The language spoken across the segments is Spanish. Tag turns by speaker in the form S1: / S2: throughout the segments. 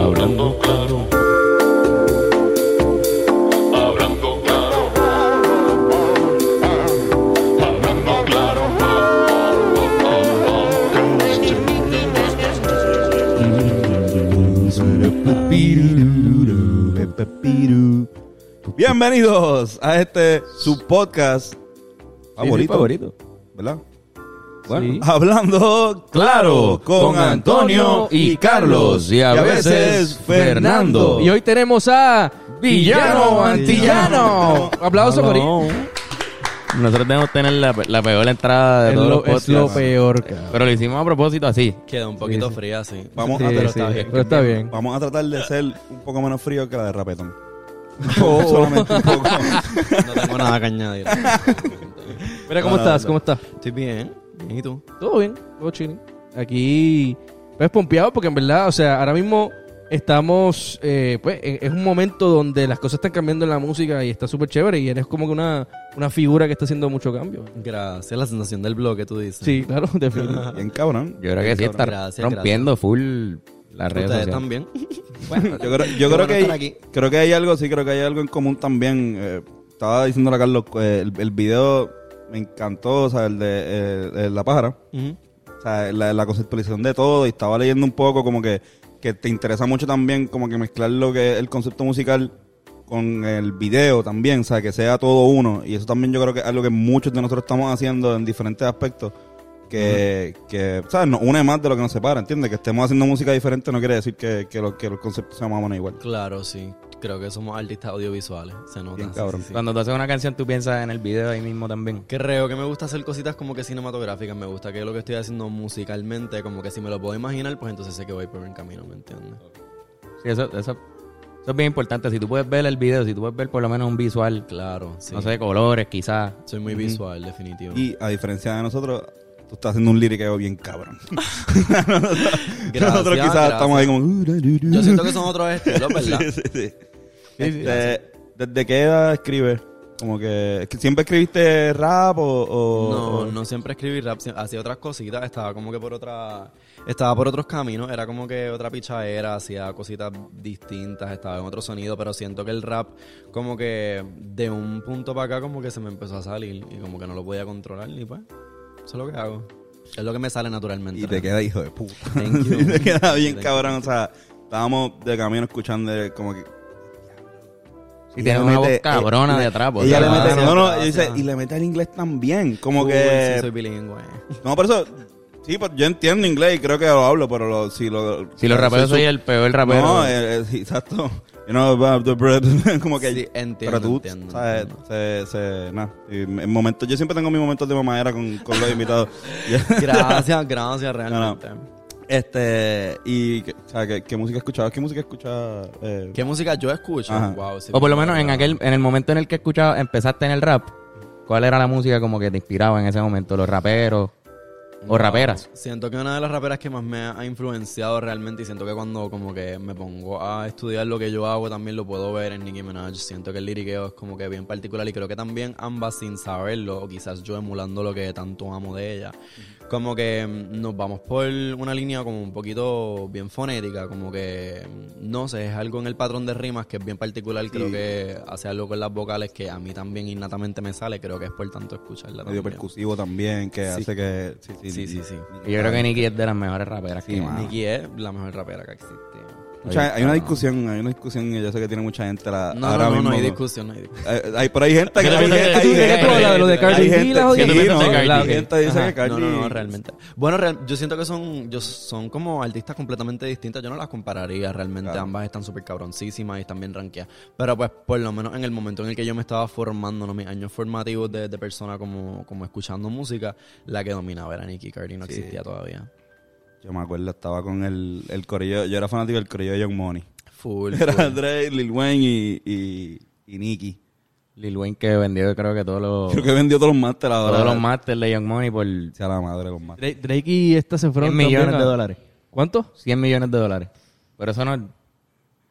S1: hablando claro. Hablando claro. Hablando claro.
S2: Bienvenidos a este su podcast favorito,
S3: favorito.
S2: ¿verdad?
S3: Bueno,
S4: Sí.
S2: Hablando claro con Antonio y Carlos y a veces Fernando.
S4: Y hoy tenemos a
S2: Villano
S4: Villano Antillano. Aplauso por
S3: No. Nosotros debemos tener la, la peor entrada de
S4: Es
S3: todos
S4: lo,
S3: los podcasts.
S4: es lo peor, cabrón.
S3: Pero lo hicimos a propósito así.
S5: Queda un poquito fría, sí.
S2: Vamos a
S4: Sí,
S2: tratar, eh,
S4: sí, pero está bien.
S2: vamos a tratar de ser un poco menos frío que la de Rapetón. Oh. Solamente un poco.
S5: No tengo nada que añadir.
S4: Mira, ¿cómo estás? ¿Cómo estás?
S5: Estoy bien. Bien, ¿y tú?
S4: Todo bien, todo chilling. Aquí, pues pompeado porque en verdad, o sea, ahora mismo estamos, eh, pues, en- es un momento donde las cosas están cambiando en la música y está súper chévere y eres como que una, una figura que está haciendo mucho cambio.
S5: Gracias. La sensación del bloque, tú dices.
S4: Sí, claro, definitivamente.
S2: Bien cabrón.
S3: Yo creo que sí está
S5: Gracias,
S3: rompiendo full las redes
S5: Ustedes
S3: sociales.
S5: también.
S2: Yo creo, yo creo
S5: bueno
S2: que
S5: estar
S2: hay,
S5: aquí.
S2: creo que hay algo, sí, creo que hay algo en común también. Eh, estaba diciéndole a Carlos, eh, el, el video me encantó, o sea, el de eh, el de la pájara.
S5: Ujú.
S2: O sea, la, la conceptualización de todo y estaba leyendo un poco como que, que te interesa mucho también como que mezclar lo que es el concepto musical con el video también, o sea, que sea todo uno. Y eso también yo creo que es algo que muchos de nosotros estamos haciendo en diferentes aspectos. Que, que, ¿sabes? Nos une más de lo que nos separa, ¿entiendes? Que estemos haciendo música diferente no quiere decir que, que, lo- que los conceptos sean más o menos igual.
S5: Claro, sí. Creo que somos artistas audiovisuales. Se nota.
S2: Bien,
S5: Ah, sí,
S2: cabrón.
S5: sí, sí.
S3: Cuando tú haces una canción, tú piensas en el video ahí mismo también.
S5: Creo que me gusta hacer cositas como que cinematográficas. Me gusta que lo que estoy haciendo musicalmente, como que si me lo puedo imaginar, pues entonces sé que voy por buen camino, ¿me entiendes?
S3: Sí, eso, eso, eso es bien importante. Si tú puedes ver el video, si tú puedes ver por lo menos un visual,
S5: Claro, sí.
S3: no sé, colores quizás.
S5: Soy muy visual, definitivo.
S2: Y a diferencia de nosotros, tú estás haciendo un liriqueo bien cabrón.
S5: Gracias,
S2: nosotros quizás
S5: gracias.
S2: estamos ahí como...
S5: Yo siento que son otros estilos, ¿verdad?
S2: Sí, sí, sí. Este, ¿Desde qué edad escribes? Como que, es que ¿Siempre escribiste rap o...? o- o-
S5: No, no siempre escribí rap, si- hacía otras cositas, estaba como que por otra, estaba por otros caminos, era como que otra pichadera, hacía cositas distintas, estaba en otro sonido, pero siento que el rap como que de un punto para acá como que se me empezó a salir y como que no lo podía controlar y pues, eso es lo que hago. Es lo que me sale naturalmente.
S2: Y te queda hijo de puta.
S5: Thank you.
S2: Y te queda bien
S5: Thank you.
S2: cabrón. O sea, estábamos de camino escuchando eh, como que...
S3: Y tiene una voz cabrona de atrás. pues,
S2: Ella le
S5: gracias,
S2: mete, no, no, y,
S5: gracias.
S2: dice, y le mete el inglés también. Como
S5: Uy,
S2: que...
S5: sí, soy bilingüe.
S2: No, por eso... Sí, pues yo entiendo inglés y creo que lo hablo, pero lo- si lo...
S3: Si los raperos
S2: soy
S3: soy el peor rapero.
S2: No, eh, eh, sí, exacto. You know, about the bread. como que.
S5: Sí, entiendo,
S2: Pero tú,
S5: entiendo,
S2: ¿sabes?
S5: entiendo.
S2: Se, se, nah. Y En momentos, yo siempre tengo mis momentos de mamadera con, con los invitados. Ya.
S5: Gracias, gracias realmente.
S2: este. Y, que- o sea, ¿qué, qué música escuchabas? ¿Qué música escuchabas? Eh,
S5: ¿Qué música yo escucho?
S2: Ajá.
S5: Wow, sí,
S3: O por lo menos en
S5: wow.
S3: aquel, en el momento en el que escuchaba, empezaste en el rap, ¿cuál era la música como que te inspiraba en ese momento? ¿Los raperos? ¿O raperas?
S5: Siento que una de las raperas que más me ha influenciado realmente y siento que cuando como que me pongo a estudiar lo que yo hago también lo puedo ver en Nicki Minaj. Siento que el liriqueo es como que bien particular y creo que también ambas sin saberlo o quizás yo emulando lo que tanto amo de ella. Como que mm, nos vamos por una línea como un poquito bien fonética, como que mm, no sé, es algo en el patrón de rimas que es bien particular, creo que hace algo con las vocales que a mí también innatamente me sale, creo que es por tanto escucharla
S2: medio
S5: también.
S2: percusivo también, que
S5: Sí.
S2: hace que. Sí, sí,
S5: Sí, sí, sí.
S3: Y Yo creo que Nicki es de las mejores raperas que
S2: mano.
S5: Nicki es la mejor rapera que existe.
S2: Mucha- hay una discusión, hay una discusión, y yo sé que tiene mucha gente la,
S5: No,
S2: ahora
S5: no, no,
S2: mismo.
S5: no hay discusión, no hay discusión.
S2: Eh, hay- pero hay gente
S3: ¿Qué
S2: que. hay
S3: tú piensas
S2: gente-
S3: que-
S2: hay
S3: tú piensas que
S2: gente-
S3: lo de- lo de
S2: hay
S3: Cardi
S4: B,
S2: gente-
S4: la jodida?
S2: sí,
S3: ¿Qué tú piensas
S2: no,
S3: de Cardi?
S2: hay gente que dice
S5: Ajá.
S2: que Cardi-
S5: No, no, no, realmente. Bueno, real- yo siento que son, yo, son como artistas completamente distintas. Yo no las compararía realmente.
S2: Claro.
S5: Ambas están súper cabroncísimas y están bien rankeadas. Pero pues, por lo menos en el momento en el que yo me estaba formando, ¿no? mis años formativos de, de persona como, como escuchando música, la que dominaba era Nicki Cardi, no existía todavía.
S2: Yo me acuerdo, estaba con el, el corillo. Yo era fanático del corillo de Young Money.
S5: Full.
S2: Era
S5: full.
S2: Dre, Lil Wayne y, y, y Nicki.
S3: Lil Wayne que vendió creo que todos los,
S2: Creo que vendió todos los masters ahora.
S3: Oh. todos los masters de Young Money por 100
S2: Sea la madre con más.
S4: Drake, Drake y esta se fueron también
S3: millones
S4: a-
S3: de dólares.
S4: ¿Cuánto?
S3: 100 millones de dólares. Pero eso no,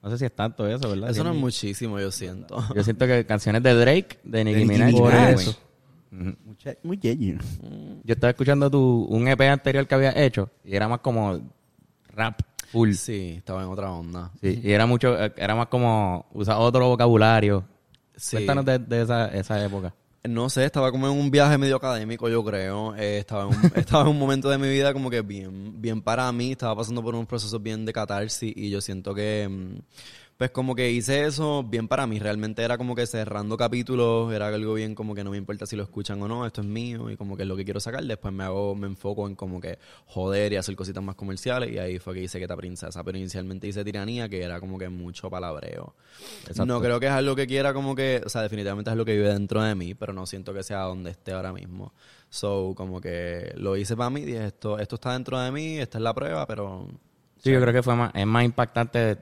S3: no sé si es tanto eso, ¿verdad?
S5: Eso
S3: 100
S5: no es
S3: millones.
S5: muchísimo, yo siento.
S3: Yo siento que canciones de Drake, de Nicki
S2: Nicki
S3: Minaj, y
S2: Minaj.
S3: de Lil
S4: Por eso.
S3: Wayne. Ujú.
S2: Muy gay.
S3: E Yo estaba escuchando tu, un EP anterior que había hecho y era más como rap. Full.
S5: Sí, estaba en otra onda.
S3: Sí, y era mucho, eh, era más como usar otro vocabulario.
S5: Sí.
S3: Cuéntanos de, de esa, esa época.
S5: No sé, estaba como en un viaje medio académico, yo creo. Eh, estaba, en un, estaba en un momento de mi vida como que bien, bien para mí. Estaba pasando por unos procesos bien de catarsis y yo siento que, mm, pues como que hice eso bien para mí. Realmente era como que cerrando capítulos, era algo bien como que no me importa si lo escuchan o no, esto es mío y como que es lo que quiero sacar. Después me hago, me enfoco en como que joder y hacer cositas más comerciales y ahí fue que hice que ta princesa. Pero inicialmente hice tiranía, que era como que mucho palabreo. No creo que es algo que quiera como que, o sea, definitivamente es lo que vive dentro de mí, pero no siento que sea donde esté ahora mismo. So, como que lo hice para mí, dije, esto, esto está dentro de mí, esta es la prueba, pero
S3: Sí, yo creo que fue más, es más impactante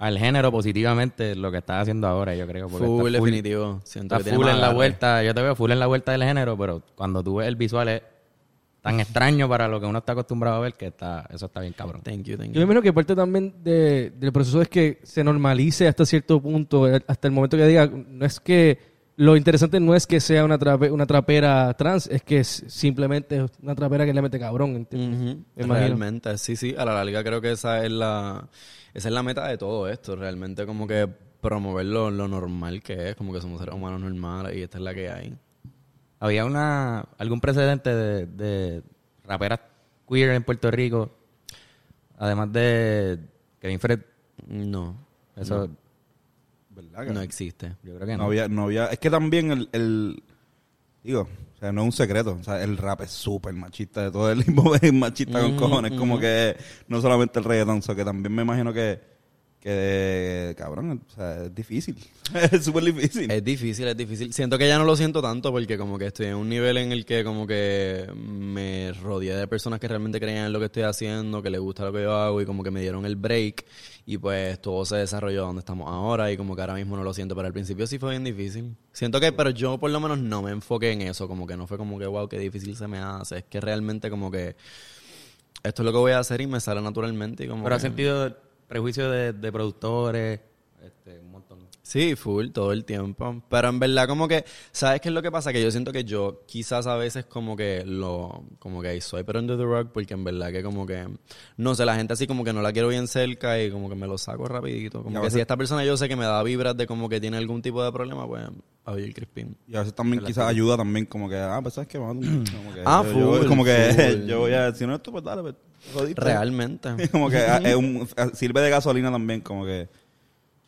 S3: al género positivamente lo que estás haciendo ahora, yo creo. porque
S5: full,
S3: está full-
S5: definitivo. Siento
S3: Está
S5: que tiene
S3: full
S5: más
S3: en la
S5: agarre.
S3: vuelta, yo te veo full en la vuelta del género, pero cuando tú ves el visual es tan extraño para lo que uno está acostumbrado a ver que está, eso está bien cabrón.
S5: Thank you, thank
S4: Yo me
S5: you.
S4: imagino que parte también de- del proceso es que se normalice hasta cierto punto, eh, hasta el momento que diga, no es que lo interesante no es que sea una, trape- una trapera trans, es que es simplemente es una trapera que le mete cabrón. ¿entiendes?
S5: Ujú,
S4: Me imagino.
S5: Realmente, sí, sí. A la larga creo que esa es la, esa es la meta de todo esto. Realmente como que promover lo, lo normal que es, como que somos seres humanos normales y esta es la que hay.
S3: ¿Había una algún precedente de, de raperas queer en Puerto Rico? Además de Kevin Fred,
S5: No,
S3: eso
S2: ¿Verdad que
S5: no existe.
S3: yo creo que
S2: No
S3: no.
S2: había, no había. Es que también el, el- digo, o sea, no es un secreto. O sea, el rap es súper machista de todo el limbo, es machista con cojones. Como que no solamente el reggaetón, o sea, que también me imagino que, que cabrón, o sea, es difícil. es súper difícil.
S5: Es difícil, es difícil. Siento que ya no lo siento tanto porque como que estoy en un nivel en el que como que me rodeé de personas que realmente creían en lo que estoy haciendo, que les gusta lo que yo hago y como que me dieron el break y pues todo se desarrolló donde estamos ahora y como que ahora mismo no lo siento, pero al principio sí fue bien difícil. Siento que, pero yo por lo menos no me enfoqué en eso, como que no fue como que wow, qué difícil se me hace, es que realmente como que esto es lo que voy a hacer y me sale naturalmente y como
S3: Pero has
S5: que-
S3: sentido prejuicio de, de productores, este, un montón.
S5: Sí, full, todo el tiempo. Pero en verdad, como que, ¿sabes qué es lo que pasa? Que yo siento que yo quizás a veces como que lo, como que ahí soy, pero under the rug, porque en verdad que como que, no sé, la gente así como que no la quiero bien cerca y como que me lo saco rapidito.
S2: Y a
S5: Como que
S2: veces-
S5: si esta persona yo sé que me da vibras de como que tiene algún tipo de problema, pues, a el crispín.
S2: Y a veces también quizás ayuda también como que, ah, pues sabes que vamos a- como que
S5: Ah,
S2: yo- yo-
S5: full,
S2: como que
S5: full.
S2: yo voy a decir, no, esto pues dale, pues, jodiste.
S5: Realmente.
S2: como que ah, es un- ah, sirve de gasolina también, como que.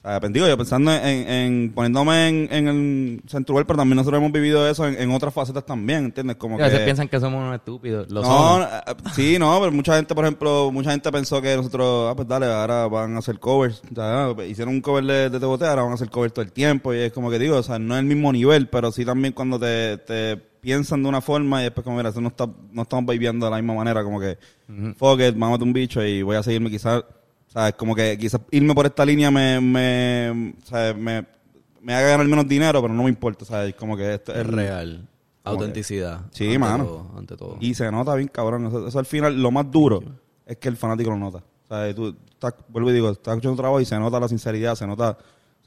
S2: o sea, pues, digo, yo pensando en, en poniéndome en, en el centro pero también nosotros hemos vivido eso en, en otras facetas también, ¿entiendes? Como
S3: a veces
S2: que.
S3: piensan que somos unos estúpidos. Lo
S2: no,
S3: somos.
S2: ah, ah, sí, no, pero mucha gente, por ejemplo, mucha gente pensó que nosotros, ah, pues dale, ahora van a hacer covers. O sea, ah, hicieron un cover de, de Teboté, ahora van a hacer cover todo el tiempo. Y es como que digo, o sea, no es el mismo nivel, pero sí también cuando te, te piensan de una forma y después como, mira, eso no, está, no estamos viviendo de la misma manera, como que, fuck it, mámate un bicho y voy a seguirme quizás, ¿sabes? Como que quizás irme por esta línea me, me, ¿sabes? me, me haga ganar menos dinero, pero no me importa, ¿sabes? Como que esto
S5: Es
S2: es
S5: real.
S2: Como que-
S5: Autenticidad.
S2: Sí,
S5: ante
S2: mano.
S5: todo, ante todo.
S2: y se nota bien cabrón. Eso, eso al final, lo más duro es que el fanático lo nota. O sea, tú estás, vuelvo y digo, estás escuchando tu trabajo y se nota la sinceridad, se nota.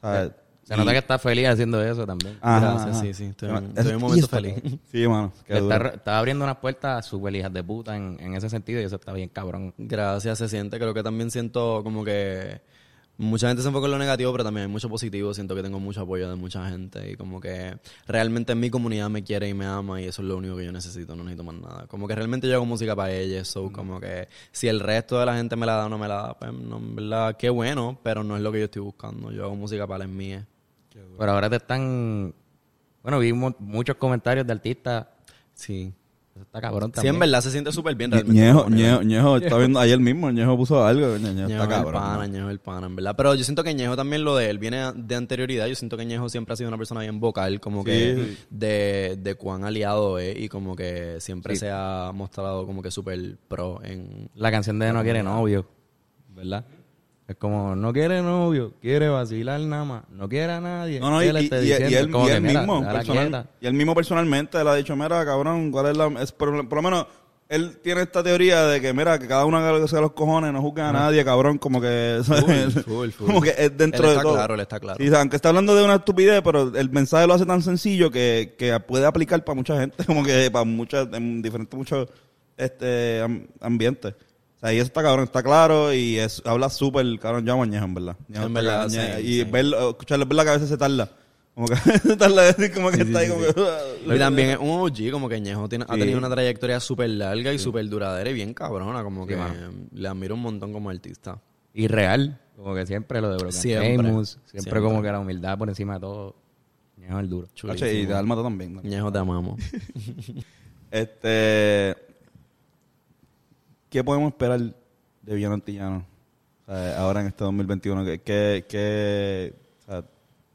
S2: O sea,
S3: Se nota que estás feliz haciendo eso también.
S2: Ajá,
S5: Gracias,
S2: ajá.
S5: sí, sí, estoy
S2: Se
S5: en-
S2: nota-
S5: estoy en un
S2: y
S5: momento
S2: está-
S5: feliz.
S2: Sí, mano. qué
S3: Te
S2: duro.
S3: está, re- está abriendo unas puertas súper hijas de puta en, en ese sentido y eso está bien cabrón.
S5: Gracias, se siente. Creo que también siento como que mucha gente se enfoca en lo negativo, pero también hay mucho positivo. Siento que tengo mucho apoyo de mucha gente y como que realmente mi comunidad me quiere y me ama y eso es lo único que yo necesito, no necesito más nada. Como que realmente yo hago música para ellos,
S2: Mm.
S5: so como que si el resto de la gente me la da o no me la da, pues no, en verdad, qué bueno, pero no es lo que yo estoy buscando. Yo hago música para las mías.
S3: Pero ahora te están... Bueno, vi mu- muchos comentarios de artistas.
S5: Sí.
S3: Eso está cabrón
S5: Sí, en
S3: también.
S5: verdad se siente súper bien realmente.
S2: Ñejo,
S5: Como que-
S2: Ñejo, Ñejo, está viendo ayer mismo, Ñejo puso algo, coño, Ñejo está
S5: Ñejo es el
S2: cabrón.
S5: pana,
S2: ¿no?
S5: Ñejo es el pana, en verdad. Pero yo siento que Ñejo también lo de él viene de anterioridad. Yo siento que Ñejo siempre ha sido una persona bien vocal, como que de, de cuán aliado es y como que siempre se ha mostrado como que súper pro en...
S3: La canción de No quiere novio, ¿verdad? Es como, no quiere novio, quiere vacilar nada más, no quiere a nadie.
S2: No, no, y,
S3: ¿Qué le
S2: y-
S3: esté
S2: y- y
S3: diciendo?
S2: él,
S3: Como
S2: y
S3: que,
S2: él
S3: mira,
S2: mismo,
S3: déjala
S2: personal-
S3: quieta.
S2: y él mismo personalmente le ha dicho, mira, cabrón, ¿cuál es la...? es por, por lo menos, él tiene esta teoría de que, mira, que cada uno haga lo que sea los cojones, no juzga a nadie, cabrón, como que... ¿sabes?
S5: full, full.
S2: Como que es dentro
S5: Él
S2: de
S5: está
S2: todo.
S5: claro, él está claro.
S2: Sí, o sea, aunque está hablando de una estupidez, pero el mensaje lo hace tan sencillo que, que puede aplicar para mucha gente, como que para muchas, en diferentes, muchos este, am- ambientes. O sea, y eso está cabrón, está claro y es, habla súper, cabrón, yo amo a Ñejo, en verdad. Ñejo
S5: En
S2: está
S5: verdad,
S2: cabrón,
S5: sí,
S2: Ñejo.
S5: sí.
S2: Y verlo, escucharlo, es verdad que a veces se tarda. Como que se tarda a veces, como que está ahí, como que...
S5: Y también es un OG, como que Ñejo tiene- ha
S2: Sí.
S5: tenido una trayectoria súper larga y súper duradera y bien cabrona, como que
S3: mano.
S5: le admiro un montón como artista.
S3: Y real. Como que siempre lo de Broken
S5: Siempre.
S3: Famous. Siempre,
S5: Siempre.
S3: como que la humildad por encima de todo. Ñejo es el duro.
S2: Hacho, y de Almata también. ¿no?
S5: Ñejo, te amamos.
S2: Este. ¿Qué podemos esperar de Villano Antillano? O sea, ahora en este 2021, ¿qué. qué, qué- o sea,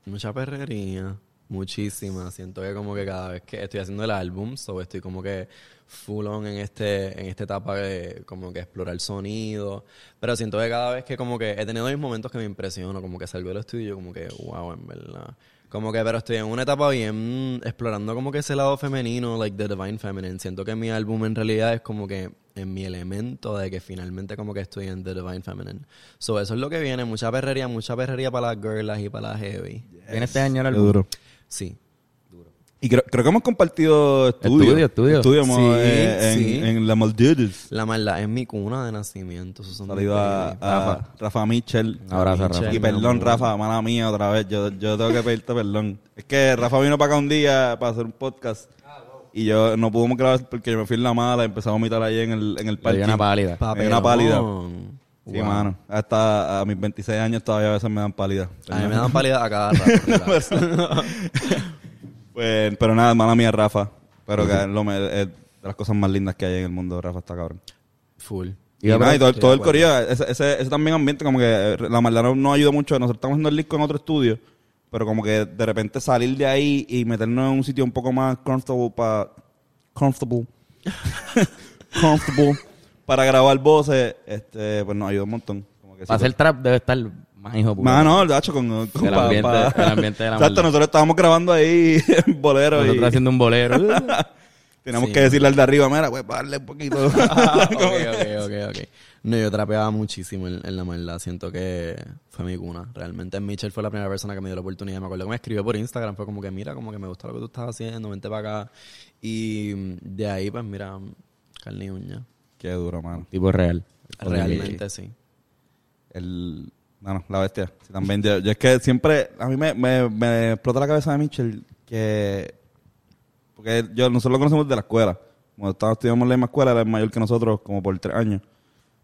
S5: Mucha perrería, muchísima. Siento que como que cada vez que estoy haciendo el álbum, so estoy como que full on en este en esta etapa de como que explorar sonido, pero siento que cada vez que como que he tenido mis momentos que me impresiono, como que salgo del estudio y yo como que wow, en verdad. Como que, pero estoy en una etapa bien mm, explorando como que ese lado femenino, like the divine feminine. Siento que mi álbum en realidad es como que en mi elemento de que finalmente como que estoy en the divine feminine. So eso es lo que viene, mucha perrería, mucha perrería para las girlas y para las heavy.
S3: Viene este año el
S2: qué
S3: álbum.
S2: duro.
S5: Sí.
S2: Y creo, creo que hemos compartido estudio.
S3: Estudio, estudio.
S2: hemos,
S5: Sí,
S2: eh, en,
S5: sí.
S2: en la Maldives.
S5: La maldad es mi cuna de nacimiento. Eso son
S2: Salido a,
S5: increíbles.
S2: a Rafa. Michel.
S3: Un abrazo,
S5: Michel.
S3: Rafa.
S2: Y perdón, Rafa, mala mía otra vez. Yo, yo tengo que pedirte perdón. Es que Rafa vino para acá un día para hacer un podcast. Y yo no pudimos grabar porque yo me fui en la mala. Empezamos a vomitar ahí en el, en el
S3: Le dio
S2: parque.
S3: una pálida.
S5: Papelón.
S2: Hay una pálida. Sí,
S5: Wow.
S2: mano. Hasta a mis 26 años todavía a veces me dan pálida.
S5: A mí me dan pálida a cada rato.
S2: Pues, pero nada, mala mía, Rafa. Pero que es, lo me- es de las cosas más lindas que hay en el mundo, Rafa está cabrón.
S5: Full.
S2: Y, nada, y todo,
S5: estoy
S2: todo
S5: de
S2: el corillo, ese, ese, ese también ambiente, como que eh, la maldad no, no ayuda mucho. Nosotros estamos haciendo el disco en otro estudio, pero como que de repente salir de ahí y meternos en un sitio un poco más comfortable para. Comfortable. comfortable. Para grabar voces, este, pues nos ayuda un montón. Como que sí,
S3: Para hacer trap debe estar más hijo de puta.
S2: Mano, el hacho con, con
S3: El ambiente- el ambiente de la
S2: Exacto,
S3: maldad.
S2: nosotros estábamos grabando ahí en bolero y
S3: Nosotros haciendo un bolero.
S2: teníamos
S5: Sí.
S2: que decirle al de arriba, mira, pues darle un poquito.
S5: Ah, ok, ok, ok, ok. No, yo trapeaba muchísimo en, en la maldad. Siento que fue mi cuna. Realmente Mitchell fue la primera persona que me dio la oportunidad. Me acuerdo que me escribió por Instagram. Fue como que, mira, como que me gusta lo que tú estás haciendo. Vente para acá. Y mm, de ahí, pues mira, carne y uña.
S2: Qué duro, mano.
S3: tipo real.
S5: Realmente sí.
S2: El, mano, la bestia. Sí, también yo, yo es que siempre, a mí me, me, me explota la cabeza de Mitchell que, porque él- yo, nosotros lo conocemos de la escuela. Cuando estábamos estudiando en la misma escuela, era mayor que nosotros, como por tres años.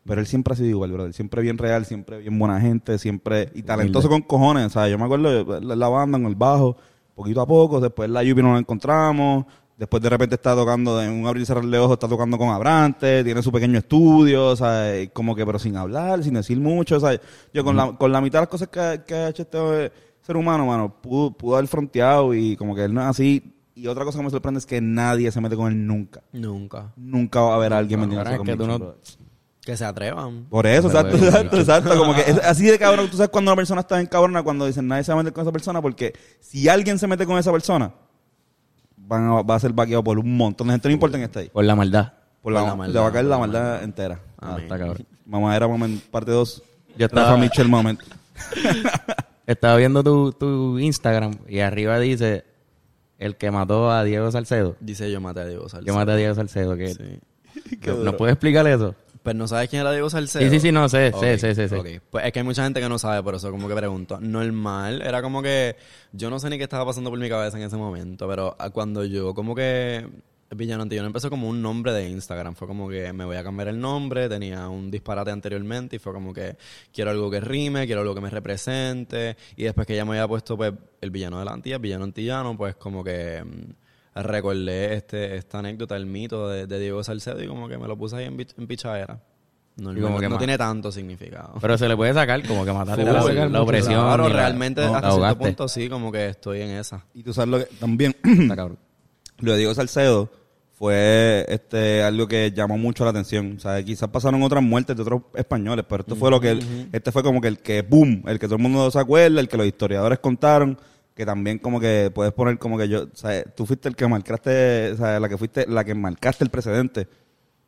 S2: Pero él siempre ha sido igual, brother. Siempre bien real, siempre bien buena gente, siempre... Y talentoso con cojones, o sea, yo me acuerdo la, la banda con el bajo, poquito a poco, después la Yupi nos la encontramos, después de repente está tocando, en un abrir y cerrar de ojos, está tocando con Abrante, tiene su pequeño estudio, o sea, y como que, pero sin hablar, sin decir mucho, o sea, yo con, la, con la mitad de las cosas que, que ha hecho este eh, ser humano, mano, pudo, pudo haber fronteado y como que él no es así. Y otra cosa que me sorprende es que nadie se mete con él nunca.
S5: Nunca.
S2: Nunca va a haber a alguien
S3: Bueno,
S2: metido
S3: ahora es que tú no-
S5: Que se atrevan.
S2: por eso,
S3: Pero
S2: exacto,
S3: bueno,
S2: exacto,
S3: mucho.
S2: exacto. Como que es así de cabrón. Tú sabes cuando una persona está en cabrona, cuando dicen nadie se va a meter con esa persona, porque si alguien se mete con esa persona, van a- va a ser vaqueado por un montón de gente. No importa quién esté ahí.
S3: Por la maldad.
S2: Por la,
S5: Por la
S2: le
S5: maldad,
S2: va a caer
S5: por
S2: la
S5: la
S2: maldad entera.
S3: Ah, está cabrón.
S2: Mamá era moment, parte 2.
S3: Yo estaba-
S2: Rafa Michel moment.
S3: Estaba viendo tu, tu Instagram y arriba dice el que mató a Diego Salcedo.
S5: Dice yo maté a Diego Salcedo.
S3: Yo maté a Diego Salcedo. Que
S5: Sí.
S3: ¿No- ¿Nos puede explicar eso?
S5: Pero no sabes quién era Diego Salcedo.
S3: Sí, sí, sí, no, sé, sé,
S5: Ok,
S3: sé, sé. sé.
S5: ok. Pues es que hay mucha gente que no sabe, por eso como que pregunto. Normal, era como que yo no sé ni qué estaba pasando por mi cabeza en ese momento, pero ah, cuando yo como que Villano Antillano empezó como un nombre de Instagram, fue como que me voy a cambiar el nombre, tenía un disparate anteriormente y fue como que quiero algo que rime, quiero algo que me represente y después que ya me había puesto pues el villano de la Antilla, Villano Antillano, pues como que mm, recordé este esta anécdota, el mito de, de Diego Salcedo y como que me lo puse ahí en, bich- en pichadera. Normal,
S3: como
S5: no-
S3: que
S5: no
S3: más.
S5: tiene tanto significado.
S3: Pero se le puede sacar como que mataste
S5: Full.
S3: la, la opresión.
S5: Claro,
S3: y la-
S5: realmente
S3: no, la
S5: hasta cierto
S3: ahogaste.
S5: punto sí, como que estoy en esa.
S2: Y tú sabes lo que también,
S3: Está cabrón.
S2: lo de Diego Salcedo fue este algo que llamó mucho la atención. O sea, quizás pasaron otras muertes de otros españoles, pero esto fue lo que el- este fue como que el que boom, el que todo el mundo se acuerda, el que los historiadores contaron, que también como que puedes poner como que yo, o sea, tú fuiste el que marcaste, o sea, la que fuiste, la que marcaste el precedente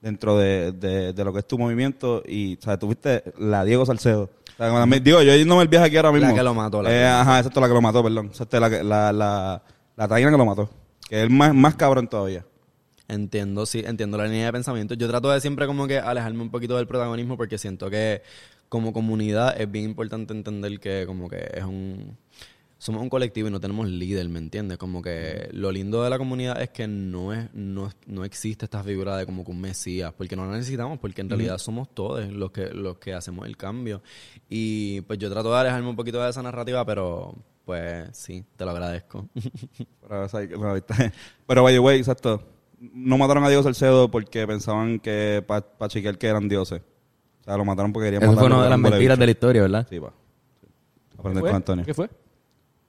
S2: dentro de, de, de lo que es tu movimiento y, o sea, tú fuiste la Diego Salcedo. O sea, me- digo, yo yéndome el viaje aquí ahora
S5: La
S2: mismo.
S5: que lo mató, la
S2: Eh,
S5: que lo
S2: Ajá, exacto, la que lo mató, perdón. Exacto, la, que- la, la, la taína que lo mató. Que es más, más cabrón todavía.
S5: Entiendo, sí, entiendo la línea de pensamiento. Yo trato de siempre como que alejarme un poquito del protagonismo porque siento que como comunidad es bien importante entender que como que es un... Somos un colectivo y no tenemos líder, ¿me entiendes? Como que lo lindo de la comunidad es que no es no, no existe esta figura de como que un mesías, porque no la necesitamos, porque en realidad somos todos los que, los que hacemos el cambio. Y pues yo trato de alejarme un poquito de esa narrativa, pero pues sí, te lo agradezco.
S2: Pero, o sea, no, está- pero, by the way, exacto. No mataron a Dios Salcedo porque pensaban que para chequear que eran dioses. O sea, lo mataron porque querían
S3: Eso fue
S2: matarlo
S3: una de
S2: por
S3: las
S2: un huele
S3: mentiras
S2: bicho.
S3: de la historia, ¿verdad?
S2: Sí, va.
S4: ¿Qué
S2: Aprender
S4: fue?
S2: con Antonio.
S4: ¿Qué fue?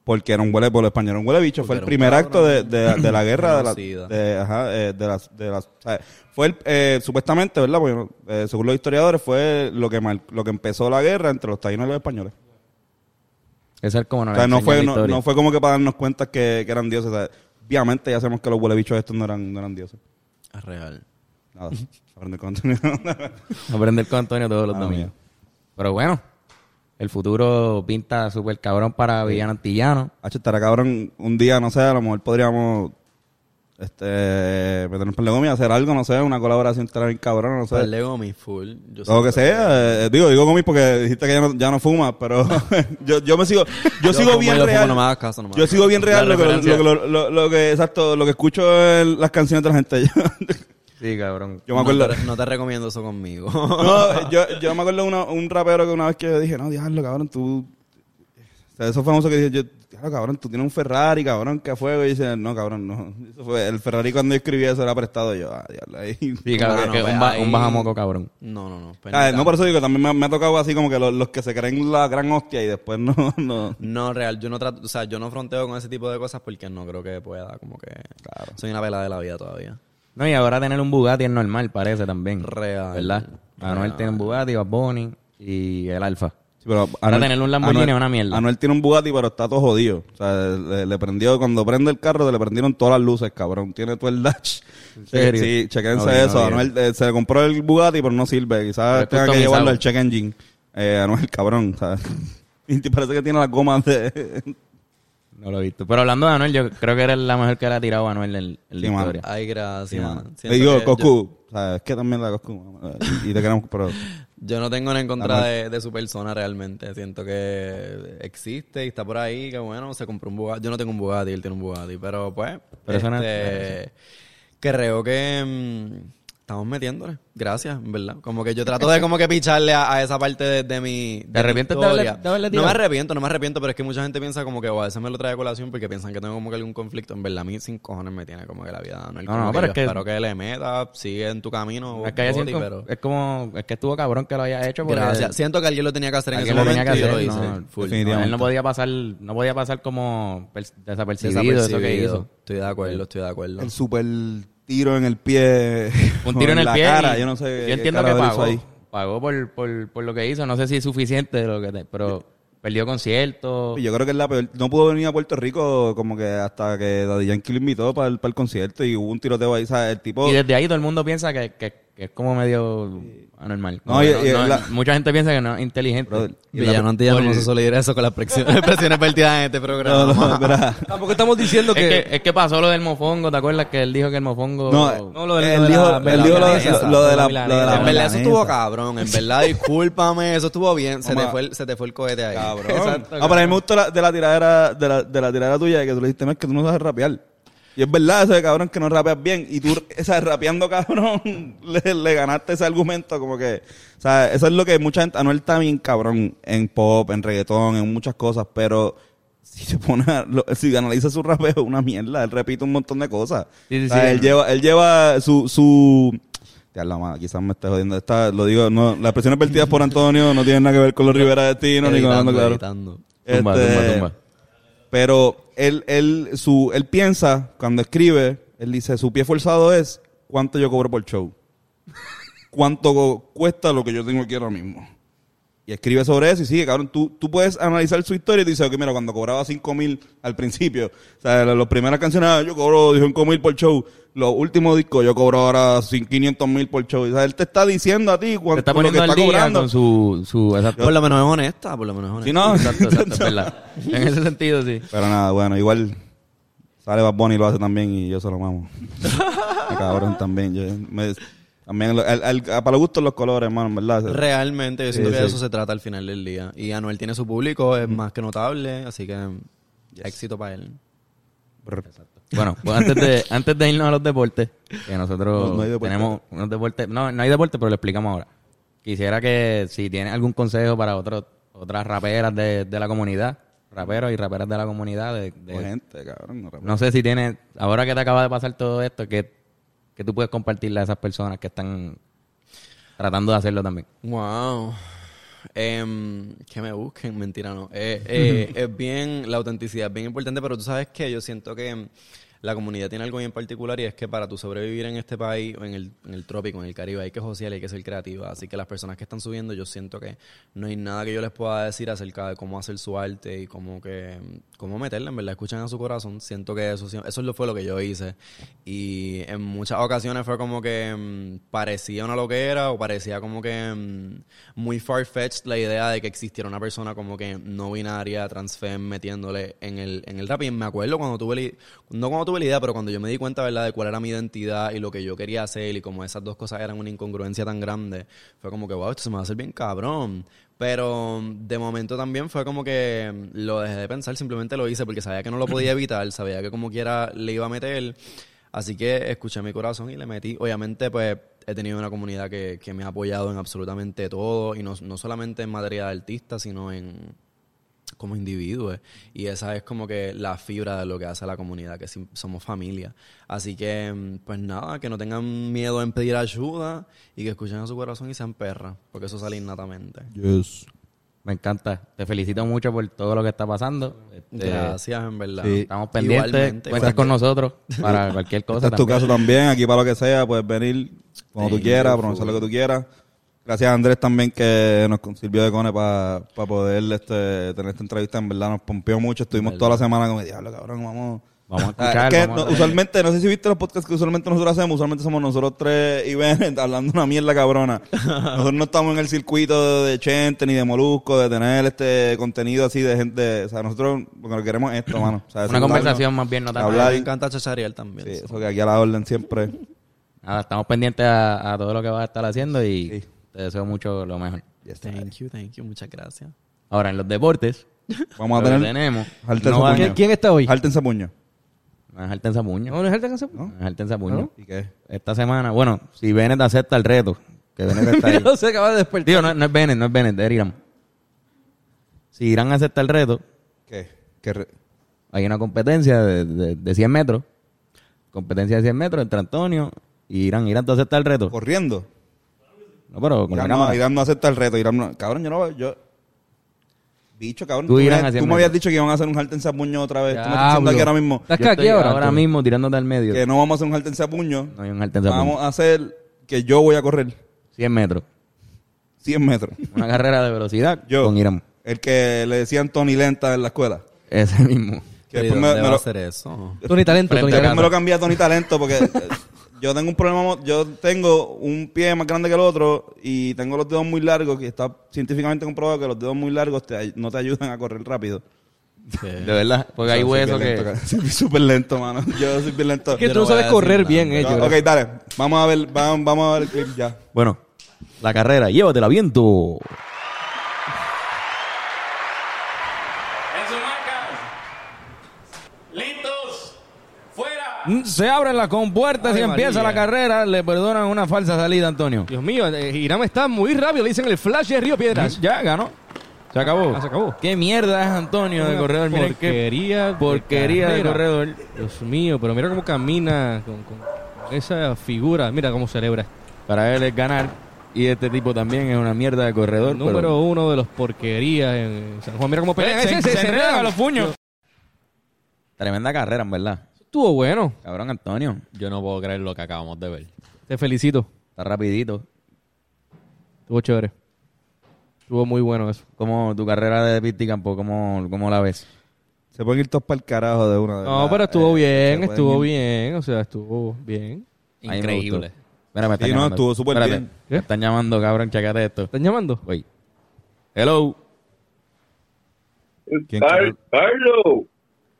S2: Porque era un huele, por lo español era un huele bicho. Fue el
S5: era un
S2: primer acto de, de- de la guerra de la,
S5: Genocida.
S2: de, ajá, eh, de las, de las- o sea, fue el, eh, supuestamente, ¿verdad? Porque, eh, según los historiadores, fue lo que mal- lo que empezó la guerra entre los taínos y los españoles.
S3: Eso es como no
S2: O sea, no fue, no, no fue como que para darnos cuenta que, que eran dioses. o sea, obviamente ya sabemos que los huelebichos estos no eran, no eran dioses.
S5: Es real.
S2: Nada, aprender con Antonio.
S3: Aprender con Antonio todos los
S2: Ah,
S3: domingos.
S2: mía.
S3: Pero bueno, el futuro pinta súper cabrón para Villano Antillano.
S2: Hacho, estará cabrón un día, no sé, a lo mejor podríamos este, meternos en Legomi, hacer algo, no sé, una colaboración estará bien cabrón, no
S5: Para
S2: sé.
S5: Lego mi full. Yo
S2: Lo que
S5: siempre-
S2: sea, eh, digo, digo gomi porque dijiste que ya no, ya no fumas, pero yo, yo me sigo, yo,
S5: Yo
S2: sigo
S5: como
S2: bien
S5: yo fumo,
S2: real.
S5: no me hagas caso, no me
S2: yo
S5: hagas
S2: sigo
S5: caso.
S2: bien real
S5: La
S2: lo que, lo,
S5: referencia.
S2: lo- lo- lo que, exacto, lo que escucho en las canciones de la gente. Yo,
S3: Sí, cabrón.
S2: yo me acuerdo.
S5: No te, no te recomiendo eso conmigo.
S2: No, yo, yo me acuerdo una, un rapero que una vez que dije, no, diablo, cabrón, tú. O sea, eso fue famoso que dije, yo, diablo, cabrón, tú tienes un Ferrari, cabrón, que a fuego. Y dice, no, cabrón, no. Eso fue, el Ferrari cuando yo escribí eso era prestado. Yo, ah, diablo, ahí.
S3: Sí, cabrón.
S5: No, no,
S3: que
S5: pues
S3: un, ba-
S5: ahí-
S3: un bajamoco, cabrón.
S5: No, no, pues no. espera.
S2: Ah, no, por eso digo, también me, me ha tocado así como que los, los que se creen la gran hostia y después no. no.
S5: No, real, yo no trato, o sea, yo no fronteo con ese tipo de cosas porque no creo que pueda, como que soy una pelada de la vida todavía.
S3: No, y ahora tener un Bugatti es normal, parece también.
S5: Real.
S3: ¿Verdad? Anuel
S5: Real.
S3: tiene un Bugatti, Bad Bunny y el Alfa.
S2: Sí, pero
S3: Ahora tener un Lamborghini es una mierda.
S2: Anuel tiene un Bugatti, pero está todo jodido. O sea, le, le prendió, cuando prende el carro, se le prendieron todas las luces, cabrón. Tiene todo el dash.
S3: serio?
S2: Sí, chequense
S3: No, bien,
S2: eso.
S3: no,
S2: Anuel eh, se le compró el Bugatti, pero no sirve.
S3: Pero
S2: Quizás
S3: es
S2: tenga que
S3: customizado.
S2: llevarlo al check engine. Eh, Anuel, cabrón, ¿sabes? Y te parece que tiene las gomas de...
S3: No lo he visto. Pero hablando de Anuel, yo creo que era la mejor que le ha tirado a Anuel en, en la
S2: Sí, mano.
S3: historia.
S5: Ay, gracias, man.
S2: Le
S5: Siento
S2: digo,
S5: que Yo,
S2: Coscu. ¿sabes? Es que también la Coscu. eh, Y te queremos, pero...
S5: yo no tengo nada en contra
S2: Amor.
S5: de, de su persona realmente. Siento que existe y está por ahí, que bueno, se compró un Bugatti. Yo no tengo un Bugatti, él tiene un Bugatti, pero pues,
S3: Pero eso no es-
S5: este, creo que mm, estamos metiéndole. Gracias, en ¿verdad? Como que yo trato de como que picharle a, a esa parte de, de mi
S3: ¿Te arrepientes de
S5: historia.
S3: haberle- de haberle
S5: No
S3: tirado?
S5: me arrepiento, no me arrepiento, pero es que mucha gente piensa como que, "Wow, a veces me lo trae a colación porque piensan que tengo como que algún conflicto. En verdad, a mí sin cojones me tiene como que la vida.
S3: No,
S5: No,
S3: no, pero
S5: pero
S3: es que-
S5: espero que le meta, sigue en tu camino.
S3: Es que haya
S5: Boti,
S3: sido-
S5: pero...
S3: es como, es que estuvo cabrón que lo haya hecho. porque-
S5: Gracias. Siento que alguien lo tenía que hacer en ese
S3: Alguien lo
S5: momento
S3: tenía que
S5: y yo
S3: hacer,
S5: lo hice.
S3: no,
S5: Full.
S2: definitivamente.
S3: Él no podía pasar, no podía pasar como per- desapercibido, eso que
S5: Desapercibido.
S3: hizo.
S5: Estoy de acuerdo, estoy de acuerdo.
S2: El super tiro en el pie.
S3: Un
S2: o
S3: tiro en el
S2: la
S3: pie.
S2: cara,
S3: y-
S2: yo no sé qué
S3: Yo entiendo que
S2: cara hizo
S3: pagó.
S2: ahí.
S3: Pagó por, por, por lo que hizo. No sé si es suficiente, de lo que te- pero perdió conciertos.
S2: Yo creo que es la peor. No pudo venir a Puerto Rico como que hasta que Daddy Yankee lo invitó para el, para el concierto y hubo un tiroteo ahí. O sea, el tipo.
S3: Y desde ahí todo el mundo piensa que, que- que es como medio anormal. Como
S2: No, y-
S3: que no-
S2: y
S3: no-
S2: la-
S3: Mucha gente piensa que no es inteligente.
S2: Brother, y la-
S5: Villano Antillano no se solidar eso con las presiones, expresiones vertidas en este
S2: No,
S5: programa.
S2: no, espera.
S4: Tampoco estamos diciendo
S3: es,
S4: que...
S3: que, es que pasó lo del mofongo, ¿te acuerdas que él dijo que el mofongo...
S2: No,
S4: No, lo de-
S2: él
S4: lo de
S2: dijo
S4: la-
S2: él
S4: de la
S2: dijo lo de-
S4: milanesa,
S2: lo de
S4: la
S2: la.
S4: milanesa.
S2: lo de la
S5: en verdad eso estuvo
S2: milanesa.
S5: cabrón, en verdad discúlpame, eso estuvo bien, se te
S2: Mamá.
S5: fue el, se te fue el cohete ahí.
S2: Cabrón.
S5: Exacto.
S2: Ah, pero a mí me gustó la- de la tiradera, de la, de la tiradera tuya, que tú le dijiste, "No, es que tú no sabes rapear. Y es verdad, eso de cabrón que no rapeas bien. Y tú, o sea, rapeando cabrón, le, le ganaste ese argumento, como que. O sea, eso es lo que mucha gente. Anuel está bien cabrón en pop, en reggaetón, en muchas cosas, pero si te pones a- lo- si analizas su rapeo, es una mierda. Él repite un montón de cosas.
S3: Sí, sí,
S2: O sea,
S3: sí.
S2: él lleva, él lleva su. su ya la madre, quizás me esté jodiendo. Está, lo digo, no, las presiones vertidas por Antonio no tienen nada que ver con los Rivera Destino ni con
S5: Editando,
S2: Orlando, claro.
S5: editando.
S3: Tumba,
S2: Este,
S3: tumba, tumba.
S2: Pero él, él, su, él piensa, cuando escribe, él dice, su pie forzado es cuánto yo cobro por show. Cuánto co- cuesta lo que yo tengo aquí ahora mismo. Y escribe sobre eso y sigue, cabrón. Tú, tú puedes analizar su historia y dices, ok, mira, cuando cobraba 5 mil al principio, o sea, la- las primeras canciones, ah, yo cobro 5 mil por show. Los últimos discos, yo cobro ahora 500 mil por show. O sea, él te está diciendo a ti
S3: Se
S2: cuánto
S3: está
S2: lo que
S3: poniendo al
S2: está
S3: día
S2: cobrando.
S3: con su... su exacto,
S5: Por lo menos es honesta, por lo menos es honesta.
S2: Si Ah. no,
S3: exacto, exacto, es verdad. En ese sentido, sí.
S2: Pero nada, bueno, igual. Sale Bad Bunny y lo hace también y yo se lo mamo. Ah, cabrón también. yo- me- también lo- el- el- para los gustos los colores, hermano, en verdad.
S5: Realmente, yo siento
S2: Sí,
S5: que de
S2: sí.
S5: eso se trata al final del día. Y Anuel tiene su público,
S3: Mm.
S5: es más que notable, así que éxito para él.
S3: Bueno, pues antes de, antes de irnos a los deportes, que nosotros
S2: No, no hay deporte.
S3: tenemos unos deportes. No, no hay deporte, pero lo explicamos ahora. Quisiera que si tienes algún consejo para otros otras raperas de, de la comunidad, raperos y raperas de la comunidad, de, de-
S2: Pues, gente, cabrón. no
S3: no sé si tienes, ahora que te acaba de pasar todo esto, que, que tú puedes compartirle a esas personas que están tratando de hacerlo también.
S5: Wow. Em, que me busquen, mentira, no. Eh, eh, es bien, la autenticidad es bien importante, pero tú sabes que yo siento que em, la comunidad tiene algo bien particular y es que para tú sobrevivir en este país, o en el, en el trópico, en el Caribe, hay que social, hay que ser creativa. Así que las personas que están subiendo, yo siento que no hay nada que yo les pueda decir acerca de cómo hacer su arte y cómo que em, cómo meterla, en verdad, escuchan a su corazón. Siento que eso, sí- eso lo fue lo que yo hice. Y en muchas ocasiones fue como que mm, parecía una loquera o parecía como que mm, muy far-fetched la idea de que existiera una persona como que no binaria, transfem, metiéndole en el, en el rap. Y me acuerdo cuando tuve, la i- no cuando tuve la idea, pero cuando yo me di cuenta, ¿verdad?, de cuál era mi identidad y lo que yo quería hacer y como esas dos cosas eran una incongruencia tan grande, fue como que, wow, esto se me va a hacer bien cabrón. Pero mm, de momento también fue como que mm, lo dejé de pensar, simplemente lo hice porque sabía que no lo podía evitar, sabía que como quiera le iba a meter. Así que escuché mi corazón y le metí. Obviamente, pues he tenido una comunidad que, que me ha apoyado en absolutamente todo, y no, no solamente en materia de artista, sino en como individuos. Y esa es como que la fibra de lo que hace la comunidad, que sim- somos familia. Así que, mm, pues nada, que no tengan miedo en pedir ayuda y que escuchen a su corazón y sean perras, porque eso sale innatamente.
S3: Me encanta. Te felicito mucho por todo lo que está pasando. Este,
S5: Gracias, en verdad.
S2: sí.
S3: Estamos pendientes.
S5: Igualmente,
S3: Cuentas con
S5: igualmente.
S3: nosotros para cualquier
S2: Este
S3: cosa.
S2: es tu
S3: también.
S2: caso también, aquí para lo que sea, puedes venir cuando tú quieras, pronunciar lo que tú quieras. Gracias a Andrés también que nos sirvió de cone para poder este, tener esta entrevista, en verdad nos pompeó mucho, estuvimos toda la semana como, diablo cabrón, vamos...
S3: Vamos a
S2: Ah,
S3: escuchar.
S2: es que
S3: vamos a
S2: no-
S3: darle.
S2: usualmente, no sé si viste los podcasts que usualmente nosotros hacemos, usualmente somos nosotros tres y Bennett hablando una mierda cabrona. Nosotros no estamos en el circuito de Chente ni de Molusco, de tener este contenido así de gente, o sea, nosotros lo que queremos es esto, mano. O sea,
S3: Una
S2: sentarnos,
S3: conversación más bien, no tan-
S2: hablar,
S5: Me encanta chacharear también.
S2: Sí, eso que aquí a la orden siempre.
S3: Nada, estamos pendientes a, a todo lo que vas a estar haciendo y
S2: Sí.
S3: te deseo mucho lo mejor.
S5: Thank you, thank you, muchas gracias.
S3: Ahora, en los deportes,
S2: Vamos a
S3: lo que
S2: tener.
S3: tenemos.
S2: Jaltense
S3: no va-
S2: puño.
S4: ¿Quién, quién está hoy?
S2: Jáltense puño.
S3: No es Jaltenza Puño.
S4: No, no es Harden Casey.
S3: No es Jaltenza Puño.
S2: ¿Y qué?
S3: Esta semana, bueno, si Bennett acepta el reto, que Bennett está ahí.
S4: Mira, se acaba de despertar.
S3: Digo, no, no es Bennett, no es Bennett, es Irán. Si Irán acepta el reto,
S2: ¿Qué? ¿Qué re-
S3: hay una competencia de, de, de 100 metros. Competencia de 100 metros entre Antonio y Irán. Irán, ¿tú aceptas el reto?
S2: ¿Corriendo?
S3: No, pero con la
S2: Irán no,
S3: cámara.
S2: Irán no acepta el reto. Irán no- Cabrón, yo no. Yo... Bicho, cabrón.
S3: Tú,
S2: Tú,
S3: Irán,
S2: me- tú
S3: haciendo
S2: me habías
S3: reto.
S2: dicho que iban a hacer un jaltense a puño otra vez. Tú me estás
S4: Diablo.
S2: diciendo aquí ahora mismo
S4: ¿Estás
S3: Yo
S4: aquí
S3: estoy
S4: ahora?
S3: ahora
S4: Antonio?
S3: mismo tirándote al medio.
S2: que no vamos a hacer un jaltense a puño.
S3: No hay un Jaltenza Puño.
S2: vamos a hacer que yo voy a correr
S3: 100 metros.
S2: 100 metros.
S3: Una carrera de velocidad
S2: Yo.
S3: con Irán.
S2: El que le decían Tony Lenta en la escuela.
S3: Ese mismo.
S2: Que
S5: Pero ¿y
S2: después me, me
S5: dónde va a
S2: lo,
S5: hacer eso?
S3: Frente
S4: Tony Talento,
S3: a
S4: Tony
S2: después
S4: Talento.
S2: me lo cambié a Tony Talento porque eh, yo tengo un problema. mo- Yo tengo un pie más grande que el otro y tengo los dedos muy largos. Que está científicamente comprobado que los dedos muy largos te ay- no te ayudan a correr rápido.
S3: De verdad. Porque hay
S2: Yo soy bien
S3: huesos
S2: lento,
S3: que...
S2: cara. Soy súper lento, mano. Yo soy bien lento.
S4: Es que
S5: Yo
S4: tú
S5: no
S4: no
S5: voy a
S4: sabes
S5: decir
S4: correr
S5: nada.
S4: bien, eh.
S2: Yo-
S4: yo
S2: ok,
S4: creo.
S2: dale. Vamos a ver, vamos, vamos a ver el clip ya.
S3: Bueno, la carrera. Llévatela viento.
S6: En su marca. Listos. Fuera.
S4: Mm,
S3: Se abren las compuertas
S5: Ay,
S3: y empieza
S5: María.
S3: la carrera. Le perdonan una falsa salida, Antonio.
S4: Dios mío, eh, Irán está muy rápido. Le dicen el flash de Río Piedras.
S3: Ya ganó. Se acabó.
S4: Ah, se acabó.
S3: ¿Qué mierda es Antonio de
S4: Una
S3: corredor? Miren qué
S4: porquería de
S3: porquería de
S4: carrera.
S3: corredor.
S4: Dios mío, pero mira cómo camina con, con esa figura. Mira cómo celebra.
S3: Para él es ganar. Y este tipo también es una mierda de corredor.
S4: Número
S3: pero-
S4: uno de los porquerías en San Juan. Mira cómo pelea.
S3: Eh, se-
S4: Ese-
S3: se
S4: ese-
S3: enredan
S4: enredan.
S3: a los puños. Tremenda carrera, en verdad.
S4: Estuvo bueno.
S3: Cabrón, Antonio.
S7: Yo no puedo creer lo que acabamos de ver.
S4: Te felicito.
S3: Está rapidito.
S4: Estuvo chévere. Estuvo muy bueno eso.
S3: ¿Cómo tu carrera de pit y campo? ¿Cómo, cómo la ves?
S2: Se pueden ir todos para el carajo de una. de
S4: No,
S2: verdad.
S4: pero estuvo
S2: Eh,
S4: bien,
S2: se pueden
S4: estuvo
S2: ir-
S4: bien. O sea, estuvo bien.
S3: A mí me
S7: Increíble.
S3: gustó. Mira, me están
S2: Sí, no,
S3: llamando.
S2: estuvo súper
S3: Espérate.
S2: bien.
S3: Me están llamando, cabrón, chacate esto.
S4: ¿Están llamando?
S3: Voy. Hello.
S2: ¿Quién-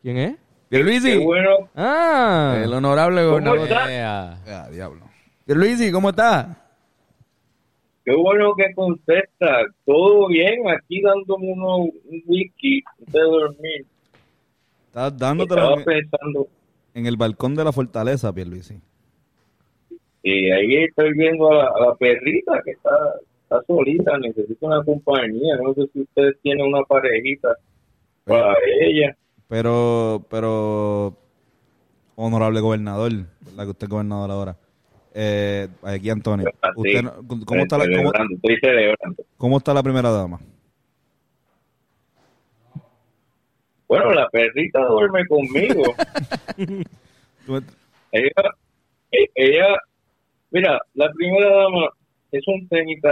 S4: ¿Quién es?
S3: Pierluisi,
S8: Qué bueno.
S4: Ah,
S3: el honorable
S8: ¿Cómo
S3: gobernador.
S8: está?
S7: Ea.
S2: Ah, diablo.
S3: Pierluisi, ¿cómo estás?
S8: Qué bueno que contesta. Todo bien, aquí dándome uno, un whisky de dormir.
S2: Estás dándotela
S8: Estaba
S2: en,
S8: pensando,
S2: en el balcón de la fortaleza, Pierluisi.
S8: y ahí estoy viendo a la, a la perrita que está, está solita, necesita una compañía. No sé si ustedes tienen una parejita para ella.
S2: Pero, pero, honorable gobernador, ¿verdad que usted es gobernador ahora? Eh, aquí, Antonio.
S8: Así.
S2: Usted no- ¿cómo, está la, cómo,
S8: Celebrando, Estoy celebrando.
S2: cómo está la primera dama?
S8: Bueno, la perrita duerme conmigo.
S2: Tú-
S8: ella, e- ella, mira, la primera dama es un temita,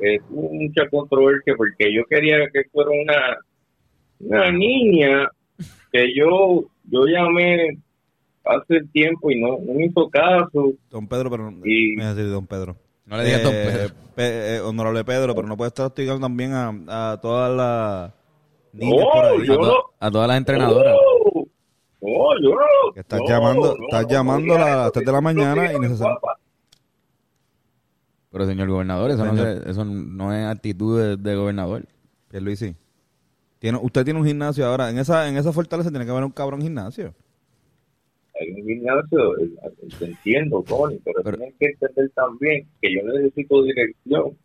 S8: eh, tuvo mucha controversia porque yo quería que fuera una, una niña que yo, yo llamé hace tiempo y no, no me hizo caso.
S2: Don Pedro, pero no-
S8: Y-
S2: me iba a decir don Pedro.
S3: No le digas don
S2: Eh,
S3: Pedro.
S2: Pe- eh, honorable Pedro, pero no puede estar hostigando también a, a todas las niñas
S8: No,
S2: por ahí.
S8: yo
S3: A, to- a todas las entrenadoras.
S8: No, no, ¡Oh! yo no.
S2: Que estás
S8: no,
S2: llamando,
S8: no,
S2: estás
S8: no,
S2: llamando
S8: no,
S2: a las
S8: no,
S2: 3 de la
S8: no,
S2: mañana
S8: no,
S2: y necesitas.
S8: guapa.
S3: Pero señor gobernador, eso, No,
S2: Señor.
S3: se- eso no es actitud de, de gobernador.
S2: Pierluisi. Eh, Tiene, usted tiene un gimnasio ahora. En esa, en esa fortaleza tiene que haber un cabrón gimnasio.
S8: hay un gimnasio, eh, te entiendo, Tony, pero,
S3: Pero-
S8: tienes que entender también que yo necesito dirección.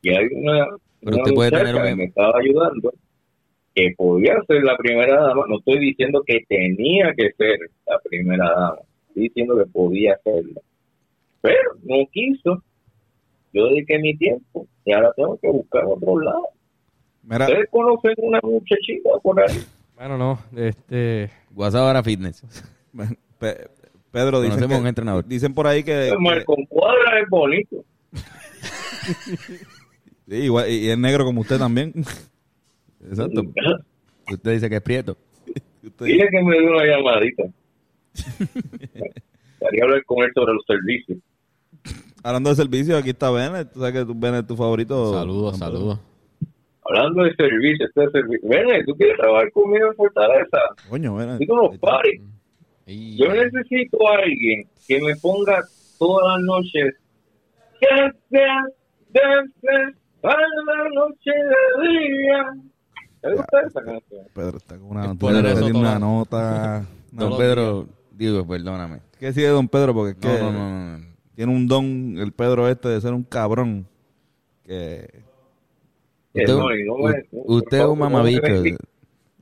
S8: Y hay una, una
S3: Pero usted puede
S8: muchacha
S3: tener un- em
S8: que me estaba ayudando, que podía ser la primera dama. No estoy diciendo que tenía que ser la primera dama, estoy diciendo que podía serlo. Pero no quiso. Yo dediqué mi tiempo y ahora tengo que buscar otro lado.
S3: Ah.
S2: Mira,
S8: ¿Ustedes conocen una muchachita por ahí?
S4: bueno, no. Este,
S3: WhatsApp ahora fitness.
S2: Pe- Pedro, dicen,
S3: Conocemos
S2: que-
S3: un entrenador.
S2: dicen por ahí
S3: Eh,
S2: que.
S8: Marco Cuadra es bonito.
S2: que- sí, igual- y, y es negro como usted también.
S3: Exacto. Usted dice que es prieto.
S2: Usted-
S8: Dile que me dé una llamadita. Quería hablar con él sobre los servicios.
S2: hablando de servicio, aquí está Bennett. Tú sabes que tú- Bennett es tu
S5: Oh,
S2: favorito.
S7: Saludos,
S2: Don Pedro.
S7: saludos.
S8: Hablando de servicios, este servicio. Ven, ¿tú quieres trabajar conmigo en Fortaleza?
S2: Coño, Bennett.
S8: Digo, unos paris.
S7: Y-
S8: Yo necesito a alguien que me ponga todas las noches. Danza, danza, para la noche de día. ¿Te gusta esa canción?
S2: Pedro está con una,
S7: Es
S2: tú
S7: por
S2: debes
S7: eso
S2: pedir una
S7: todo.
S2: nota.
S3: Don
S2: No,
S3: Pedro, digo, perdóname.
S2: ¿Qué sigue Don Pedro? Porque es
S3: No,
S2: que
S3: no, no, no.
S2: tiene un don, el Pedro este, de ser un cabrón. Que
S8: Eh,
S3: Usted,
S8: no, y no me-
S3: u- usted es un
S8: no me
S3: mamabicho.
S8: critique.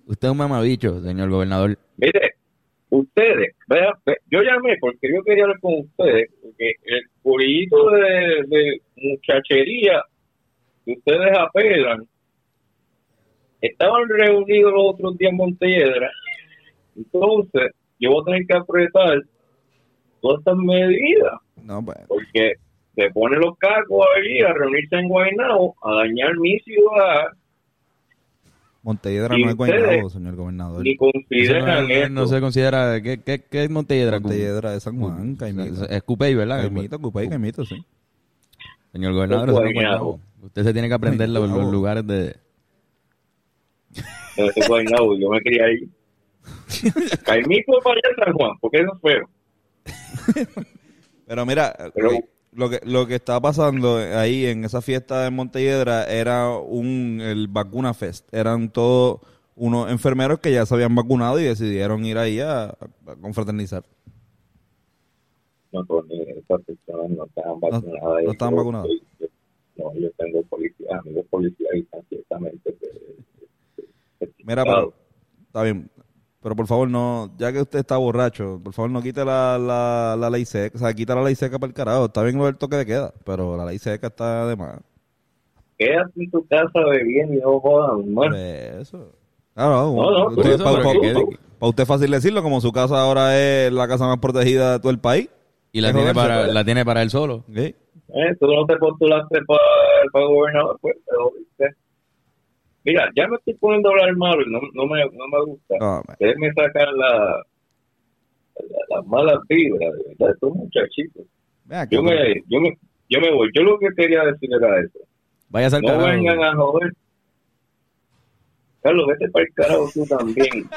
S3: Usted es un mamabicho, señor gobernador.
S8: Mire, ustedes, vean, ve- yo llamé porque yo quería hablar con ustedes, porque el corillito de, de muchachería que ustedes apelan, estaban reunidos los otros días en Montelledra, entonces yo voy a tener que apretar todas estas medidas,
S2: no, pues,
S8: porque se ponen los cargos ahí a reunirse en Guaynabo, a dañar mi ciudad,
S2: Montellidra
S8: ¿Y
S2: no es
S8: ustedes?
S2: Guaynabo, señor gobernador.
S8: ni
S3: Eso
S8: consideran
S3: no, no- no
S8: esto.
S3: se considera. ¿Qué, qué, qué es Montellera?
S2: Montellidra de San Juan,
S3: Es,
S2: Caimito.
S3: es Cupey, ¿verdad?
S2: Caimito, Cupay, Caimito, sí.
S3: Señor gobernador, eso no es
S8: Guaynabo.
S3: Guaynabo. Usted se tiene que aprender los, los
S2: Guaynabo.
S3: lugares de.
S8: Entonces, Guaynabo, yo me crié ahí. Caimito para allá en San Juan, porque eso es feo.
S2: Pero mira,
S8: Pero-
S2: eh, lo que lo que estaba pasando ahí en esa fiesta de Montellidra era un el vacuna fest. Eran todos unos enfermeros que ya se habían vacunado y decidieron ir ahí a, a confraternizar.
S8: No, Tony, esas personas no estaban
S2: No-
S8: vacunadas.
S2: no
S8: Yo-
S2: estaban vacunadas.
S8: yo- No, yo tengo policía, amigos policías y están ciertamente. eh, eh,
S2: Mira,
S8: claro.
S2: pero está bien. Pero por favor, no, ya que usted está borracho, por favor no quite la, la, la ley seca, o sea, quita la ley seca para el carajo. Está bien lo del toque de queda, pero la ley seca está de más.
S8: Quédate en tu casa bebiendo y no jodan más.
S2: Por Pues, eso. Ah, Claro,
S8: No, no, por eso,
S2: para,
S8: pero que quede.
S2: usted es fácil decirlo, como su casa ahora es la casa más protegida de todo el país.
S3: Y la
S2: Es
S3: tiene,
S2: joderse,
S3: para,
S2: pues.
S3: la tiene para él solo.
S2: Sí.
S8: Eh, tú no te postulaste para gobernador, pues te jodiste. Mira, ya me estoy poniendo a hablar malo y no, no, me, no me gusta.
S2: No, me-
S8: Ustedes me sacan la, la- las malas vibras, de verdad, estos muchachitos.
S2: ven acá,
S8: Yo me,
S2: pero-
S8: yo, me, yo me voy. Yo lo que quería decir era eso.
S3: Vaya a ser
S8: No vengan a joder. Carlos, vete para el carajo tú también.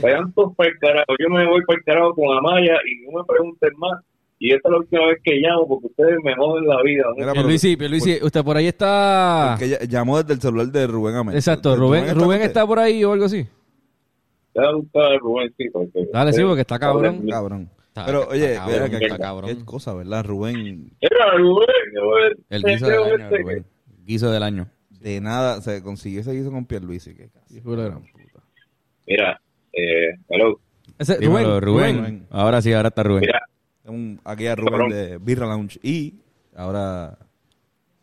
S8: Vayan todos para el carajo. Yo me voy para el carajo con Amaya y no me pregunten más. Y esta es la última vez que llamo porque ustedes me joden la vida. ¿no?
S2: Mira, pero-
S4: Luisi, Luisi, usted por ahí está.
S2: porque ella- llamó desde el celular de Rubén Amel.
S4: Exacto,
S2: De- de
S4: Rubén, Rubén está por ahí o algo así.
S8: Te va a gustar, Rubén, sí, porque-
S4: Dale, sí, porque está cabrón.
S2: Cabrón.
S7: Está-
S2: Pero
S7: está
S2: oye,
S7: cabrón,
S2: mira que-
S7: está cabrón.
S2: qué cosa, ¿verdad? Rubén
S8: Era Rubén, Rubén.
S3: El
S8: Ese
S3: guiso del año,
S8: este
S3: Rubén. Guiso del año.
S2: de nada se consiguió ese guiso con Pierluisi. Qué caso.
S4: Hijo de la gran puta.
S8: Mira, eh, hello.
S4: Ese-
S3: Dímelo,
S4: Rubén, Rubén.
S2: Rubén.
S3: Ahora sí, ahora está Rubén.
S8: Mira,
S2: Un- aquí a
S8: Cabrón.
S2: Rubén de Birra Lounge. Y ahora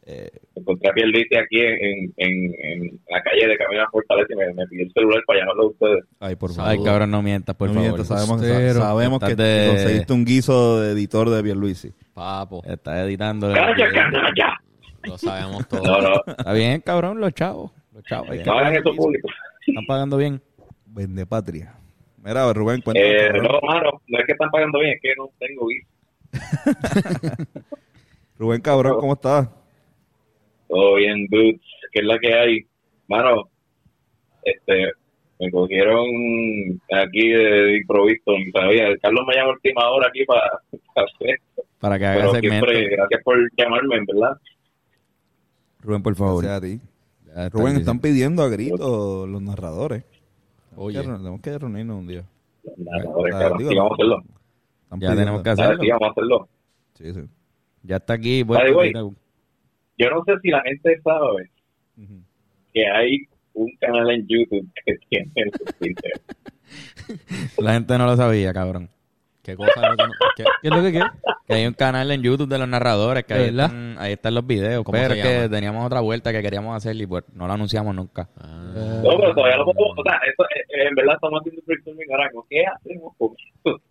S2: eh,
S8: encontré a Pierluisi aquí en, en, en, en la calle de Camino a Fortaleza y me, me pidió el celular para llamarlo a ustedes.
S2: ay, por favor.
S3: Ay, cabrón, no mientas, por
S2: No
S3: favor.
S2: mientas, sabemos, sa-
S4: Cero.
S2: sabemos que
S3: Estás de-
S2: conseguiste un guiso de editor de Pierluisi.
S7: Papo,
S3: Está editando.
S8: ¡Gracias, canalla!
S7: lo sabemos
S5: Oh,
S8: No,
S7: todo.
S8: no,
S3: Está bien, cabrón, los chavos. Los chavos. hay que
S8: no hagan
S3: pagar
S8: eso
S3: guiso.
S8: público.
S3: Están pagando bien.
S2: Vende patria. Mira, Rubén, cuéntanos.
S8: Eh,
S2: cabrón.
S8: no, mano, no es que están pagando bien, es que no tengo guiso.
S2: Rubén, cabrón, ¿cómo estás?
S8: Todo bien, dudes, que es la que hay. Mano, este, me cogieron aquí de, de improviso, ni sabía. Carlos me llamó a última hora aquí para hacer,
S3: Para que haga
S8: pero
S3: segmento.
S8: siempre, gracias por llamarme, en verdad.
S3: Rubén, por favor.
S2: Gracias a ti.
S3: Ya está
S2: Rubén,
S3: diciendo.
S2: están pidiendo a gritos los narradores.
S7: Oye,
S2: Que- Tenemos que reunirnos un día.
S8: Nada, ahora,
S2: Ah,
S8: cabrón,
S2: digo,
S8: sí, vamos a hacerlo.
S2: Están
S3: Ya
S2: pidiendo.
S3: tenemos que
S8: Dale, sí,
S3: hacerlo.
S8: vamos a hacerlo.
S2: Sí, sí.
S3: Ya está
S8: Dale,
S3: aquí. Bueno,
S8: güey.
S3: ahorita-
S8: Yo no sé si la gente sabe
S2: Ujú.
S8: que hay un canal en YouTube que tiene los Twitter.
S3: la gente no lo sabía, cabrón.
S7: qué cosa no cono- qué-
S4: ¿Qué es lo que qué?
S3: Que hay un canal en YouTube de los narradores, que
S4: ¿De
S3: ahí
S4: verdad?
S3: están, ahí están los videos.
S7: ¿Cómo
S3: pero
S7: se
S3: es que
S7: llama?
S3: teníamos otra vuelta que queríamos hacer y pues no la anunciamos nunca.
S7: Ah,
S8: No, pero todavía no podemos. O sea, eso, eh, en verdad estamos haciendo un brainstorming ahora. mismo. ¿Qué hacemos con esto?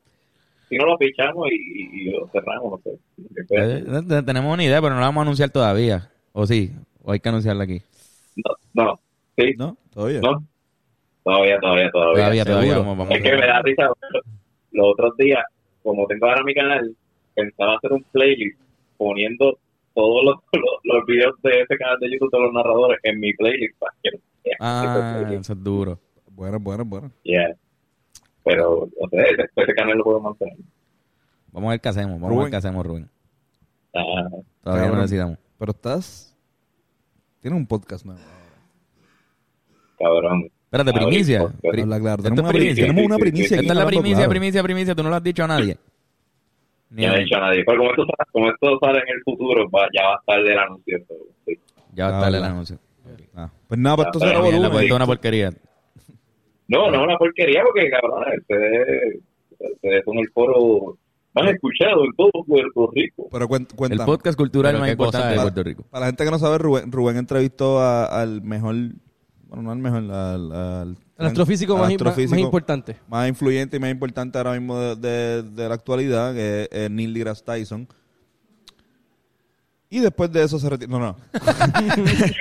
S8: Si no lo pichamos y, y lo cerramos, no sé.
S3: Eh, eh, tenemos una idea, pero no la vamos a anunciar todavía. ¿O sí? ¿O hay que anunciarla aquí?
S8: No, no, sí, no.
S2: ¿No? ¿Todavía?
S8: Todavía, todavía, todavía.
S3: Todavía, todavía.
S7: seguro.
S3: Vamos, vamos
S8: Es que me da risa. Los otros días, como tengo ahora mi canal, pensaba hacer un playlist poniendo todos los, los, los videos de ese canal de YouTube de los narradores en mi playlist. para que-
S3: Ah, eso es duro.
S2: Bueno, bueno, bueno.
S8: Yeah. Pero, no sé, después de canal lo puedo mantener.
S3: Vamos a ver qué hacemos. Vamos a
S2: Rubén.
S3: ver qué hacemos, Rubén.
S8: Ah,
S3: Todavía
S2: Cabrón.
S3: no necesitamos.
S2: Pero estás. Tienes un podcast nuevo.
S8: cabrón.
S3: Espérate,
S8: Ahora,
S3: primicia.
S8: por favor.
S3: Pri-
S2: Habla claro.
S3: Esto es
S2: Tenemos una
S3: primicia.
S2: primicia. Tenemos una
S8: Sí, sí, sí,
S2: primicia.
S8: sí.
S2: aquí
S3: Esta es la
S2: hablando
S3: primicia,
S2: claro.
S3: primicia, primicia. Tú no lo has dicho a nadie. Ni
S8: Ya
S3: a
S8: no he
S3: mí.
S8: dicho a nadie. Pero como esto, sa- como esto sale en el futuro, va, ya va a estar el anuncio. Sí.
S3: Ya va a
S2: Ah,
S3: estar el
S2: verdad.
S3: anuncio.
S2: Ah, Pues nada, pues
S8: Ah,
S2: esto
S8: pero
S2: será
S8: mira,
S3: Mierda,
S2: volumen.
S3: pues, esto es una porquería.
S8: No, no es una porquería porque, cabrón, este ustedes, ustedes son el foro más escuchado en todo Puerto Rico.
S2: Pero cuen-
S3: El
S2: cuéntame.
S3: podcast cultural
S7: Pero
S3: más
S7: qué cosa
S3: importante de
S7: es.
S3: Puerto Rico.
S2: Para la gente que no sabe, Rubén, Rubén entrevistó a- al mejor, bueno, no al mejor, al, al-
S4: El astrofísico,
S2: al
S4: más,
S2: astrofísico
S4: más importante.
S2: más influyente y más importante ahora mismo de, de- de la actualidad, que es, es Neil deGrasse Tyson. Y después de eso se retiró. No, no.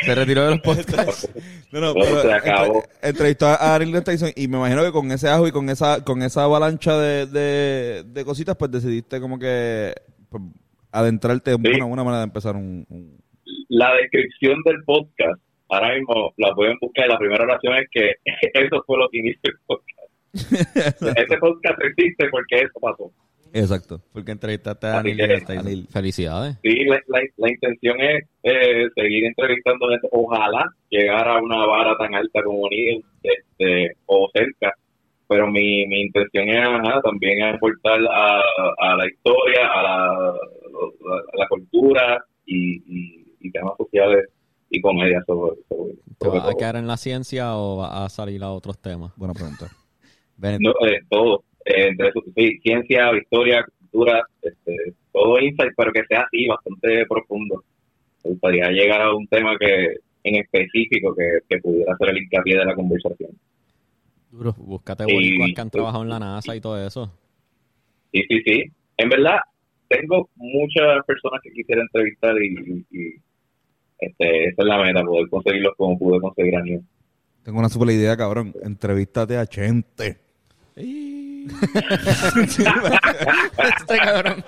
S3: Se retiró de los podcasts.
S2: No, no,
S8: Bueno,
S2: pero
S8: se acabó.
S2: entre- entrevistó a Neil deGrasse Tyson y me imagino que con ese ajo y con esa, con esa avalancha de, de- de cositas, pues decidiste como que pues, adentrarte en
S8: Sí.
S2: una, una manera de empezar un... un-
S8: La descripción del podcast, ahora mismo la pueden buscar. y La primera oración es que eso fue lo que inició el podcast. Este podcast existe porque eso pasó.
S2: Exacto.
S3: Porque entrevistaste a
S8: Así
S3: Neil
S8: que-
S3: deGrasse Tyson.
S7: felicidades.
S8: Sí, la, la, la intención es eh, seguir entrevistando. gente. Ojalá llegar a una vara tan alta como Neil, este, o cerca. Pero mi, mi intención es ajá, también aportar a, a la historia, a la, a la cultura y, y, y temas sociales y comedia sobre, sobre,
S7: ¿Te
S8: sobre
S7: vas a
S8: todo.
S7: quedar en la ciencia o vas a salir a otros temas?
S2: Buena pregunta.
S3: Ven,
S8: No, eh, todo. Eh, entre eso, sí, ciencia, historia, cultura, este, todo insight, pero que sea así, bastante profundo. Me gustaría llegar a un tema que en específico que, que pudiera ser el hincapié de la conversación.
S7: Duro. Búscate
S8: Sí.
S7: boricuas que han trabajado en la NASA y todo eso.
S8: Sí, sí, sí. En verdad, tengo muchas personas que quisiera entrevistar y, y- y, este, esa es la meta, poder conseguirlos como pude conseguir a mí.
S2: Tengo una super idea, cabrón. Entrevístate a Chente.
S3: este cabrón.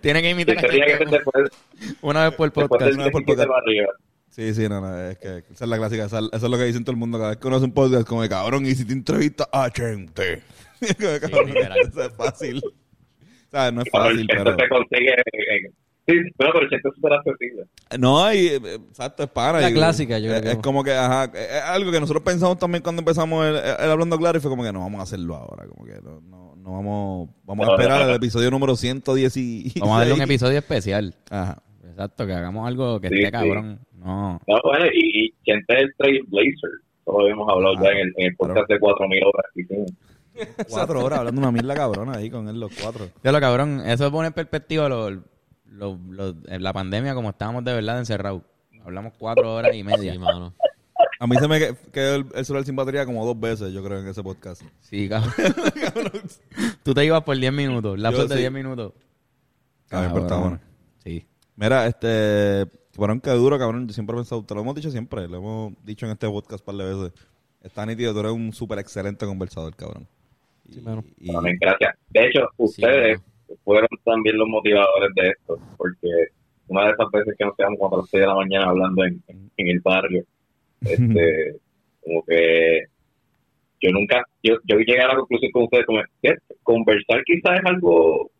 S3: Tiene que imitar a
S8: Sería que
S3: Chente
S8: después,
S3: una vez por
S8: después del
S3: podcast.
S2: una vez por
S8: chiquito
S2: podcast.
S8: para arriba.
S2: Sí, sí, no, no, es que esa es la clásica, esa- eso es lo que dicen todo el mundo cada vez que uno hace un podcast, como de cabrón, y si te entrevistas a gente. Como de, cabrón,
S7: literal.
S2: eso es fácil. O sea, no es
S8: Cabrón,
S2: fácil,
S8: esto
S2: pero...
S8: se consigue en- en- Sí, no, pero el cheto es súper accesible.
S2: No, y, eh, exacto, es para.
S4: La
S2: y-
S4: clásica, yo
S2: es,
S4: creo que
S2: es
S4: no.
S2: como que, ajá, es es algo que nosotros pensamos también cuando empezamos el, el Hablando Claro y fue como que no, vamos a hacerlo ahora, como que no, no, no vamos, vamos a
S8: No,
S2: esperar
S8: no, no.
S2: el episodio número 116.
S3: Vamos a darle un episodio especial. Ah,
S2: Ajá.
S3: Exacto, que hagamos algo que
S8: Sí,
S3: esté
S8: sí.
S3: cabrón. No.
S8: No, bueno, y, y gente del Trailblazer. Eso lo habíamos hablado ya en el, en el podcast de 4.000 horas. que hicimos.
S2: Cuatro horas hablando una mierda cabrona ahí con él los cuatro.
S3: Ya lo cabrón, eso pone en perspectiva lo, lo- lo- la pandemia como estábamos de verdad encerrados. Hablamos cuatro horas y media.
S7: Sí, mano.
S2: A mí se me que- quedó el, el celular sin batería como dos veces, yo creo, en ese podcast.
S3: Sí, cabrón. Tú te ibas por 10 minutos, lapsos
S2: Yo
S3: de
S2: sí.
S3: 10 minutos.
S2: A ver,
S3: Cabrón.
S2: pero está bueno.
S3: Sí.
S2: Mira, este. Cabrón, qué duro, cabrón. Yo siempre he pensado, te lo hemos dicho siempre, lo hemos dicho en este podcast un par de veces. Está nítido, tú eres un súper excelente conversador, cabrón.
S4: Sí, mano.
S2: Y-
S8: Amén, gracias. De hecho, ustedes fueron también los motivadores de esto, porque una de esas veces que nos quedamos como a las 6 de la mañana hablando en, en el barrio, este, como que yo nunca, yo, yo llegué a la conclusión con ustedes, como que conversar quizás es algo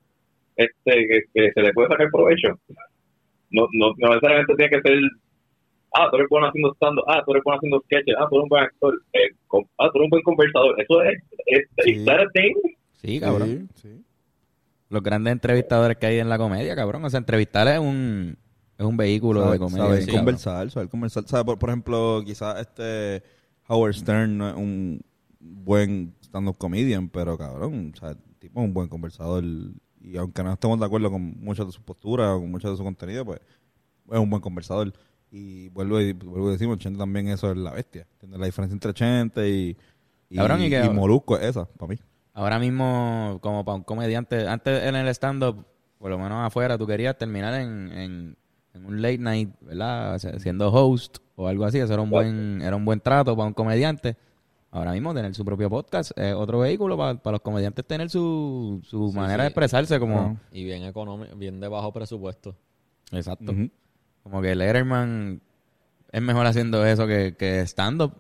S8: este que, que se le puede sacar provecho. No, no, no necesariamente tiene que ser, ah, tú eres bueno haciendo stand ah, tú eres bueno haciendo sketches, ah, tú eres un buen actor, eh, con- ah, tú eres un buen conversador. Eso es, es
S2: Sí.
S8: is that a thing?
S3: Sí, cabrón.
S2: sí.
S3: Los grandes entrevistadores que hay en la comedia, cabrón. O sea, entrevistar es un, es un vehículo
S2: Saber-
S3: de comedia.
S2: saber
S3: sí, cabrón.
S2: conversar, saber conversar. ¿Sabe? Por, por ejemplo, quizás este Howard Stern no es un buen stand-up comedian, pero cabrón, o sea, el tipo es un buen conversador. Y aunque no estemos de acuerdo con muchas de sus posturas o con mucho de su contenido, pues es un buen conversador. Y vuelvo y vuelvo y decimos, Chente también eso es la bestia. ¿Entiendes? La diferencia entre Chente y, y,
S3: Cabrón, y que-
S2: y Molusco es esa, para mí.
S3: Ahora mismo, como para un comediante, antes en el stand-up, por lo menos afuera, tú querías terminar en, en- en un late night, ¿verdad? O sea, siendo host o algo así. Eso era un buen, era un buen trato para un comediante. Ahora mismo, tener su propio podcast es otro vehículo para, para los comediantes tener su, su manera de
S7: sí.
S3: expresarse. como
S7: Y bien económico, bien de bajo presupuesto.
S3: Exacto.
S2: Ujú.
S3: Como que Letterman es mejor haciendo eso que, que stand-up,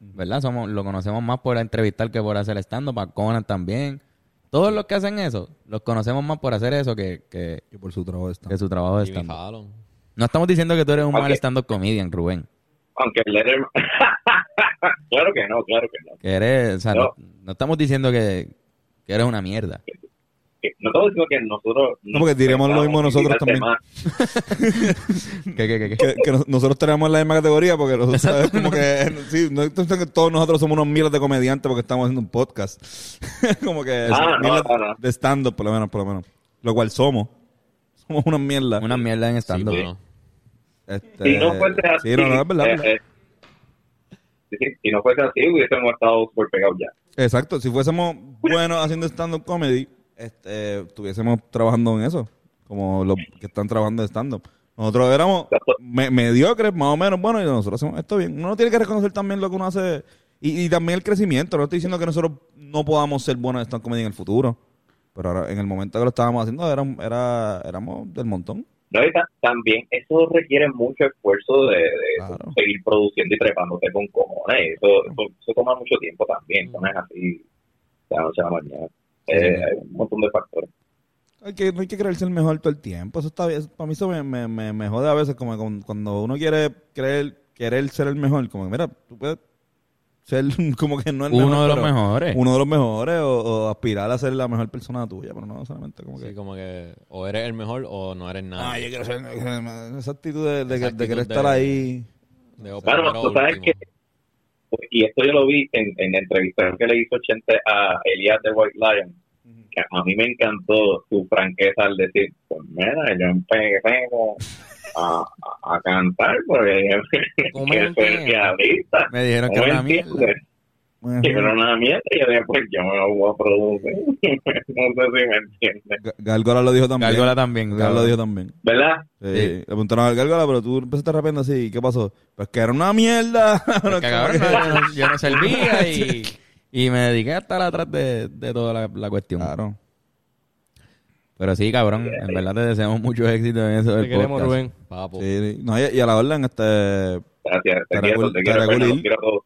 S3: ¿verdad? Somos, lo conocemos más por entrevistar que por hacer stand-up. A Conan también. Todos los que hacen eso, los conocemos más por hacer eso que, que,
S2: Y por su trabajo de stand-up.
S3: que su trabajo de
S7: Y
S3: stand-up.
S7: Fallon.
S3: No estamos diciendo que tú eres un mal
S8: Ok.
S3: stand-up comedian, Rubén.
S8: Aunque Letterman. claro que no, claro que no.
S3: Que eres, o sea, no,
S8: No.
S3: no estamos diciendo que, que eres una mierda.
S8: Que- No estamos diciendo que nosotros.
S2: No, porque diríamos lo mismo nosotros también.
S3: Que, que, que- que-
S2: que, que nos- nosotros tenemos la misma categoría porque nosotros es como que sí, no es cuestión que todos nosotros somos unos miles de comediantes porque estamos haciendo un podcast. como que
S8: Ah, no,
S2: miles
S8: no, no.
S2: de stand up por lo menos, por lo menos. Lo cual somos. Somos unas mierdas.
S3: una mierda en
S7: Sí,
S3: stand-up.
S5: pues.
S7: mano.
S2: Este,
S8: Si no fuese así.
S2: sí, no, no, es verdad,
S8: eh,
S2: verdad.
S8: eh, sí, sí, si no fuese así, hubiésemos estado por pegados ya.
S2: Exacto, si fuésemos buenos haciendo stand up comedy, este, estuviésemos trabajando en eso, como los que están trabajando de stand up. Nosotros éramos me- mediocres, más o menos, bueno, y nosotros hacemos esto bien. Uno tiene que reconocer también lo que uno hace y, y también el crecimiento. No estoy diciendo que nosotros no podamos ser buenos de stand comedy en el futuro, pero ahora, en el momento que lo estábamos haciendo, era, era, éramos del montón.
S8: No, y ta- también eso requiere mucho esfuerzo de, de
S2: Claro.
S8: seguir produciendo y trepándote con cojones. Eso, eso, eso toma mucho tiempo también. eso No es así
S2: Mm.
S8: de la noche a la mañana. Eh, hay un montón de factores.
S2: Hay que, no hay que creerse el mejor todo el tiempo. Eso está bien. Para mí eso me, me, me, me jode a veces, como con- cuando uno quiere creer, querer ser el mejor. Como que, mira, tú puedes ser como que no el
S3: Uno
S2: mejor,
S3: de los
S2: pero
S3: mejores.
S2: Uno de los mejores o, o aspirar a ser la mejor persona tuya, pero no solamente como que...
S7: Sí, como que o eres el mejor o no eres nada.
S2: "Ah, yo quiero ser- Esa actitud de, de-
S7: Esa
S2: de querer
S7: actitud
S2: estar
S7: de-
S2: ahí.
S7: De o
S8: Claro,
S7: primero
S8: tú
S7: o
S8: sabes
S7: último.
S8: que, y esto yo lo vi en, en la entrevista que le hizo Chente a Elías de White Lion, que a mí me encantó su franqueza al decir, pues mira, yo empecé a, a, a cantar porque yo
S3: Como
S8: que
S3: un
S8: soy
S3: tiempo.
S8: realista.
S3: Me dijeron que
S8: Como
S3: era una
S8: el
S3: mierda.
S8: tiempo
S2: eh,
S8: Que era una mierda y yo dije, pues yo me lo voy a producir. no sé si me entiendes.
S2: Ga- Gárgola lo dijo también.
S3: Gárgola también,
S2: Gárgola
S3: cabrón.
S2: lo dijo también.
S8: ¿Verdad?
S2: Sí, Le preguntaron al Gárgola, pero tú empezaste rapeando así. ¿y ¿Qué pasó? Pues que era una mierda.
S3: Porque, cabrón, no, yo, no, yo no servía y, y me dediqué a estar atrás de, de toda la, la cuestión.
S2: Claro.
S3: Pero sí, cabrón, en verdad te deseamos mucho éxito en eso.
S4: Te
S3: del
S4: queremos,
S3: podcast.
S4: Rubén.
S7: Papo.
S2: Sí, no, y, y a la orden, este.
S8: Gracias, te
S2: Caracol-
S8: quiero, te quiero,
S2: Caracolín.
S8: Fernando, te quiero a todos.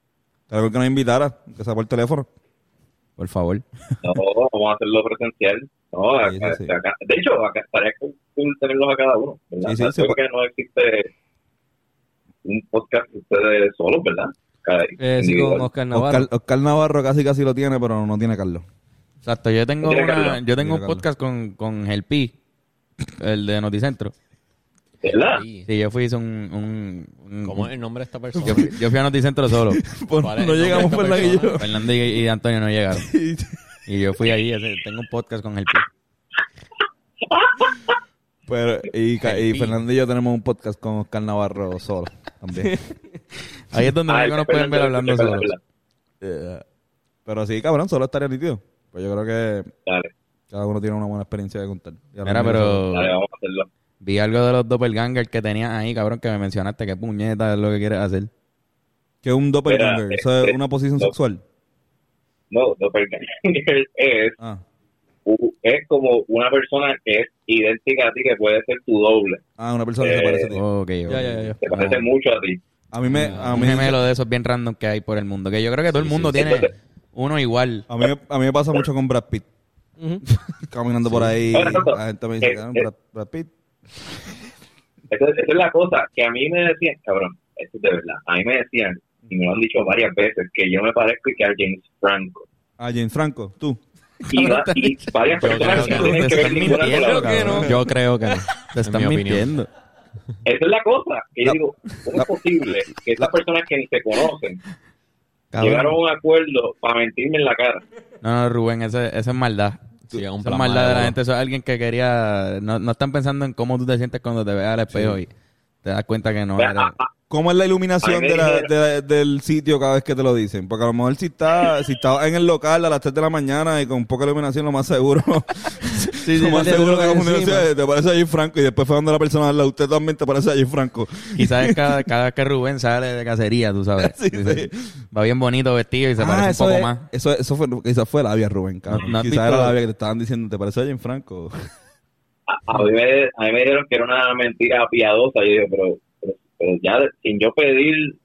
S2: Te recuerdo que nos invitara, que sea por teléfono.
S3: Por favor.
S8: No, vamos a hacerlo presencial. No,
S2: Sí,
S8: acá,
S2: sí, sí.
S8: acá- de hecho, acá estaría cool- cool tenerlos a cada uno. ¿verdad?
S2: Sí, sí, sí,
S8: Creo
S2: pa-
S8: que no existe un podcast de ustedes solos, ¿verdad? Cada-
S4: Eh, sí,
S8: individual.
S4: con Oscar Navarro.
S2: Oscar, Oscar Navarro casi casi lo tiene, pero no tiene Carlos.
S3: Exacto, yo tengo,
S8: Mira,
S3: una-
S8: Carlos.
S3: yo tengo
S2: Mira,
S3: un podcast con, con el Pi, el de Noticentro.
S8: ¿Verdad?
S3: Sí, yo fui hice un... un, un-
S7: ¿Cómo es el nombre de esta persona?
S3: yo, fui, yo fui a Noticentro solo.
S7: ¿Cuál es el nombre de esta persona?
S3: Fernando y, y Antonio no llegaron. Y yo fui ahí, ese- tengo un podcast con el Pi.
S2: Pero, y, Ca- y Fernando y yo tenemos un podcast con Oscar Navarro solo también.
S3: Ahí es donde
S8: Ah,
S3: luego nos pueden ver
S8: Fernando,
S3: hablando
S8: escucha,
S3: solos.
S8: ¿verdad?
S2: Eh, pero sí, cabrón, solo estaría nítido. Pues yo creo que
S8: Dale,
S2: cada uno tiene una buena experiencia de contar. Y a la
S3: Mira,
S2: mía,
S3: pero
S8: dale, vamos a hacerlo.
S3: vi algo de los doppelgangers que tenías ahí, cabrón, que me mencionaste. Qué puñeta es lo que quieres hacer.
S2: Que es un doppelganger,
S8: Mira,
S2: eso
S8: eh,
S2: es
S8: eh,
S2: una posición
S8: no.
S2: sexual.
S8: No, Doppelganger es,
S2: Ah,
S8: u- es como una persona que es idéntica a ti, que puede ser tu doble.
S2: ah una persona que se
S8: Eh,
S2: parece a ti.
S3: Ok, ok.
S4: Ya, ya, ya.
S8: Te parece
S3: Como
S8: mucho a ti.
S2: A mí me, a
S3: Oh, Un
S2: mí,
S3: gemelo de esos bien random que hay por el mundo. Que yo creo que todo el mundo tiene uno igual.
S2: a mí, me- a mí me pasa mucho con Brad Pitt. Caminando por ahí,
S8: Ahora, Toto,
S2: la gente me dice,
S8: eh,
S2: "Ah,
S8: eh,
S2: Brad, Brad Pitt.
S8: Esa, esa es la cosa que a mí me decían, cabrón, esto es de verdad. A mí me decían, y me lo han dicho varias veces, que yo me parezco y que a James Franco.
S2: Ah, James Franco, tú.
S8: Y, va- y varias
S3: Yo creo
S8: personas
S3: que
S8: que no
S3: no. Te
S8: tienen que ver
S3: están
S8: ninguna con la
S3: mintiendo,
S8: otra.
S3: cabrón. Yo creo que no. Te están
S7: mi opinión.
S3: mintiendo.
S8: Esa es la cosa. que
S2: La-
S8: yo digo, ¿cómo
S2: la-
S8: es posible que estas personas que ni se conocen llegaron a
S3: Cabrón.
S8: un acuerdo para mentirme en la cara?
S3: No, no, Rubén, eso, eso es maldad.
S7: Sí, es un
S3: Eso es
S7: plan
S3: maldad de la
S7: malévolo.
S3: gente. Eso es alguien que quería... No, no están pensando en cómo tú te sientes cuando te ves al espejo y te das cuenta que no
S8: Ve,
S3: eres...
S8: a- a-
S2: ¿Cómo es la iluminación
S8: A mí me
S2: de la-
S8: dijeron-
S2: de la- del sitio cada vez que te lo dicen? Porque a lo mejor si está, si está en el local a las 3 de la mañana y con poca iluminación, lo más seguro. lo más
S4: te
S2: seguro
S4: lo
S2: que como uno
S4: encima.
S2: dice, te parece a Jim Franco y después fue donde la persona habla, usted también te parece a Jim Franco.
S3: Quizás es cada, cada vez que Rubén sale de cacería, tú sabes.
S2: Sí,
S3: Dice,
S2: sí.
S3: Va bien bonito vestido y se
S2: Ah,
S3: parece un
S2: eso
S3: poco
S2: es-
S3: más.
S2: Eso, eso fue, quizás fue labia, Rubén, cabrón.
S3: No, no has
S2: quizás era
S3: visto-
S2: labia que te estaban diciendo, te parece a Jim Franco.
S8: a, a mí me, a mí me dijeron que era una mentira piadosa. Yo digo, pero, pero, pero ya de- sin yo pedir,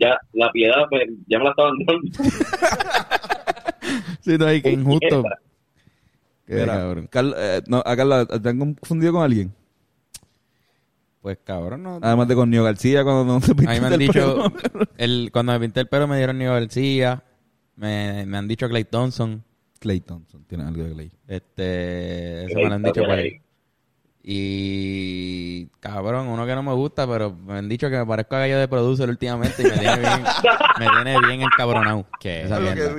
S8: ya la piedad me- ya me la estaban dando.
S3: Sí, tú ahí, qué injusto.
S8: Esa.
S3: Qué
S2: Mira,
S3: cabrón.
S2: Carla, eh, no, a Carla, ¿te han confundido con alguien?
S3: Pues cabrón, no.
S2: Además de con Nio García cuando no se
S3: A mí me han dicho, el, cuando me pinté el pelo me dieron Nio García, me, me han dicho Clay Thompson,
S2: Clay Thompson, tiene algo de Clay.
S3: este, eso me lo han dicho por ahí. Y cabrón, uno que no me gusta, pero me han dicho que me parezco a Gallo de Producer últimamente y me tiene bien, me tiene bien encabronado. esa mierda.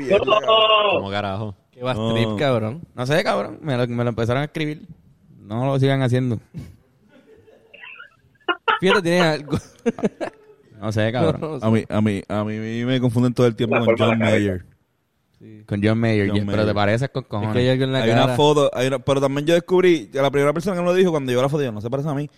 S7: ¿Cómo carajo?
S4: Qué va strip, cabrón.
S3: No sé, cabrón, me lo, me lo empezaron a escribir. No lo sigan haciendo.
S4: Fíjate, tienes algo.
S3: No sé, cabrón.
S2: A mí, a mí, a mí me confunden todo el tiempo
S8: La
S2: con
S8: forma
S2: John
S8: de la cabeza.
S2: Mayer.
S3: Con John Mayer,
S2: John
S3: yeah, pero
S2: Mayer.
S3: te pareces con cojones.
S4: Es que hay algo en la
S2: hay
S4: cara.
S2: una foto, hay una- pero también yo descubrí, la primera persona que me lo dijo cuando yo la foto, yo no se parece a mí.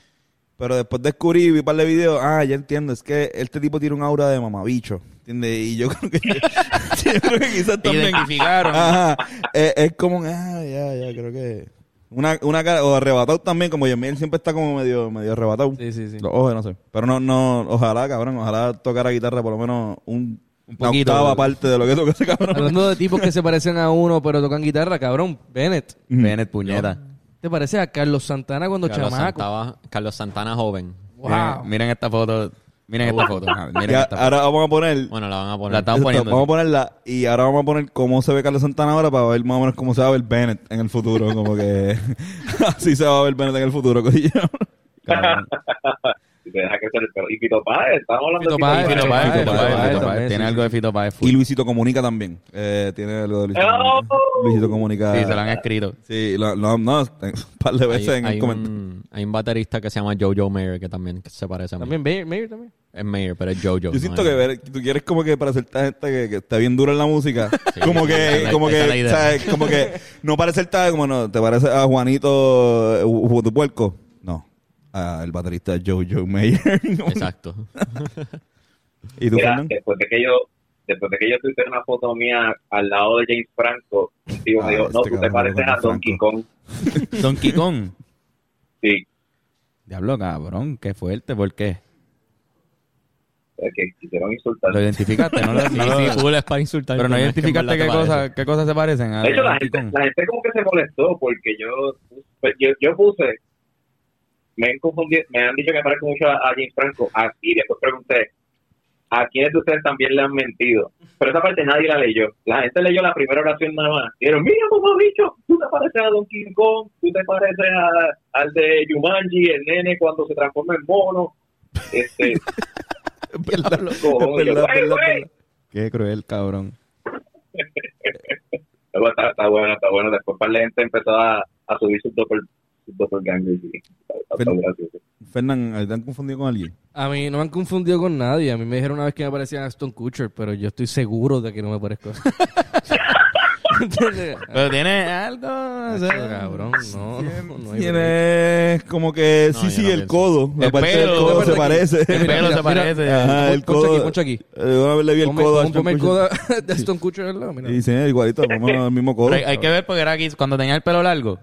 S2: Pero después descubrí y vi un par de videos, ah, ya entiendo, es que este tipo tiene un aura de mamabicho, ¿entiendes? Y yo creo que, yo creo que quizás
S3: Te
S2: también...
S3: identificaron.
S2: Ajá, es, es como, ah, ya, ya, creo que... Una, una cara, o arrebatado también, como John Mayer siempre está como medio, medio arrebatado.
S4: Sí, sí, sí.
S2: Los ojos, no sé. Pero no, no, ojalá, cabrón, ojalá tocara guitarra por lo menos un, una
S3: poquito.
S2: octava parte de lo que toca ese cabrón.
S4: Hablando de tipos que se parecen a uno pero tocan guitarra, cabrón. Bennett,
S3: Bennett, puñeta.
S4: ¿te parece a Carlos Santana cuando
S7: Carlos
S4: chamaco?
S7: Santana, Carlos Santana joven.
S3: Miren, miren esta foto. Miren esta foto. Ajá, Miren
S2: Ya, ah,
S3: esta foto.
S2: ahora vamos a poner...
S7: Bueno, la van a poner.
S3: La estamos
S2: Exacto,
S3: poniendo.
S2: Vamos a ponerla y ahora vamos a poner cómo se ve Carlos Santana ahora para ver más o menos cómo se va a ver Bennett en el futuro. Como que así se va a ver Bennett en el futuro, Corillo.
S3: Cabrón.
S8: Y te deja crecer el pelo. Y Pito Páez, estamos hablando
S4: Fito
S8: de
S4: Páez,
S8: Páez.
S3: Fito Páez, Fito Páez,
S4: Páez,
S3: Fito
S4: Páez,
S3: Páez.
S4: sí,
S3: Tiene
S4: sí.
S3: algo de Fito Páez. full.
S2: Y Luisito Comunica también. Eh, tiene algo de Luisito
S8: ¡No!
S2: Comunica. Luisito Comunica.
S3: Sí, se lo han escrito.
S2: Sí, lo- lo- no, un par de
S7: Hay,
S2: veces en el
S7: hay
S2: comentario.
S7: un, hay un baterista que se llama Jojo Mayer que también se parece a mí.
S4: También Mayer, Mayer también.
S7: Es Mayer, pero es Jojo.
S2: Yo siento que ver- tú quieres como que para hacerte gente que, que está bien dura en la música,
S7: Sí,
S2: como que,
S7: esa es la-
S2: como
S7: esa es la
S2: que,
S7: idea.
S2: ¿sabes? como que no parecerte como no, te parece a Juanito eh, Ju- Ju- tu puerco, no, a el baterista Joe Joe Mayer.
S7: Exacto.
S2: ¿Y tú,
S8: Mira,
S2: Fernan?
S8: después de que yo después de que yo tuiteé una foto mía al lado de James Franco, un tío
S2: Ah,
S8: me dijo,
S2: este
S8: no, tú te
S2: cabrón,
S8: pareces a
S2: Franco.
S8: Donkey Kong.
S3: Donkey Kong.
S8: Sí,
S3: Diablo, cabrón, qué fuerte, ¿por qué?
S8: es que quisieron insultar.
S3: ¿Lo identificaste? No lo, no lo-
S7: Sí, sí, full es para insultar.
S3: pero no
S7: es que en
S3: identificaste
S7: verdad
S3: qué
S7: te parece.
S3: cosas qué cosas se parecen a
S8: De hecho, la
S3: Donkey
S8: gente,
S3: Kong.
S8: la gente como que se molestó porque yo, pues, yo, yo puse, me han confundido, me han dicho que parezco mucho a, a James Franco ah, y después pregunté, ¿a quiénes de ustedes también le han mentido? Pero esa parte nadie la leyó. La gente leyó la primera oración nada más. Dijeron, mira, mamá, bicho, tú te pareces a Donkey Kong, tú te pareces a- al de Yumanji, el nene cuando se transforma en mono. Este,
S2: verdad,
S8: cojones,
S2: es verdad,
S8: güey,
S2: es verdad,
S8: güey.
S2: es verdad. Qué cruel, cabrón.
S8: Luego está, está bueno, está bueno. Después para la gente empezó a, a subir sus doppel, sus doppelgangers. y está- está- está
S2: Pero-
S8: gracioso.
S2: Fernán, ¿te han confundido con alguien?
S4: A mí no me han confundido con nadie. A mí me dijeron una vez que me parecía Aston Kutcher, pero yo estoy seguro de que no me parezco. ¿Entiendes?
S3: Pero tiene algo, o sea,
S4: Acho, cabrón, no, no, no hay break.
S2: Tienes como que
S7: No,
S2: sí,
S7: yo
S2: sí,
S7: no
S2: el
S7: pienso.
S2: codo. La
S3: El
S2: parte del
S3: pelo.
S2: codo se
S4: Recuerda que-
S2: parece.
S3: el pelo se
S4: mira,
S3: parece.
S2: Ajá, el
S4: Poncho aquí,
S2: codo.
S4: poncho aquí.
S2: Eh, una vez le vi el
S4: Ponme-
S2: codo. a
S4: pon- ponme el
S2: Ashton
S4: codo
S2: Kutcher.
S4: de Aston Kutcher al lado, mira.
S2: Y sí, eh, igualito, ponme el mismo codo.
S3: Hay, hay que ver porque era aquí cuando tenía el pelo largo.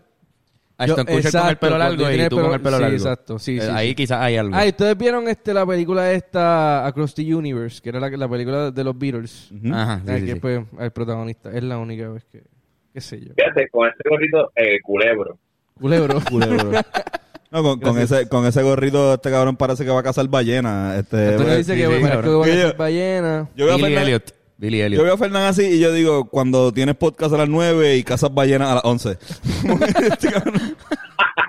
S4: Yo-
S3: Ashton Kutcher con el
S4: exacto,
S3: pelo
S4: cuando
S3: largo
S4: tiene
S3: y
S4: el
S3: tú
S4: pelo-
S3: con el pelo
S4: sí,
S3: largo.
S4: exacto, sí,
S3: Eh,
S4: sí,
S3: ahí
S4: sí.
S3: quizás hay algo.
S4: Ah, ¿y ustedes vieron este, la película esta, Across the Universe, que era la, la película de los Beatles.
S3: Ajá, sí,
S4: Ah,
S3: sí,
S4: que
S3: sí.
S4: pues, el protagonista. Es la única vez que, qué sé yo.
S8: Fíjate, con este gorrito, eh, culebro.
S4: Culebro.
S2: Culebro. No, con, con ese, con ese gorrito, este cabrón parece que va a cazar ballena. Este,
S4: Antonio
S2: pues,
S4: dice
S3: sí,
S4: que
S3: sí,
S4: bueno,
S3: cabrón.
S4: que van a
S2: Yo-
S4: ser ballenas.
S2: yo veo a
S3: Billy
S2: Fernan-
S3: Elliot. Billy
S2: yo
S3: Elliot.
S2: veo a Fernán así y yo digo, cuando tienes podcast a las 9 y cazas ballenas a las 11.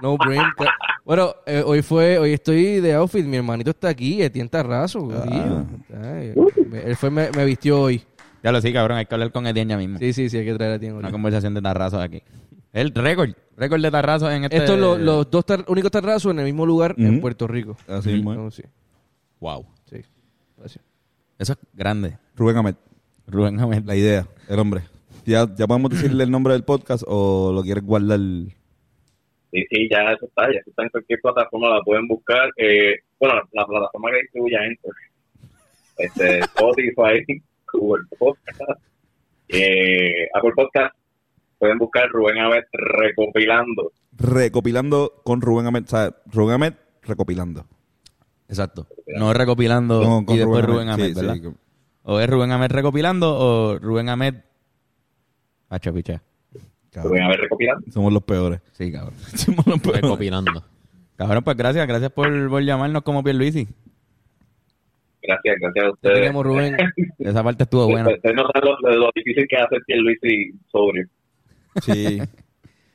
S4: No brain. ca- Bueno, eh, hoy fue, hoy estoy de outfit. Mi hermanito está aquí, Etienne Tarrazo. tío. Ay, eh, me- él fue, me, me vistió hoy.
S3: Ya lo sí, cabrón, hay que hablar con Etienne ya mismo.
S4: Sí, sí, sí, hay que traer a Etienne. hoy.
S3: Una conversación de tarrazos aquí. El récord, récord de tarrazos en este...
S4: Estos los, los dos tar- únicos Tarrazos en el mismo lugar en
S2: Ujú.
S4: Puerto Rico.
S2: Así mismo es.
S4: No, sí,
S3: Wow.
S4: sí. Gracias.
S3: Eso es grande.
S2: Rubén Amet,
S3: Rubén Ahmed.
S2: la idea, el hombre. ¿Ya, ¿Ya podemos decirle el nombre del podcast o lo quieres guardar?
S8: Sí, sí, ya eso está, ya eso está en cualquier plataforma, la pueden buscar. Eh, bueno, la, la plataforma que distribuye Anchor. Este, Spotify, Google Podcast, eh, Apple Podcast. Pueden buscar Rubén Aves recopilando.
S2: Recopilando con Rubén Amet. O sea, Rubén Amet recopilando.
S3: Exacto. No recopilando
S2: No, con
S3: y después
S2: Rubén
S3: Rubén
S2: Ahmed,
S3: Ahmed,
S2: sí,
S3: ¿verdad?
S2: sí, con-
S3: O es Rubén Ahmed recopilando o Rubén Ahmed... Hacho, picha.
S8: Rubén
S2: Cabrón,
S8: Aves recopilando.
S2: somos los peores.
S3: Sí, cabrón.
S2: Somos los peores.
S7: Recopilando.
S3: Cabrón, pues gracias. Gracias por, por llamarnos como Pierluisi.
S8: Gracias, gracias a
S4: Te
S8: ustedes.
S4: queremos, Rubén.
S3: Esa parte estuvo buena.
S8: Ustedes no saben lo, lo difícil que hace el Luis y sobrio,
S2: Sí.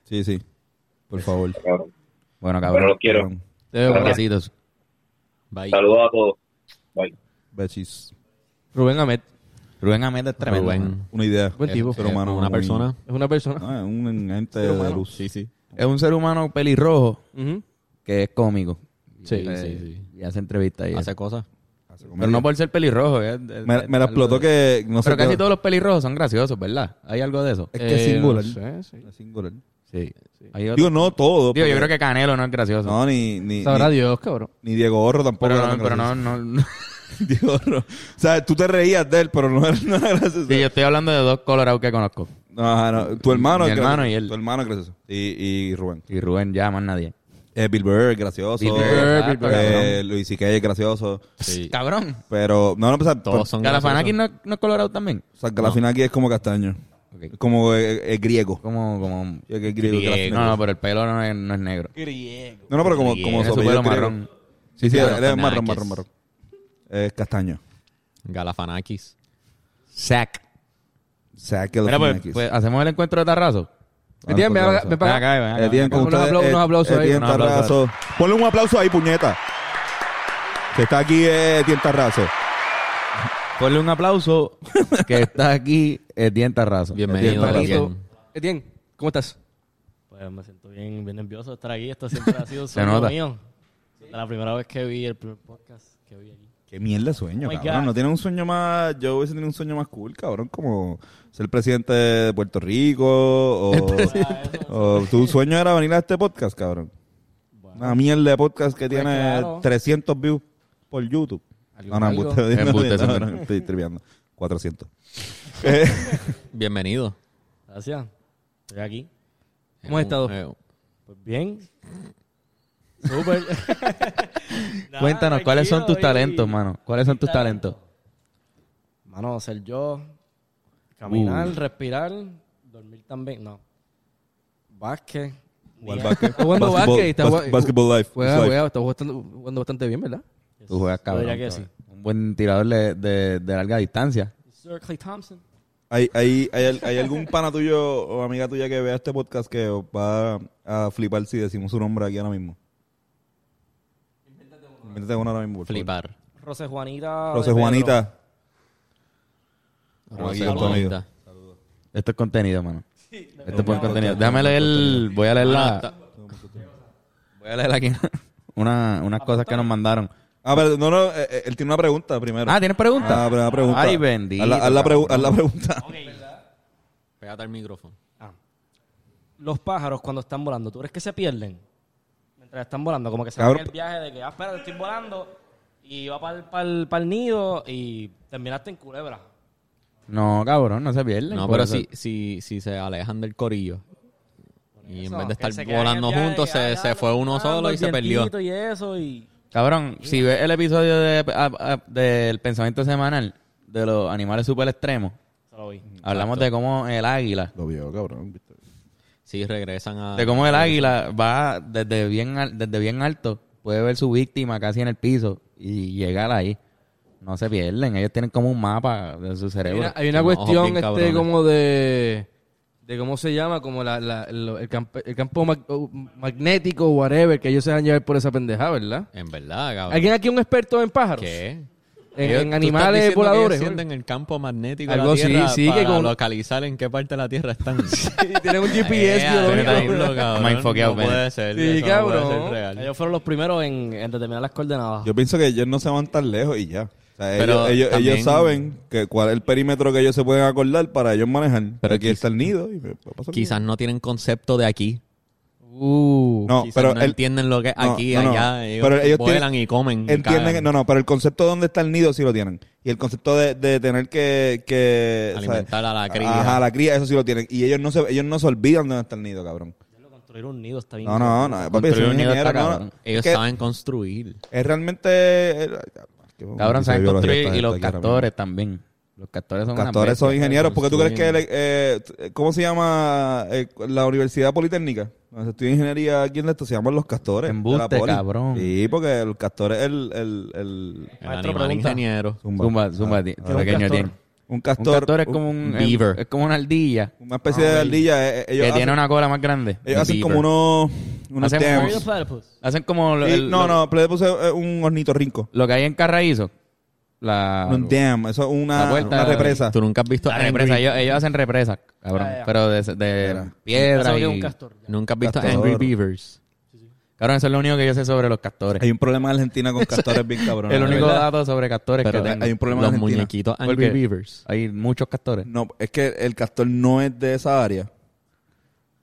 S2: Sí, sí. Por favor.
S8: cabrón.
S3: Bueno,
S8: Pero
S3: cabrón.
S8: los quiero.
S4: Te veo,
S8: Gracias.
S3: Besitos.
S7: Bye.
S8: Saludos a todos. Bye.
S2: Bechis.
S4: Rubén Ahmed.
S3: Rubén Ahmed es tremendo.
S7: Rubén.
S2: Una idea.
S4: Buen tipo.
S2: Ser humano.
S7: Una
S2: muy-
S7: persona.
S4: Es una persona.
S2: Ah, un ente de luz.
S7: Sí, sí.
S3: Es un ser humano pelirrojo
S4: Ujú.
S3: que es cómico.
S7: Sí,
S3: y, eh,
S7: sí, sí.
S3: Y hace entrevistas y
S7: Hace
S3: eso.
S7: cosas.
S3: Pero no por ser pelirrojo. es- es-
S2: Me,
S3: es
S2: me
S3: algo
S2: la explotó
S3: de-
S2: que no sé
S3: Pero casi
S2: qué-
S3: todos los pelirrojos son graciosos, ¿verdad? Hay algo de eso.
S2: Es que es
S4: Eh,
S2: singular.
S4: no sé, sí.
S2: Es singular.
S3: Sí. Hay otro-
S2: Digo, no todo.
S3: Digo, yo
S2: porque-
S3: creo que Canelo no es gracioso.
S2: No, ni, ni,
S4: Sabrá
S2: ni,
S4: Dios, cabrón.
S2: ni Diego Horro tampoco.
S3: pero,
S2: era
S3: no,
S2: tan
S3: pero no,
S2: gracioso.
S3: no, no.
S2: Diego Horro. O sea, tú te reías de él, pero no era nada gracioso.
S3: Sí, yo estoy hablando de dos colorados que conozco.
S2: No, ajá, no. Tu hermano
S3: Mi
S2: es
S3: hermano
S2: gracioso.
S3: y él.
S2: Tu hermano es gracioso. Y, y Rubén.
S3: Y Rubén ya, más nadie.
S2: Eh, Bill Burr es gracioso.
S3: Bill Burr,
S2: Eh,
S3: exacto, cabrón.
S2: Luis C.K. es gracioso.
S7: Sí.
S3: Cabrón.
S2: Pero, no, no, pues,
S7: Todos son
S3: Galafanaki
S7: graciosos.
S3: no, no es colorado también.
S2: O sea, Galafinaki es como castaño.
S3: Ok.
S2: Es Como eh, es griego.
S3: Como, como.
S2: Sí, es que es griego, Galafinaki.
S3: No, no, pero el pelo no es, no es negro.
S2: No, no, pero como, como
S3: Tiene su
S2: apellido
S3: pelo
S2: es griego.
S3: marrón.
S2: Sí, sí,
S7: Claro,
S2: él es
S7: Fanakis.
S2: marrón, marrón, marrón. Es castaño.
S7: Galafanakis.
S3: Sack.
S2: O sea, que
S3: Mira, pues,
S2: Galafinakis.
S3: pues, hacemos el encuentro de Tarrazo.
S4: Etienne, me, haga- me
S3: Ven
S4: paga.
S3: acá, ven acá.
S2: Etienne, con
S4: Unos
S2: ustedes,
S4: aplau- unos aplausos ahí.
S2: Etienne
S3: Unos aplausos.
S2: Tarrazo. Ponle un aplauso ahí, puñeta. Que está aquí eh, Etienne Tarrazo.
S3: Ponle un aplauso que está aquí Etienne Tarrazo.
S7: Bienvenido.
S4: Palito.
S7: Gabriel.
S4: Etienne, Eh, ¿cómo estás?
S9: Pues me siento bien, bien nervioso de estar aquí. Esto siempre ha sido un
S3: Se
S9: sueño
S3: nota.
S9: mío. De La primera vez que vi el primer podcast que vi aquí.
S2: Qué mierda de sueño,
S9: Oh my
S2: cabrón.
S9: God.
S2: No tiene un sueño más. Yo hubiese tenido un sueño más cool, cabrón. Como ser presidente de Puerto Rico. O, o tu sueño era venir a este podcast, cabrón. Una mierda de podcast que tiene
S9: claro.
S2: 300 views por YouTube. No, no,
S4: algo.
S2: embuste, no,
S3: Embuste,
S2: no,
S3: señor.
S2: no, estoy triviando. 400.
S7: Bienvenido.
S9: Gracias. Estoy aquí.
S4: ¿Cómo has
S7: Es un-
S4: estado?
S7: eh,
S9: Pues bien. Súper. Nada,
S3: Cuéntanos, ¿cuáles son tus
S9: tranquilo,
S3: talentos,
S9: y-
S3: mano? ¿Cuáles son tus talentos?
S9: Mano, ser yo, caminar, respirar, dormir también. No. Básquet.
S2: Jugar
S9: Ni-
S2: básquet.
S4: Está jugando
S2: Basketball-
S4: básquet y está
S2: bas-
S4: jugando-
S2: Basketball life.
S4: Juega,
S2: is life.
S4: juega, está jugando, jugando bastante bien, ¿verdad?
S3: Tú juegas cabrón.
S9: diría que sí.
S3: Un buen tirador de, de- de larga distancia.
S9: Sir Clay Thompson.
S2: ¿Hay, hay, hay, al- hay algún pana tuyo o amiga tuya que vea este podcast que va a flipar si decimos su nombre aquí ahora mismo? Invéntate uno ahora mismo, por favor.
S7: Flipar.
S9: Rose Juanita.
S2: Rose
S9: de Pedro.
S2: Juanita.
S7: Rosa
S2: Amiguito,
S7: Juanita.
S2: amigo.
S3: Esto es contenido, mano. Esto es buen contenido. Déjame leer, voy a leer
S7: Ah,
S3: la...
S7: está-
S3: Voy a leer aquí una-
S7: pues
S3: unas cosas que nos mandaron.
S2: Ah, pero no, no, eh, eh, él tiene una pregunta primero.
S3: Ah, ¿tienes preguntas?
S2: Ah, pero una pregunta.
S3: Ay, bendito.
S2: Haz la, haz la
S3: cabrón.
S2: pregu- haz la pregunta.
S7: Pégate al micrófono.
S9: Los pájaros cuando están volando, ¿tú crees que se pierden? Mientras están volando, como que se
S2: Cabrón.
S9: van en el viaje de que, ah, espérate, estoy volando y va para el, nido y terminaste en culebra.
S3: No, cabrón, no se pierden.
S7: No,
S3: por
S7: pero
S3: eso.
S7: si, si, si se alejan del corillo y en
S9: Eso,
S7: vez de
S9: que
S7: estar
S9: se quedan en el
S7: volando
S9: viaje,
S7: juntos,
S9: ah,
S7: se, se fue uno
S9: ah,
S7: solo
S9: el
S7: y se perdió.
S9: vientito Y eso, y
S3: Cabrón, si ves el episodio de, a- a- del pensamiento semanal de los animales super extremos,
S9: se lo vi.
S3: hablamos de cómo el águila,
S2: Lo vio, cabrón.
S7: Sí, regresan a...
S3: de cómo el águila va desde bien, al- desde bien alto, puede ver su víctima casi en el piso y llegar ahí. No se pierden, ellos tienen como un mapa de su
S4: Hay
S3: cerebro.
S4: una, hay una
S7: Unos ojos bien
S4: cuestión este,
S7: cabrones.
S4: como de, de cómo se llama, como la, la- lo- el, camp- el campo mag- o magnético, whatever, que ellos se van a llevar por esa pendejada, ¿verdad?
S7: En verdad, cabrón.
S4: ¿Alguien aquí es un experto en pájaros?
S7: Ah. ¿Qué?
S4: En,
S7: Ellos-
S4: en
S7: tú estás
S4: animales
S7: diciendo que
S4: voladores.
S7: ellos sienten el campo magnético
S4: Algo
S7: de
S4: sí,
S7: la Tierra
S4: sí, que
S7: para
S4: con-
S7: localizar en qué parte de la Tierra están.
S4: Y tienen
S7: Eh,
S4: un GPS biológico.
S3: Mindfuckeado,
S7: No puede
S3: Bennett.
S7: ser.
S4: Sí,
S7: eso no puede
S4: cabrón.
S7: ser real.
S9: Ellos fueron los primeros en, en determinar las coordenadas.
S2: Yo pienso que ellos no se van tan lejos y ya. O sea,
S7: Pero
S2: ellos, ellos,
S7: también-
S2: ellos saben que cuál es el perímetro que ellos se pueden acordar para ellos manejar. Pero
S7: Pero
S2: aquí
S7: quiz-
S2: está el nido. Y me- va a pasar
S7: Quizás no tienen concepto de aquí.
S4: Uh,
S2: No,
S7: Quizás
S2: pero
S7: no
S2: el-
S7: entienden lo que es
S2: no,
S7: aquí,
S2: no, no.
S7: allá. Ellos,
S2: Pero ellos
S7: vuelan
S2: tienen-
S7: y comen. y
S2: Entienden, que-
S7: cagan.
S2: no, no, pero el concepto de dónde está el nido sí lo tienen. Y el concepto de, de tener que, que o sea,
S7: Alimentar a la cría.
S2: Ajá, a la cría, eso sí lo tienen. Y ellos no se, ellos no se olvidan de dónde está el nido, cabrón.
S9: Construir un nido está bien.
S2: No, no, no. papi,
S3: Construir
S2: soy
S3: un nido
S2: ingeniero,
S3: está
S2: no, no.
S3: cabrón.
S7: Ellos
S2: Es que
S7: saben construir.
S2: Es realmente. eh,
S3: Cabrón, saben construir y los
S2: castores
S3: castores también. Los castores son unas
S2: Castores son
S3: bestias.
S2: ingenieros. ¿Por qué tú crees que...
S7: construyen.
S2: eh, eh, ¿Cómo se llama eh, la Universidad Politécnica? Donde se estudia ingeniería aquí en esto, se llaman los castores. de la
S3: Embuste,
S2: poli.
S3: cabrón.
S2: Sí, porque el castor es el... el, el-
S7: El
S9: Maestro,
S7: animal
S9: pregunta.
S7: ingeniero.
S2: zumba.
S3: Zumba, zumba,
S2: Ah,
S3: di-
S2: ah,
S3: pequeño
S9: castor.
S3: Jim.
S2: un
S3: Un
S2: castor...
S3: castor es
S2: un-
S3: como un,
S7: beaver.
S3: Es como una ardilla
S2: una especie de ardilla. eh, eh, ellos
S3: que
S2: hacen,
S3: tiene una cola más grande.
S2: ellos hacen
S7: beaver.
S2: como unos... Unos
S3: Hacen
S2: dams.
S9: Are you a platypus?
S3: Hacen como lo,
S2: Sí,
S3: el-
S2: no,
S3: lo-
S2: no, Platypus es eh, un hornitorrinco.
S3: lo que hay en Carraízo. La,
S2: Un dam, eso es una,
S3: La vuelta-
S2: una represa.
S7: Tú nunca has visto
S3: la
S7: Angry
S3: represa. Ellos, ellos hacen represas, cabrón.
S9: Ah, ya.
S3: Pero de, de
S2: Mira.
S3: piedra
S9: Eso
S3: y...
S9: es un castor. ya.
S7: Nunca has visto
S2: Castador.
S7: Angry Beavers.
S3: Cabrón, eso es lo único que yo sé sobre los castores.
S2: Hay un problema en Argentina con castores bien cabrones.
S3: El
S2: de
S3: único
S2: verdad.
S3: dato sobre castores
S7: Pero
S3: que tengo.
S2: hay un problema en
S7: Los
S2: Argentina.
S7: muñequitos
S3: ¿Por
S7: Angry
S3: qué?
S7: Beavers.
S3: Hay muchos castores.
S2: No, es que el castor no es de esa área.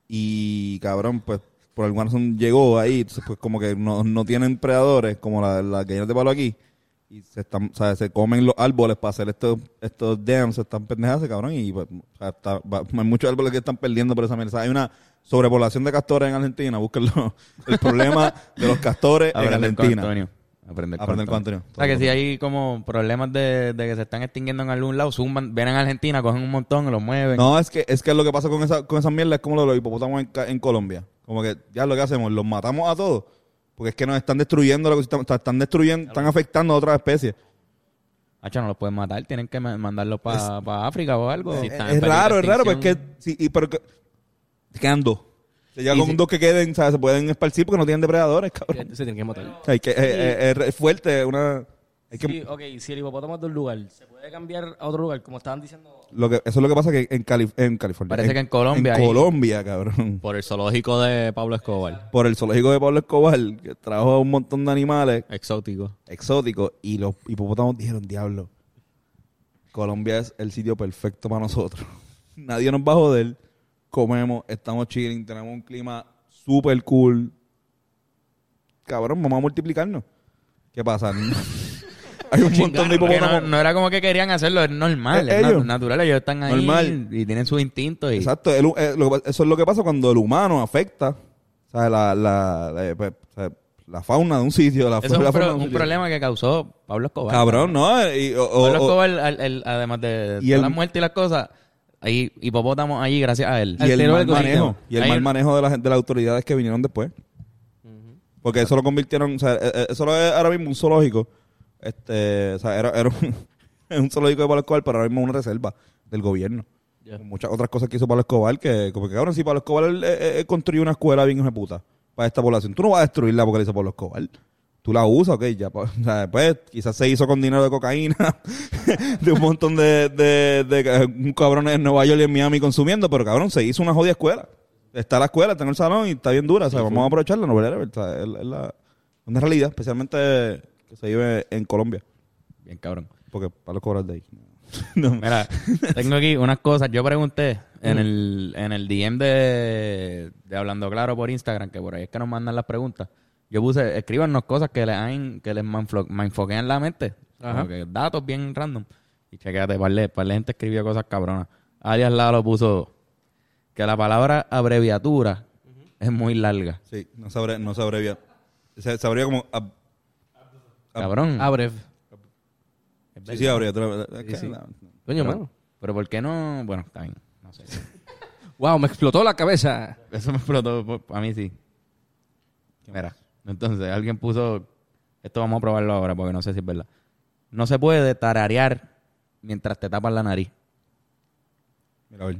S2: Y cabrón, pues por alguna razón llegó ahí. Entonces, pues como que no, no tienen predadores como la- las gallinas de palo aquí. Y se están, o sea, se comen los árboles para hacer estos, estos dams, están pendejadas, cabrón. Y pues, o sea, está- va- hay muchos árboles que están perdiendo por esa mierda. O sea, hay una sobrepoblación de castores en Argentina. Búsquenlo. El problema de los castores en
S3: Aprender con
S2: Argentina.
S3: Antonio. Aprender,
S2: Aprender con Antonio.
S3: O sea, que si hay como problemas de, de que se están extinguiendo en algún lado, zumban, vienen a Argentina, cogen un montón, los mueven.
S2: No, es que, es que lo que pasa con esa, con esa mierda es como lo de los hipopótamos en, ca- en Colombia. Como que ya lo que hacemos, los matamos a todos. Porque es que nos están destruyendo, el ecosistema, o sea, están destruyendo, están afectando a otras especies.
S3: Hacho, no los pueden matar, tienen que ma- mandarlos para África o algo.
S7: Sí.
S2: es
S7: están
S2: es
S7: en peligro
S2: raro,
S7: de
S2: es raro, porque es
S7: extinción.
S2: que, sí, y, pero que- te quedan dos. Se ya
S4: Y
S2: con
S4: si-
S2: dos que queden, ¿sabes? se pueden esparcir porque no tienen depredadores,
S4: se
S2: cabrón.
S4: tienen que matar.
S2: Hay que, eh, eh, es, fuerte, una... hay que-
S9: Sí, ok, si el hipopótamo es de un lugar, se puede cambiar a otro lugar, como estaban diciendo.
S2: lo que, eso es lo que pasa que en, Cali- en California.
S3: Parece que en Colombia
S2: En
S3: hay-
S2: Colombia, cabrón.
S7: Por el zoológico de Pablo Escobar.
S2: Por el zoológico de Pablo Escobar, que trajo a un montón de animales
S7: Exótico.
S2: exótico y los hipopótamos dijeron, diablo, Colombia es el sitio perfecto para nosotros. Nadie nos va a joder, comemos, estamos chilling, tenemos un clima súper cool. Cabrón, vamos a multiplicarnos. ¿Qué pasa? Hay un montón de
S3: Que no,
S2: hipopótamos.
S3: no era como que querían hacerlo, es normal,
S2: Eh,
S3: es nat-
S2: ellos.
S3: natural, ellos están ahí
S2: Normal.
S3: y tienen sus instintos. Y,
S2: Exacto, el hu- eh, lo que pa- eso es lo que pasa cuando el humano afecta o sea, la, la, la- eh, pues, o sea, la fauna de un sitio. La,
S3: Eso es
S2: la
S3: un,
S2: fauna
S3: pro-
S2: de
S3: un
S2: sitio.
S3: problema que causó Pablo Escobar.
S2: Cabrón, ¿no? Eh, Y, o- o-
S3: Pablo
S2: o-
S3: Escobar, al- al- además de
S2: Y
S3: toda
S2: el-
S3: la muerte y las cosas, hay hipopótamos allí gracias a él.
S2: y el
S4: alteró
S2: mal
S4: el ecosistema.
S2: manejo. Y el
S3: Ahí-
S2: mal manejo de, la, gente- de las autoridades que vinieron después. Porque eso lo convirtieron, o sea, eh, eh, eso lo es ahora mismo un zoológico. Este, o sea, era, era un, es un zoológico de Pablo Escobar, pero ahora mismo es una reserva del gobierno. Con Muchas otras cosas que hizo Pablo Escobar, que como que cabrón, si Pablo Escobar él, eh, eh, construyó una escuela bien hijo de puta para esta población, tú no vas a destruirla porque la hizo Pablo Escobar. Tú la usas, ok, ya. pa- O sea, después quizás se hizo con dinero de cocaína, de un montón de, de, de, de un cabrón en Nueva York y en Miami consumiendo, pero cabrón, se hizo una jodida escuela. Está la escuela, está en el salón y está bien dura. O sea, vamos a aprovecharla, no vale la verdad. Es, es la- una realidad, especialmente que se vive en Colombia.
S3: Bien cabrón.
S2: Porque Pablo Escobar es de ahí. No.
S3: Mira, tengo aquí unas cosas. Yo pregunté en el, en el DM de, de Hablando Claro por Instagram, que por ahí es que nos mandan las preguntas. Yo puse, escríbanos cosas que les, hagan- que les manflo- manfoquean la mente. Como que datos bien random. Y chequéate, parle, parle gente escribió cosas cabronas. Alias Lalo puso que la palabra abreviatura es muy larga.
S2: Sí, no se, abre- no se abrevia. Se, se abrevia como. ab- Ab-
S3: Cabrón.
S4: Abrev.
S2: sí, sí, abrevia. Es que la-
S4: Coño, mano.
S3: Pero ¿por qué no? Bueno, está bien. No sé.
S4: Wow, me explotó la cabeza.
S3: Eso me explotó. por- A mí sí. Mira, entonces alguien puso. Esto vamos a probarlo ahora porque no sé si es verdad. No se puede tararear mientras te tapas la nariz.
S2: Mira, a ver.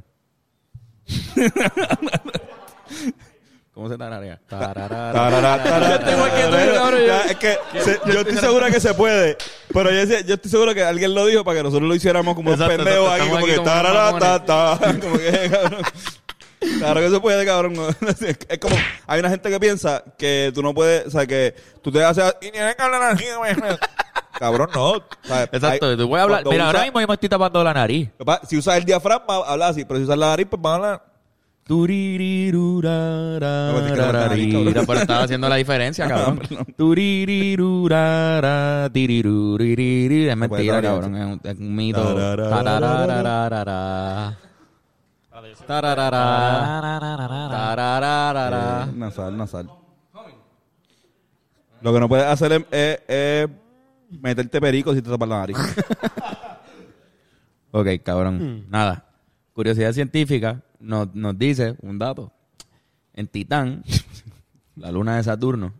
S3: ¿Cómo se tararea?
S2: Tarara, tarara, tarara.
S4: cabrón,
S2: Ya, es que se- yo estoy seguro que se puede. Pero yo, decía- yo estoy seguro que alguien lo dijo para que nosotros lo hiciéramos como un
S3: Exacto,
S2: pendejo
S3: exacto,
S2: aquí,
S3: estamos
S2: como
S3: aquí
S2: que
S3: como
S2: tarara,
S3: mamones.
S2: ta, ta. Como que, cabrón. Claro que se puede, cabrón. Es es como, hay una gente que piensa que tú no puedes, o sea, que tú te haces. Y tienes que hablar así, güey. Cabrón, no. O sea,
S3: Exacto,
S2: hay-
S3: tú puedes hablar.
S2: cuando
S3: Mira, ahora
S2: usa-
S3: mismo yo me estoy tapando la nariz.
S2: lo que pasa- Si usas el diafragma, hablas así. Pero si usas la nariz, pues vas a hablar.
S3: Turirirurara,
S2: No, pues, es que no me está bien, cabrón. Ah,
S3: rarira. Pero estaba haciendo la diferencia, cabrón. Turirirurara, tiriruririri. Es mentira,
S2: puede tararear,
S3: cabrón. Es un, es un mito.
S2: Tararara.
S3: Tararararara. Tararara. Tararara.
S2: Eh, nasal, nasal. Lo que no puedes hacer es, es- es meterte perico si te tapas la nariz.
S3: Ok, cabrón. Nada. Curiosidad científica nos, nos dice un dato. En Titán, la luna de Saturno,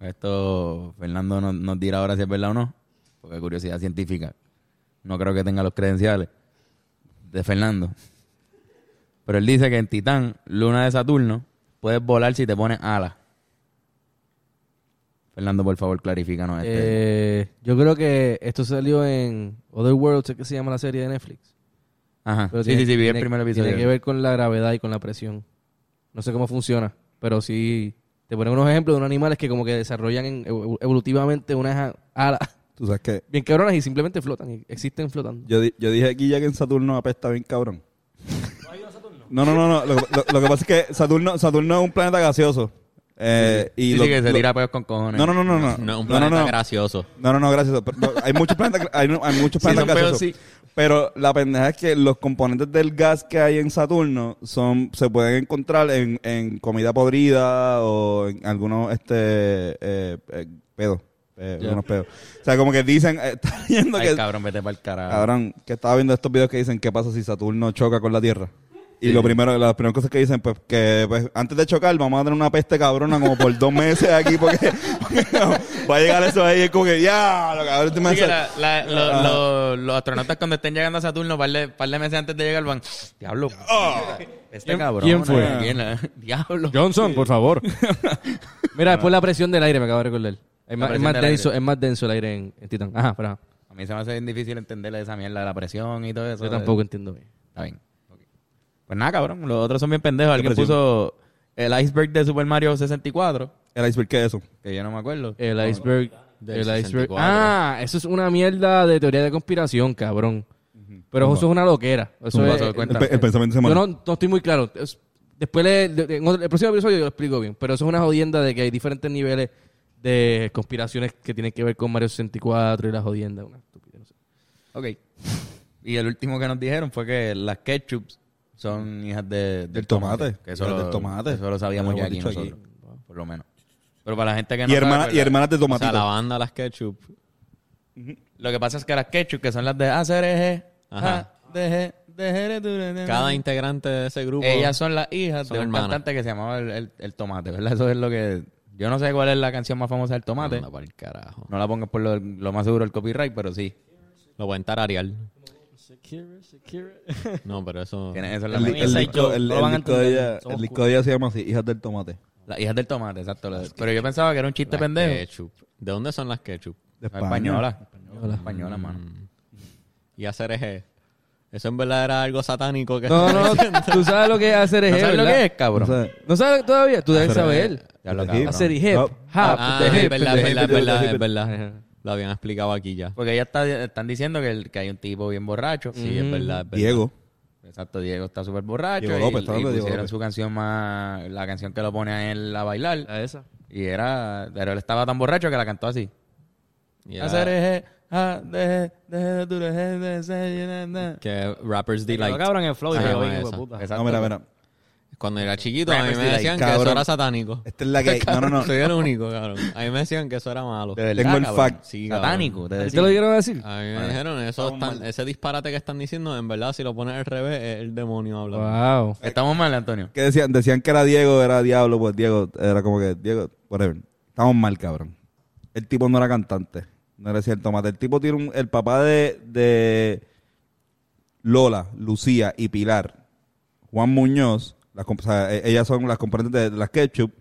S3: esto Fernando nos, nos dirá ahora si es verdad o no, porque curiosidad científica. No creo que tenga los credenciales de Fernando. Pero él dice que en Titán, luna de Saturno, puedes volar si te pones alas. Fernando, por favor, clarifícanos este.
S4: Eh, yo creo que esto salió en Other Worlds, es que se llama la serie de Netflix.
S3: Ajá.
S4: Pero
S3: sí, sí, sí, vi el
S4: tiene-
S3: primer episodio.
S4: Tiene que ver con la gravedad y con la presión. No sé cómo funciona, pero sí te ponen unos ejemplos de unos animales que como que desarrollan en- evo- evolutivamente unas a- alas
S2: Tú sabes que
S4: bien cabronas y simplemente flotan, y existen flotando.
S2: yo, di- yo dije aquí ya que en Saturno apesta bien cabrón. ¿No No, no, no. Lo, que- lo- lo que pasa es que Saturno, Saturno es un planeta gaseoso. Eh, y
S3: Sí, sí,
S2: lo-
S3: que se
S2: lo-
S3: tira peos con cojones.
S2: No, no, no, no. No,
S7: No, un
S2: No, no,
S7: planeta
S2: no.
S7: gracioso.
S2: No, no, no, gracias. Pero, no, hay muchos planetas, que- hay, hay muchos
S3: Sí,
S2: planetas
S3: son feos,
S2: gaseosos.
S3: sí.
S2: Pero la pendeja es que los componentes del gas que hay en Saturno son se pueden encontrar en, en comida podrida o en algunos este eh, eh, pedos, eh, algunos pedos. O sea, como que dicen, eh, está viendo
S3: Ay,
S2: que
S3: cabrón, vete para el carajo.
S2: cabrón, que estaba viendo estos videos que dicen qué pasa si Saturno choca con la Tierra. Y lo primero, las primeras cosas que dicen, pues que pues, antes de chocar vamos a tener una peste cabrona como por dos meses aquí porque, porque no, va a llegar eso ahí es como que ya, lo cabrón este te me
S3: Sí, que
S2: hace-
S3: la-
S4: Ah.
S3: la-
S7: Eh,
S3: lo- lo- los astronautas cuando estén llegando a Saturno, par de, par de meses antes de llegar, van, diablo, este
S4: ¿Quién-
S3: cabrón.
S4: quién fue?
S3: eh, ¿quién, eh? diablo.
S4: Johnson, por favor. Mira, después la presión del aire, me acabo de recordar. Es más, es
S3: presión
S4: más
S3: del
S4: denso,
S3: aire.
S4: es más denso el aire en, en Titán. Ajá, pero ajá.
S3: A mí se me hace bien difícil entender esa mierda de la presión y todo eso.
S4: yo tampoco entiendo bien.
S3: Está bien. Ok. Pues nada, cabrón, los otros son bien pendejos. Alguien
S2: presión?
S3: puso el iceberg de Super Mario 64,
S2: El iceberg que es eso.
S3: que yo no me acuerdo.
S4: El iceberg.
S7: Del
S4: el iceberg.
S7: 64.
S4: Ah, eso es una mierda de teoría de conspiración, cabrón. Pero eso es una loquera. Eso
S3: Zumba,
S4: es-
S3: zumba,
S2: El,
S3: cuenta.
S2: pe- el pensamiento
S4: yo
S2: semanal.
S4: no, no estoy muy claro. Es- después, le- le- en otro- el próximo episodio yo lo explico bien. Pero eso es una jodienda de que hay diferentes niveles de conspiraciones que tienen que ver con Mario 64 y la jodienda. Una estupidez, no sé.
S3: Ok. Y el último que nos dijeron fue que las ketchups son hijas de-
S2: Del tomate.
S3: Que eso
S2: Hijas
S3: lo,
S2: del tomate.
S3: Eso lo sabíamos
S2: Lo
S3: ya aquí
S2: hemos dicho aquí.
S3: nosotros. Por lo menos. Pero para la gente que no
S2: Y,
S3: sabe,
S2: hermana-
S3: pues,
S2: y
S3: la-
S2: hermanas de
S7: O sea, la
S2: tomatito.
S7: banda, las ketchup.
S3: Lo que pasa es que las ketchup, que son las de ACRG,
S7: Ajá.
S3: deje, deje, deje,
S7: Cada integrante de ese grupo.
S3: Ellas son las hijas
S7: Son
S3: de un
S7: hermanas.
S3: cantante que se llamaba el, el- el Tomate, ¿verdad? Eso es lo que... Yo no sé cuál es la canción más famosa del Tomate.
S7: Anda Ah, pa'l carajo.
S3: No la pongas por lo, lo más seguro el copyright, pero sí.
S7: Lo pueden tararear. No, pero eso.
S3: Tiene- esa es la
S2: El,
S3: mezcla.
S2: el
S9: Inside
S2: disco,
S9: joke,
S2: el-
S9: no lo van
S2: el
S9: a
S2: disco de
S9: entender,
S2: ella,
S9: somos
S2: el disco de ella se llama así, Hijas del Tomate.
S3: Las hijas del tomate, exacto. lo- pero yo pensaba que era un chiste
S7: Las
S3: pendejo.
S7: ketchup. ¿De dónde son las ketchup?
S2: De
S3: No,
S2: España.
S3: española. Española,
S7: Mm.
S3: mano.
S7: Y hacer eje. Eso en verdad era algo satánico que
S4: No, no, tú sabes lo que es hacer
S3: ¿No
S4: eje,
S3: sabes lo que es, cabrón?
S2: O sea,
S4: ¿No sabes todavía? Tú debes saber.
S3: Ya lo
S2: Sí.
S3: acabo.
S4: Hacer hip
S2: No.
S4: hop.
S7: Ah, es
S4: hip,
S7: verdad, es
S4: hip,
S7: verdad, es
S4: hip,
S7: verdad,
S4: hip,
S7: es verdad.
S4: Ajá.
S7: Lo habían explicado aquí ya.
S3: Porque ya está, están diciendo que, el- que hay un tipo bien borracho.
S7: Sí, es verdad, es verdad.
S2: Diego.
S3: Exacto, Diego está súper borracho.
S2: Diego
S3: y-
S2: López,
S3: y,
S2: está hablando de Diego
S3: pusieron
S2: López.
S3: su canción más... La canción que lo pone a él a bailar.
S4: A esa.
S3: Y era... Pero él estaba tan borracho que la cantó así.
S7: Y era
S3: Hacer eje, ah, deje, deje de tu deje de ser, na, na.
S7: que Rappers
S9: Pero
S7: Delight.
S9: cabrón el flow y
S7: Se
S9: te
S7: llama
S9: oigo, hijo
S7: esa.
S9: de puta.
S3: Exacto.
S2: No, mira, mira.
S7: Cuando era chiquito, a mí
S3: Rappers
S7: me
S3: Delight,
S7: decían que
S2: cabrón.
S7: eso era satánico.
S2: Esta es la que... No, no, no.
S7: Soy el único, cabrón. A mí me decían que eso era malo.
S3: De verdad,
S2: Tengo el
S3: cabrón.
S2: fact.
S7: Sí, cabrón.
S3: Satánico. te
S4: ¿A ti ¿Te
S3: decía.
S4: lo dieron a decir?
S5: Ah,
S7: A mí me dijeron, eso están- ese disparate que están diciendo, en verdad, si lo pones al revés, es el demonio hablando.
S4: Wow.
S3: Estamos mal, Antonio.
S2: ¿Qué decían? Decían que era Diego, era Diablo, pues Diego, era como que Diego, whatever. Estamos mal, cabrón. El tipo no era cantante. No era cierto mate. El tipo tiene un. El papá de, de Lola, Lucía y Pilar, Juan Muñoz, las, comp- o sea, e- ellas son las componentes de, de las Ketchup,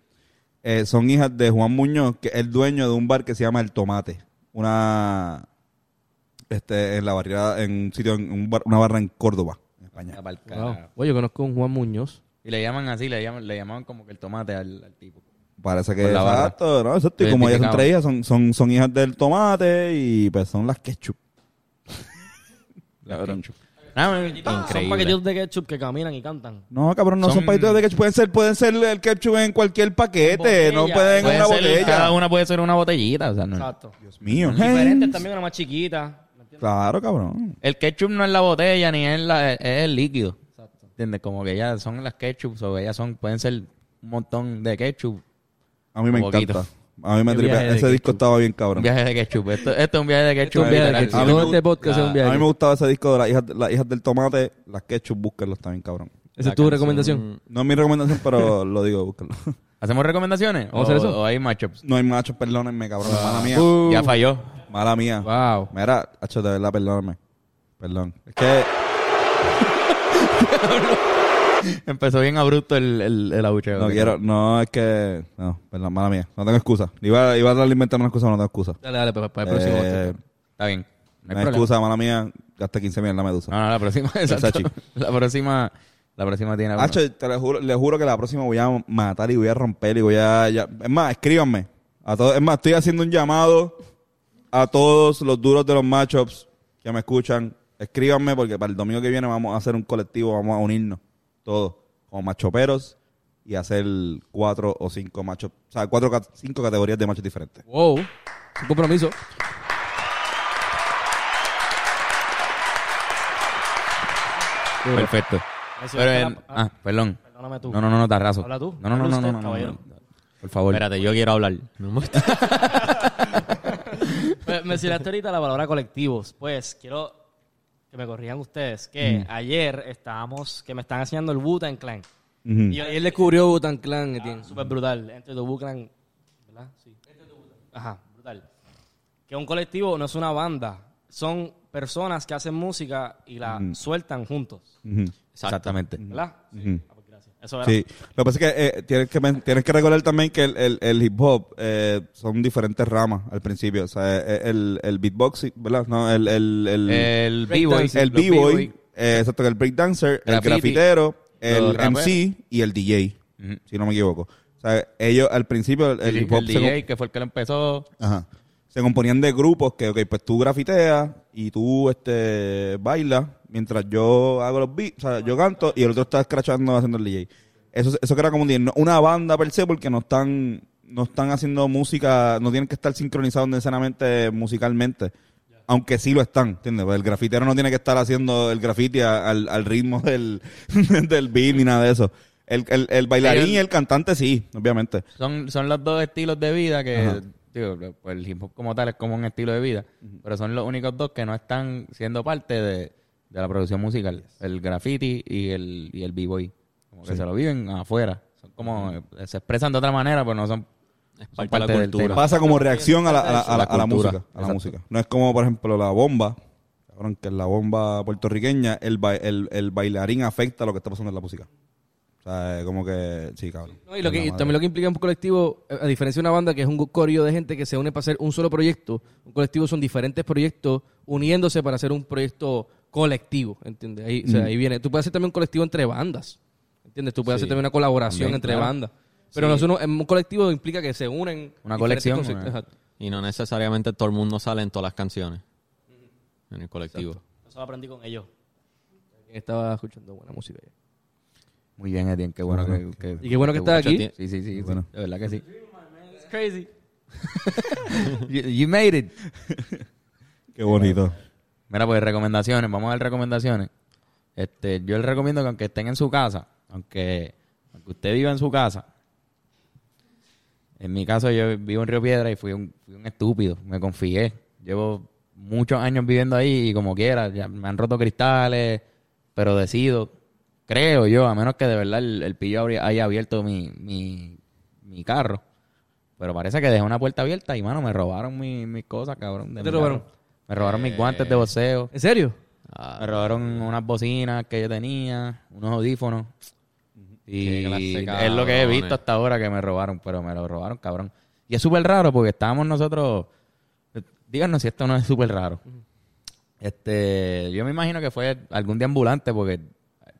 S2: eh, son hijas de Juan Muñoz, que es el dueño de un bar que se llama El Tomate. Una. Este, en la barriada, en un sitio, en un bar- una barra en Córdoba, en España.
S3: Ah, pa'l carajo.
S4: Wow. Oye, yo conozco a un Juan Muñoz.
S3: Y le llaman así, le llaman, le llamaban como que el tomate al, al tipo.
S2: Parece que
S3: Por la barra.
S2: exacto, ¿no? Exacto. Y
S3: Lo
S2: como ellas son
S3: identificaba.
S2: tres hijas, son, son, son hijas del tomate y pues son las ketchup. Cabrón.
S9: Son
S7: Increíble.
S9: paquetitos de ketchup que caminan y cantan.
S2: No, cabrón, no son,
S3: Son-
S2: paquetitos de ketchup. Pueden ser, pueden ser el ketchup en cualquier paquete,
S9: Botella.
S2: no pueden en
S3: Puede
S2: una
S3: ser-
S2: botella.
S3: Cada una puede ser una botellita. O sea, no-
S9: Exacto.
S2: Dios mío.
S9: Diferentes también, una más chiquita.
S2: Claro, cabrón.
S3: El ketchup no es la botella ni es, la, es el líquido. ¿Entiendes? Como que ellas son las ketchup, o ellas son, pueden ser un montón de ketchup.
S2: A mí me
S3: Un poquito.
S2: encanta. A mí me
S4: Qué viaje
S2: tripea.
S4: de
S2: Ese disco estaba bien
S3: Un
S2: cabrón.
S3: viaje de ketchup. Esto, esto es un viaje de ketchup.
S4: Un viaje de
S3: literal.
S2: A
S4: ketchup.
S2: mí me
S4: Todo
S2: gusta-
S4: este podcast es un
S2: A mí
S4: viaje.
S2: me gustaba ese disco de las hijas, las hijas del tomate, las ketchup, búsquenlos también, cabrón.
S4: Esa
S7: La
S4: es tu
S7: canción-
S4: recomendación.
S2: No es mi recomendación, pero lo digo, búsquenlo.
S3: ¿Hacemos recomendaciones?
S4: ¿Vamos a hacer
S3: ¿O-
S4: eso?
S3: ¿O hay matchups?
S2: No hay machos, perdónenme, cabrón. Mala mía.
S3: Uh. Ya falló.
S2: Mala mía.
S4: Wow.
S2: Mira, hacho, de verdad, perdóname. Perdón. Es que
S3: Empezó bien abrupto el, el, el abucheo.
S2: no quiero, no, es que, no, perdón, mala mía. No tengo excusa. Iba, iba a tratar de inventar una excusa, no tengo excusa.
S4: Dale, dale, para, para el próximo.
S2: Eh,
S3: Está bien. No
S2: no
S3: hay
S2: hay
S3: problema.
S2: excusa, mala mía. Gasté 15 mil en la medusa.
S3: No, no, la próxima. exacto. La próxima. La próxima tiene. alguna.
S2: Hacho, te lo juro, le juro que la próxima voy a matar y voy a romper y voy a... ya- Es más, escríbanme. A todos, es más, estoy haciendo un llamado a todos los duros de los matchups que me escuchan. Escríbanme porque para el domingo que viene vamos a hacer un colectivo, vamos a unirnos todos como machoperos y hacer cuatro o cinco machos, o sea, cuatro, ca- cinco categorías de machos diferentes.
S4: Wow. Un compromiso.
S3: Perfecto.
S9: Eso
S3: Pero
S9: es
S3: en-
S9: la-
S3: Ah, perdón.
S9: Perdóname tú.
S3: No, no, no, no, tarrazo.
S9: Habla tú.
S3: No, no, no, no,
S9: Habla usted,
S3: no, no, no,
S9: caballero.
S3: no. Por favor.
S7: Espérate, yo quiero hablar. No me gusta.
S9: Me- Mencionaste ahorita la palabra colectivos. Pues quiero que me corrijan ustedes. Que ayer estábamos, que me están haciendo el Wu-Tang Clan.
S2: Ujú.
S9: Y yo
S4: Él descubrió Butan Clan. que tiene.
S9: Súper brutal. Entre the Wu Clan. ¿Verdad? Sí. Ajá, brutal. Que un colectivo no es una banda. Son personas que hacen música y la sueltan juntos.
S2: Ujú.
S3: Exactamente.
S9: ¿Verdad?
S2: Ujú.
S9: Ah, pues, gracias. Eso era.
S2: Sí, lo que pasa es que eh, tienes, que men- tienes que recordar también que el, el- el hip hop eh, son diferentes ramas al principio. O sea, eh, el, el beatboxing, ¿verdad? No, el, el, el,
S3: El B-Boy.
S2: el
S3: los
S2: B-boy, eh, exacto, el breakdancer, el
S3: Graffiti.
S2: grafitero,
S3: Los
S2: el
S3: raperos.
S2: MC y el DJ,
S3: Ujú.
S2: si no me equivoco. O sea, ellos al principio, el, el
S3: El,
S2: hip hop
S3: el
S2: se,
S3: DJ, que fue el que lo empezó.
S2: com- ajá, se componían de grupos que, ok, pues tú grafiteas y tú este, bailas mientras yo hago los beats, o sea, yo canto y el otro está escrachando haciendo el DJ. Eso, eso que era como un DJ, no- una banda per se porque no están, no están haciendo música, no tienen que estar sincronizados necesariamente musicalmente. Aunque sí lo están, ¿entiendes? Pues el grafitero no tiene que estar haciendo el graffiti a- al, al ritmo del, del beat ni nada de eso. El, el, el bailarín
S3: Sí, el-
S2: y el cantante sí, obviamente.
S3: Son, son los dos estilos de vida
S2: Ajá.
S3: que, digo, pues el hip hop como tal es como un estilo de vida, pero son los únicos dos que no están siendo parte de, de la producción musical. El graffiti y el, y el b-boy. Como que se lo viven afuera. Son como, eh, se expresan de otra manera, pero no son,
S7: Es
S3: son
S7: parte, de la
S3: del
S7: cultura.
S3: tema.
S2: Pasa como reacción a la, a la- a la- a la
S3: cultura.
S2: música. a la
S3: Exacto.
S2: música. No es como, por ejemplo, la bomba. Cabrón, que la bomba puertorriqueña, el, ba- el, el bailarín afecta lo que está pasando en la música. O sea, es como que. Sí, cabrón.
S4: No, y lo que,
S2: Es
S4: y
S2: la madre.
S4: también lo que implica un colectivo, eh, a a diferencia de una banda que es un corillo de gente que se une para hacer un solo proyecto, un colectivo son diferentes proyectos uniéndose para hacer un proyecto colectivo, ¿entiendes? Ahí, o
S2: Mm.
S4: sea, ahí viene. Tú puedes hacer también un colectivo entre bandas, ¿entiendes? Tú puedes hacer también una colaboración
S3: También,
S4: entre
S3: claro.
S4: bandas. Pero nosotros, en un colectivo implica que se unen.
S3: Una
S4: diferentes
S3: colección,
S4: conceptos.
S2: eh.
S3: una-
S4: Exacto.
S7: Y no necesariamente todo el mundo sale en todas las canciones. En el colectivo.
S9: Eso lo aprendí con ellos.
S4: Estaba escuchando buena música. ya.
S3: Muy bien, Etienne, qué bueno que...
S4: Y qué bueno que estás
S7: mucho
S4: aquí.
S7: tiempo.
S3: Sí, sí, sí, sí, de verdad que sí.
S9: It's crazy.
S3: You, you made it.
S2: Qué bonito.
S3: Mira, pues recomendaciones, vamos a dar recomendaciones. Este, yo les recomiendo que aunque estén en su casa, aunque, aunque usted viva en su casa, en mi caso yo vivo en Río Piedra y fui un, fui un estúpido, me confié. Llevo muchos años viviendo ahí y como quiera, ya me han roto cristales, pero decido, creo yo, a menos que de verdad el, el pillo abri- haya abierto mi, mi, mi carro. Pero parece que dejé una puerta abierta y, mano, me robaron mi- mis cosas, cabrón. de
S4: ¿Qué te
S3: mi
S4: robaron?
S3: carro. Me robaron mis guantes de
S7: Eh,
S3: boxeo.
S4: ¿En serio?
S3: Me robaron unas bocinas que yo tenía, unos audífonos.
S7: Qué
S3: Y
S7: clase,
S3: es lo que he
S7: cabrones.
S3: visto hasta ahora que me robaron, pero me lo robaron, cabrón. Y es súper raro porque estábamos nosotros. eh, Díganos si esto no es súper raro. Este, yo me imagino que fue algún deambulante porque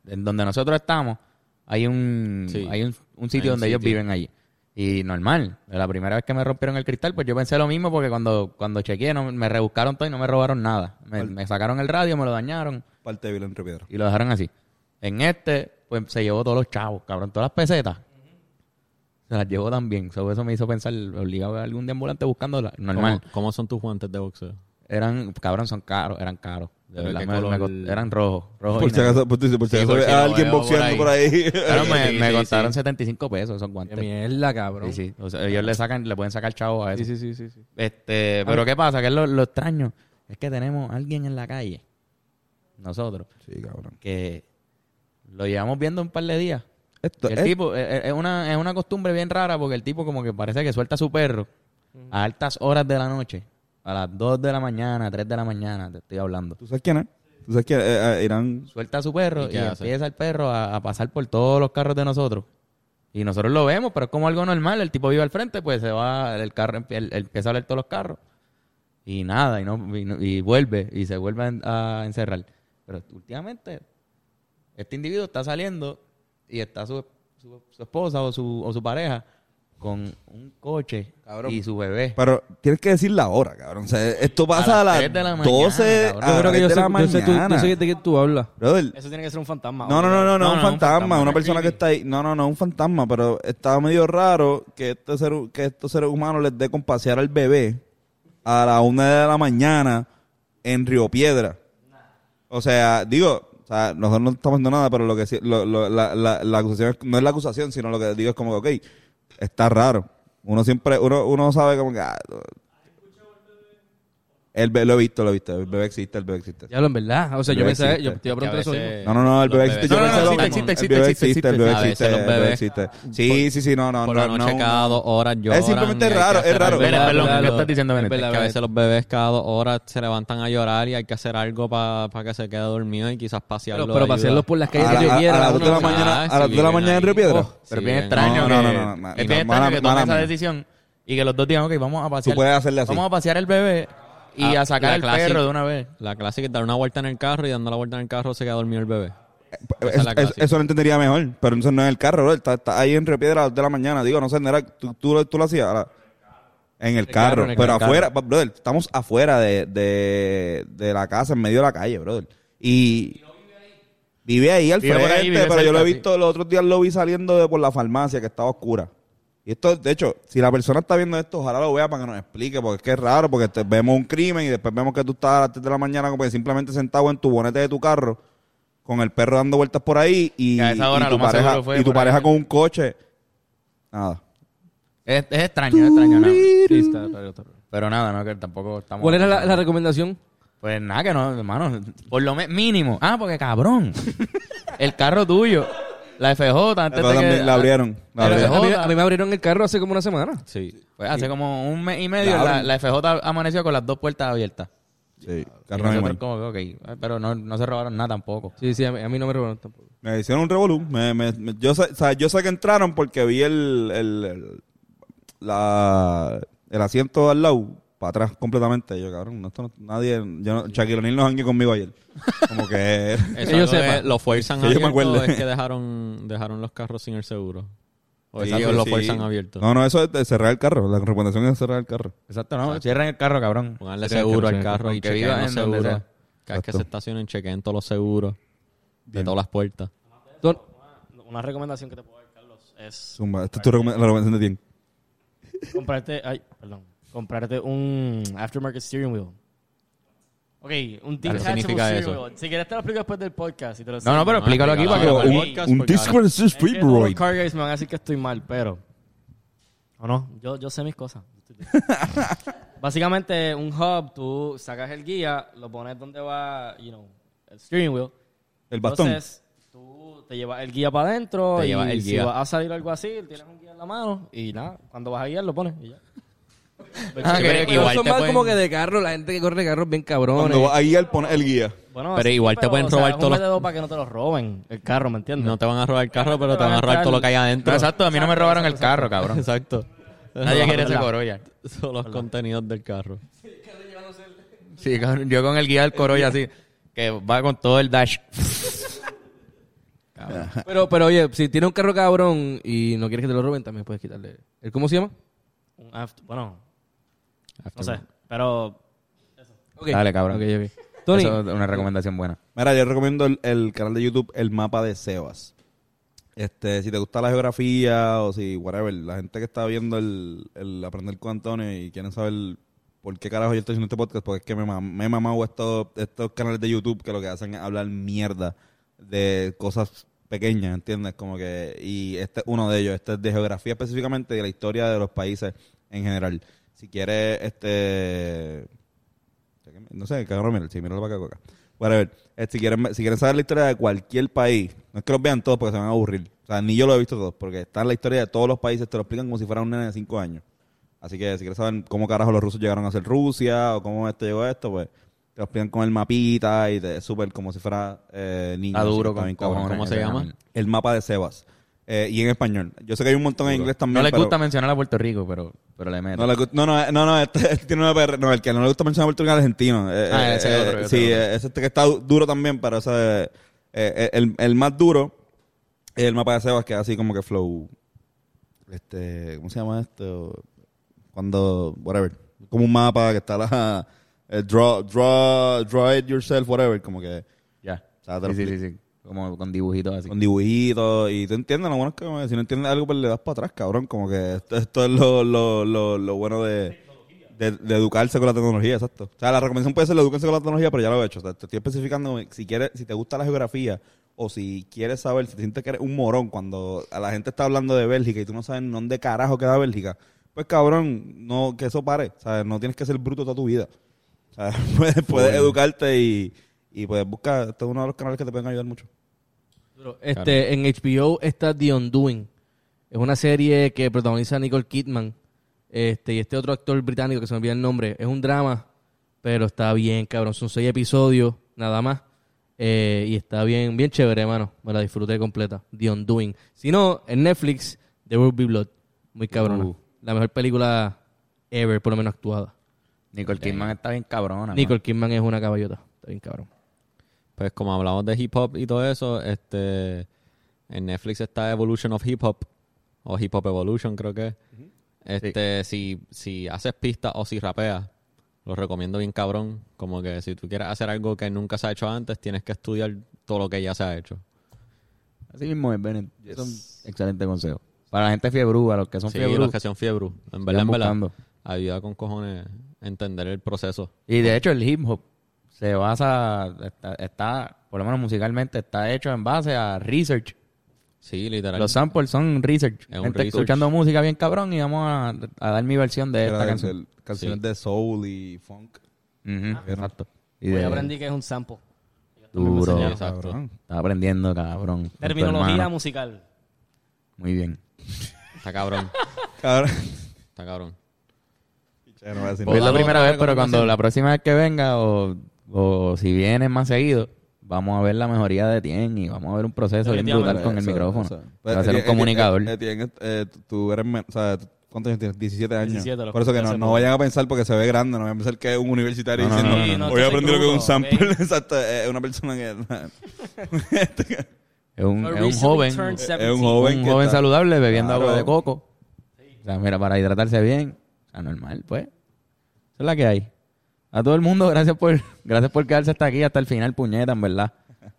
S3: en donde nosotros estamos hay un,
S7: Sí.
S3: hay un, un sitio
S7: Hay un
S3: donde ellos
S7: sitio.
S3: viven allí. Y normal, la primera vez que me rompieron el cristal, pues yo pensé lo mismo porque cuando, cuando chequeé no, me rebuscaron todo y no me robaron nada. Me, me sacaron el radio, me lo dañaron
S2: Parte de Vila entre Piedra.
S3: y lo dejaron así. En este, pues se llevó todos los chavos, cabrón, todas las pesetas. Se las llevó también. So, eso me hizo pensar, obligado a algún deambulante buscándola. Normal.
S7: ¿Cómo, cómo son tus guantes de boxeo?
S3: Eran, cabrón, son caros, eran caros. De
S7: ¿Pero
S3: verdad,
S7: qué
S3: me- me
S7: color?
S3: cost- eran rojos. rojos
S2: Por
S3: y
S2: si
S3: negros.
S2: acaso, por si por si
S7: Sí,
S2: acaso
S7: por
S2: ve
S7: si
S2: a
S7: lo
S2: alguien
S7: veo
S2: boxeando por
S7: por
S2: ahí.
S3: Claro, me,
S7: Sí,
S3: me
S7: sí,
S3: costaron
S7: sí.
S3: 75 pesos esos guantes.
S4: Qué mierda, cabrón.
S3: Sí, sí. O sea, ellos le sacan, le pueden sacar chavos a eso.
S4: Sí, sí, sí, sí, sí.
S3: Este, pero ¿qué pasa? Que es lo, lo extraño. Es que tenemos a alguien en la calle. Nosotros.
S2: Sí, cabrón.
S3: Que lo llevamos viendo un par de días.
S2: Esto
S3: Y el
S2: es-
S3: tipo, eh, eh, es una, es una costumbre bien rara porque el tipo como que parece que suelta a su perro a altas horas de la noche. A las 2 de la mañana, 3 de la mañana, te estoy hablando.
S2: ¿Tú sabes quién es? ¿Tú sabes quién es? Eh, eh, Irán.
S3: Suelta a su perro
S7: ¿Y
S3: y,
S7: qué hace?
S3: empieza el perro a, a pasar por todos los carros de nosotros. Y nosotros lo vemos, pero es como algo normal. El tipo vive al frente, pues se va, el carro empie- el- empieza a oler todos los carros. Y nada, y, no, y, no- y vuelve, y se vuelve a en- a encerrar. Pero últimamente, este individuo está saliendo y está su, su- su esposa o su, o su pareja con un coche
S4: Cabrón.
S3: y su bebé.
S2: Pero tienes que decir la hora, cabrón. O sea, esto pasa a
S3: las
S2: las,
S3: tres de la mañana,
S2: 12
S3: cabrón.
S2: a
S4: Yo creo que yo
S2: las tres de
S4: sé,
S2: Ah, la
S4: yo sé tú- yo
S2: mañana.
S4: sé de qué tú hablas.
S2: Brother,
S9: Eso tiene que ser un fantasma.
S2: No, no, no, no, no, un fantasma, una
S3: un
S2: persona que
S3: creepy.
S2: está ahí. No, no, no, un fantasma, pero estaba medio raro que, este ser, que estos seres humanos les dé con pasear al bebé a la una de la mañana en Río Piedra. O sea, digo, o sea, nosotros no estamos haciendo nada, pero lo que sí- lo- lo- la, la- la acusación es- no es la acusación, sino lo que digo es como que, ok, está raro. Uno siempre, uno, uno sabe como que... ah, no. el bebé, lo he visto, lo he visto. El bebé existe, el bebé existe.
S4: Ya lo en verdad. O sea, yo
S2: Bebé
S4: pensaba,
S2: existe.
S4: yo te iba a preguntar eso
S2: No,
S4: mismo.
S2: no, no, el
S7: Eh, Los
S2: bebé
S7: bebés
S2: existe. Yo
S7: no-
S2: pensé
S7: no,
S2: lo
S7: existe,
S2: mismo.
S7: existe,
S2: El bebé existe, el bebé
S7: existe. Ah,
S2: existe, el
S7: A
S2: bebé
S7: veces
S2: existe. Sí, sí, sí, no, no,
S7: Por la
S2: no.
S7: noche
S2: no,
S7: cada dos horas lloran.
S2: simplemente
S7: y hay que
S2: raro, es
S7: hacer
S2: raro.
S7: algo.
S3: Espera,
S7: Es
S3: perdón,
S4: verdad,
S3: ¿qué
S4: lo-
S3: estás diciendo,
S4: es
S3: Benito?
S4: verdad.
S7: que a veces los bebés cada dos horas se levantan a llorar y hay que hacer algo para que se quede dormido y quizás pasearlo.
S4: Pero, pero
S7: ayuda.
S4: pasearlos por las
S2: A
S4: calles de
S2: la-
S4: Río
S2: a-
S4: Piedra,
S2: a las dos de la
S4: uno-
S2: mañana,
S7: Ah,
S2: a las
S7: sí,
S2: dos de la
S7: vienen
S2: mañana en
S7: ahí.
S2: Río Piedra.
S7: Oh,
S3: Pero
S7: Sí,
S3: es bien
S7: bien.
S3: extraño
S2: No,
S3: que,
S2: no, no, no, no.
S3: es bien
S2: Mala-
S3: extraño que tomen
S2: mala
S3: esa
S2: mía.
S3: decisión y que los dos digan, ok, vamos a pasear,
S2: Tú puedes hacerle así.
S3: Vamos a pasear el bebé y
S7: Ah,
S3: a sacar
S7: la
S3: el
S7: clásica.
S3: perro de una vez.
S7: La clásica es dar una vuelta en el carro y dando la vuelta en el carro se queda dormido el bebé.
S2: Eso,
S7: Esa es la
S2: eso-
S7: clásica.
S2: eso lo entendería mejor, pero entonces no es el carro, bro, Está, está ahí en Río Piedra a las dos de la mañana. Digo, no sé, no era- tú, tú, tú lo hacías. ahora. En el carro,
S4: en el
S2: pero
S4: carro.
S2: afuera, brother, estamos afuera de, de, de la casa, en medio de la calle, brother. Y vive ahí al
S3: Vive por
S2: frente,
S3: ahí, vive
S2: pero yo lo he
S3: cerca,
S2: visto, los otros días lo vi saliendo de por la farmacia, que estaba oscura. Y esto, de hecho, si la persona está viendo esto, ojalá lo vea para que nos explique, porque es que es raro, porque te- vemos un crimen y después vemos que tú estás a las 3 de la mañana como que simplemente sentado en tu bonete de tu carro, con el perro dando vueltas por ahí y,
S3: Y a esa hora
S2: y
S3: lo
S2: tu
S3: más
S2: pareja,
S3: seguro fue
S2: y tu
S3: por ahí.
S2: pareja con un coche. Nada.
S3: Es, es extraño, es extraño. nada.
S4: Sí, está raro, está raro.
S3: Pero nada, no, que tampoco estamos...
S4: ¿Cuál era la, la recomendación?
S3: Pues nada, que no, hermano. Por lo me- mínimo. Ah, porque cabrón. el carro tuyo. La FJ antes
S2: Pero
S3: de que...
S2: también la abrieron. la
S3: Ah, pero
S4: A
S2: abrieron.
S3: dejó-
S4: mí, a mí me abrieron el carro hace como una semana.
S3: Sí. Pues hace como un mes y medio
S2: La
S3: la,
S2: abren.
S3: la FJ amaneció con las dos puertas abiertas.
S2: Sí,
S3: Y
S2: carro
S3: nosotros
S2: animal.
S3: como que, ok, pero no, no se robaron nada tampoco.
S4: Sí, sí, a mí, a mí no me robaron tampoco.
S2: Me hicieron un revolú. Me- me- me- yo, sé, o sea, yo sé que entraron porque vi el, el, el- la, el asiento al lado para atrás completamente. Yo, cabrón, no, esto no- nadie... Yo no, Shaquille O'Neal no jangueó conmigo ayer. Como que...
S7: Eso
S4: Que yo
S7: es lo que
S4: sepa.
S7: Los fuerzan
S2: Que yo me
S7: abiertos
S2: acuerde.
S7: es que dejaron, dejaron los carros sin el seguro. O
S2: Sí,
S7: exacto, los
S2: sí.
S7: fuerzan abiertos.
S2: No, no, eso es de cerrar el carro. La recomendación es cerrar el carro.
S3: Exacto, no. Cierren el carro, cabrón.
S7: Pónganle
S4: Chequen,
S7: seguro
S4: chequen.
S7: al carro y
S3: Aunque
S7: chequen
S3: viva
S7: los
S3: en donde
S7: seguros.
S3: sea.
S7: Cada vez que
S2: Exacto.
S7: se estacionen, chequen todos los seguros de todas las puertas.
S4: Don-
S9: Una recomendación que te puedo dar, Carlos, es
S2: Zumba, esta es tu recome- la recomendación de Tien.
S9: comprarte, ay, perdón, comprarte un aftermarket steering wheel. Ok, un
S7: Claro,
S9: detachable
S7: significa
S9: steering
S7: eso.
S9: wheel. Si quieres te lo explico después del podcast. y te lo
S3: No, no,
S9: enseño.
S3: pero explícalo aquí para que...
S7: Pero
S2: Un,
S7: el
S2: un
S7: podcast, porque
S2: Discord es
S9: Es que todos los
S2: Speedroid.
S9: car guys me van a decir que estoy mal, pero... ¿O no? Yo, yo sé mis cosas. Básicamente, un hub, tú sacas el guía, lo pones donde va, you know, el steering wheel.
S2: El bastón.
S9: Entonces, tú te llevas el guía para adentro
S7: Te
S9: y
S7: llevas el
S9: si
S7: guía.
S9: vas a salir algo así, tienes un guía en la mano y nada, cuando vas a guiar lo pones y ya.
S3: Ah, que-
S4: Pero
S7: igual
S4: son
S7: te
S4: más
S7: pueden-
S4: como que de carro, la gente que corre de carro es bien cabrones.
S2: Cuando va ahí él pone el guía.
S9: Bueno,
S7: Pero igual te pueden
S9: o sea,
S7: robar
S9: es un
S7: todos los-
S9: método para que no te lo roben el carro, ¿me entiendes?
S7: No te van a robar el carro, pero
S9: te
S7: te van
S9: van
S7: a robar
S9: a
S7: todo lo que hay
S3: No,
S7: adentro.
S3: exacto, a mí no me robaron el carro, cabrón.
S7: Exacto.
S3: Ah. Nadie quiere ese
S9: Hola.
S3: corolla.
S7: Son los contenidos del carro.
S3: Sí, cabrón, yo con el guía del Corolla así, que va con todo el dash.
S4: Pero, pero oye, si tiene un carro cabrón y no quieres que te lo roben, también puedes quitarle. ¿El cómo se llama?
S9: Un aft- bueno, no sé, pero
S4: Ok.
S3: Dale, cabrón.
S4: Ok, ok. Tony,
S3: Eso es una recomendación buena.
S2: Mira, yo recomiendo el, el canal de YouTube El Mapa de Sebas. Este, si te gusta la geografía o si, whatever, la gente que está viendo el, el Aprender con Antonio y quieren saber por qué carajo yo estoy haciendo este podcast, porque es que me, ma- me he mamado estos, estos canales de YouTube que lo que hacen es hablar mierda de cosas pequeñas, ¿entiendes? Como que, y este es uno de ellos, este es de geografía específicamente y de la historia de los países en general. Si quieres, este, no sé, cabrón, mira, sí, míralo para acá, coca. Whatever. Eh, si, quieren, si quieren saber la historia de cualquier país, no es que los vean todos porque se van a aburrir. O sea, ni yo lo he visto todos, porque está la historia de todos los países, te lo explican como si fuera un nene de 5 años. Así que si quieres saber cómo carajo los rusos llegaron a ser Rusia o cómo esto llegó a esto, pues te lo explican con el mapita y te- es súper como si fuera eh, niño.
S3: Está
S2: así que
S3: duro
S2: está
S3: con
S2: bien cabrón.
S3: cojones,
S7: ¿Cómo se llama?
S3: cabrón.
S2: El mapa de Sebas. Eh, y en español. Yo sé que hay un montón en inglés también.
S3: No le
S2: pero-
S3: gusta mencionar a Puerto Rico, pero, pero le meto.
S2: no, le gust- no, no, no, no, este, este tiene una PR, no, el que no le gusta mencionar Puerto Rico es argentino. Eh,
S7: Ah,
S2: eh,
S7: ese es otro,
S2: eh,
S7: ese
S2: sí,
S7: es otro.
S2: eh, ese este que está du- duro también, pero ese, eh, eh, el, el más duro es el mapa de Sebas, que es así como que flow. Este, ¿cómo se llama esto? Cuando, whatever. Como un mapa que está la. eh, draw, draw, draw it yourself, whatever. Como que
S3: Ya.
S2: sea, te lo
S3: Sí, sí, sí, sí. Como con dibujitos así.
S2: con dibujitos y tú entiendes lo bueno es que como que si no entiendes algo pues le das para atrás cabrón como que esto, esto es lo, lo, lo, lo bueno de, de, de educarse con la tecnología exacto o sea la recomendación puede ser educarse con la tecnología pero ya lo he hecho o sea, te estoy especificando si quieres si te gusta la geografía o si quieres saber si te sientes que eres un morón cuando a la gente está hablando de Bélgica y tú no sabes en dónde carajo queda Bélgica pues cabrón no que eso pare sabes no tienes que ser bruto toda tu vida o sea, puedes, puedes educarte y, y puedes buscar este es uno de los canales que te pueden ayudar mucho
S4: este, en HBO está The Undoing. Es una serie que protagoniza Nicole Kidman este, y este otro actor británico que se me olvida el nombre. Es un drama, pero está bien, cabrón. Son seis episodios, nada más. Eh, y está bien, bien chévere, hermano. Me la disfruté completa. The Undoing. Si no, en Netflix, The Will Be Blood. Muy cabrona. La mejor película ever, por lo menos actuada.
S3: Nicole Kidman está bien cabrona. ¿no?
S4: Nicole Kidman es una caballota. Está bien, cabrón.
S7: Pues como hablamos de hip hop y todo eso, este en Netflix está Evolution of Hip Hop o Hip Hop Evolution, creo que. es. Este si si haces pistas o si rapeas, lo recomiendo bien cabrón, como que si tú quieres hacer algo que nunca se ha hecho antes, tienes que estudiar todo lo que ya se ha hecho.
S3: Así mismo es, Bennett. Es un excelente consejo. Para la gente fiebrúa, los que son
S7: Sí,
S3: fiebrú,
S7: los que son fiebre. En verdad,
S3: sigan
S7: en verdad.
S3: buscando.
S7: Ayuda con cojones a entender el proceso.
S3: Y de hecho el hip hop se basa, está, está, por lo menos musicalmente, está hecho en base a research.
S7: Sí, literal.
S3: Los samples son research.
S7: Es un
S3: gente
S7: research.
S3: escuchando música bien cabrón y vamos a, a dar mi versión de esta
S2: Era de-
S3: canción.
S2: de- canciones de soul y funk.
S3: Ujú, exacto. Y
S7: Eh,
S9: Hoy
S3: de-
S9: aprendí que es un sample.
S3: duro.
S7: enseñaron. Exacto.
S2: Cabrón.
S3: Está aprendiendo, cabrón. con tu
S9: Terminología
S3: hermano.
S9: musical.
S3: Muy bien.
S7: Está cabrón.
S2: Cabrón.
S7: Está cabrón.
S2: Ya no voy a decir
S3: Pues es
S2: nada.
S3: la
S7: Otra
S3: primera vez, pero
S7: recomendación.
S3: cuando la próxima vez que venga o, o si vienes más seguido, vamos a ver la mejoría de Tien y vamos a ver un proceso bien brutal con el
S2: Eso,
S3: micrófono.
S2: eso. Pues,
S3: Va a ser un
S2: Etienne-
S3: comunicador.
S2: Etienne, eh, tú eres. men- O sea, tú- ¿cuántos años tienes? 17 años.
S9: 17, los
S2: Por eso que
S9: que
S2: no,
S9: hace
S2: no
S9: poco.
S2: vayan a pensar porque se ve grande. No vayan a pensar que es un universitario
S3: No, no,
S2: diciendo.
S3: no, no,
S9: no.
S2: Hoy
S9: Sí, no,
S2: aprendí
S9: que
S2: lo que es un
S9: soy
S2: sample.
S9: crudo,
S2: Exacto. Es una persona que.
S3: Es un, es
S9: I
S3: un
S9: recently
S3: joven,
S9: turned
S3: un
S9: 17.
S2: un joven que
S3: joven
S2: está-
S3: saludable bebiendo agua
S2: Claro.
S3: de coco. O sea, mira, para hidratarse bien. O sea, normal, pues. Esa es la que hay. A todo el mundo, gracias por, gracias por quedarse hasta aquí, hasta el final, puñeta, en verdad.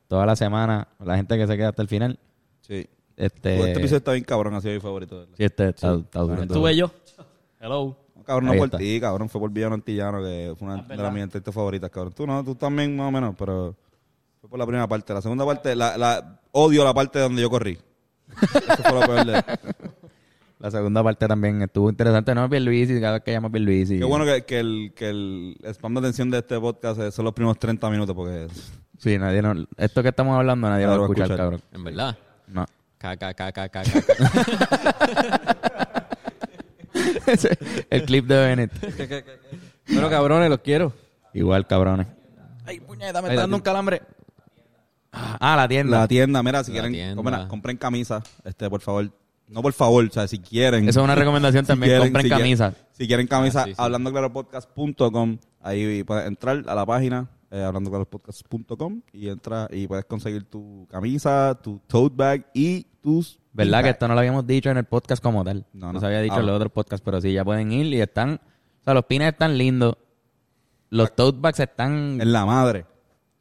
S3: Toda la semana, la gente que se queda hasta el final.
S2: Sí. Este
S3: Este,
S2: episodio está bien cabrón. Ha sido mi favorito. de verdad.
S3: sí, este está, está duro.
S9: Estuve yo. Hello.
S2: No, cabrón, no
S3: Ahí
S2: por
S3: está.
S2: ti, cabrón. Fue por Villano Antillano, que fue una de las mis entrevistas favoritas, cabrón. Tú no, tú también más o menos, pero fue por la primera parte. La segunda parte, la, la- odio la parte donde yo corrí. Eso fue lo peor de-
S3: La segunda parte también estuvo interesante. No, Pierluisi, cada vez que llama Pierluisi.
S2: Qué bueno que, que el, que el spam de atención de este podcast eh, son los primeros 30 minutos, porque
S3: Sí, nadie no- esto que estamos hablando nadie lo va a escuchar, cabrón.
S7: En verdad.
S3: No.
S7: Ca, ca, ca, ca, ca, ca, ca.
S3: Ese- el clip de Bennett.
S4: Bueno, cabrones, los quiero.
S3: Igual, cabrones. Ay, puñeta, me
S4: está dando un
S3: calambre. Ah, la tienda.
S2: la tienda, mira, si
S7: La
S2: quieren,
S7: tienda.
S2: compren, compren camisas, este, por favor. No, por favor, o sea, si quieren.
S3: Esa es una recomendación
S2: Si
S3: también.
S2: quieren,
S3: Compren
S2: si quieren-
S3: camisas.
S2: si quieren camisas,
S7: Ah, sí, sí.
S2: hablandoclaropodcast.com. Ahí puedes entrar a la página eh, hablandoclaropodcast.com y entra y puedes conseguir tu camisa, tu tote bag y tus.
S3: ¿Verdad que
S2: bags.
S3: esto no lo habíamos dicho en el podcast como tal?
S2: No,
S3: No,
S2: no.
S3: se había dicho
S2: Ah,
S3: en los
S2: bueno.
S3: otros podcasts, pero sí, ya pueden ir y están... O sea, los pines están lindos. Los tote bags están...
S2: Es la madre.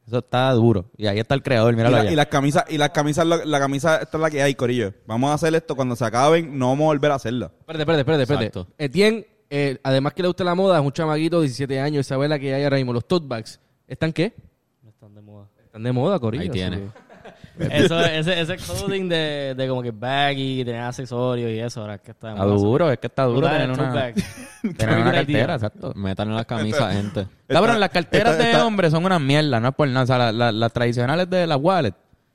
S3: Eso está duro. Y ahí está el creador, míralo
S2: y, la-
S3: allá.
S2: y las camisas, y las camisas, lo- la camisa, esta es la que hay, Corillo. Vamos a hacer esto cuando se acaben, no vamos a volver a hacerlo.
S4: Espérate, espérate, espérate. espérate.
S7: Exacto.
S4: Etienne, eh, además que le gusta la moda, es un chamaguito de 17 años. Esa vela que hay ahora mismo. Los tote bags, ¿están qué?
S9: No están de moda.
S4: Están de moda, Corillo.
S7: Ahí
S4: así
S7: tiene.
S4: que-
S9: Eso, ese, ese clothing de, de como que baggy, tener accesorios y eso, ahora es que está de
S3: Está
S9: moda.
S3: duro, es que está duro
S9: Brutal,
S3: tener
S9: el
S3: una,
S9: tote bag.
S3: tener una
S9: Buena idea.
S3: cartera, exacto.
S7: Metan en Pues las camisas, gente.
S3: Cabrón, las carteras
S2: esta-
S3: de
S2: esta-
S3: hombre son una mierda, no es por nada. O sea, la- la- las tradicionales de las wallet.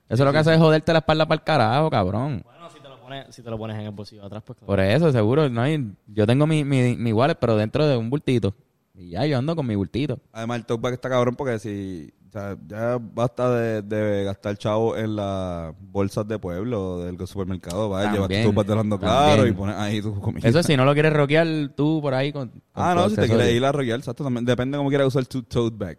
S3: Eso lo que hace es joderte la espalda para el carajo, cabrón.
S9: Bueno, si te lo pones, si te lo pones en el bolsillo atrás, pues claro.
S3: Por eso, seguro. No hay, yo tengo mi, mi, mi wallet, pero dentro de un bultito. Y ya, yo ando con mi bultito.
S2: Además, el tote bag está cabrón porque si. o sea, ya basta de, de gastar chavo en las bolsas de pueblo del supermercado. Va, llevas
S3: También,
S2: tu pantalando claro
S3: también.
S2: y pones ahí tu comida.
S3: Eso si no lo quieres rockear tú por ahí con. con
S2: Ah, no,
S3: tu
S2: si te
S3: accesorio.
S2: quieres ir a roguear, exacto. También depende cómo quieras usar tu tote bag.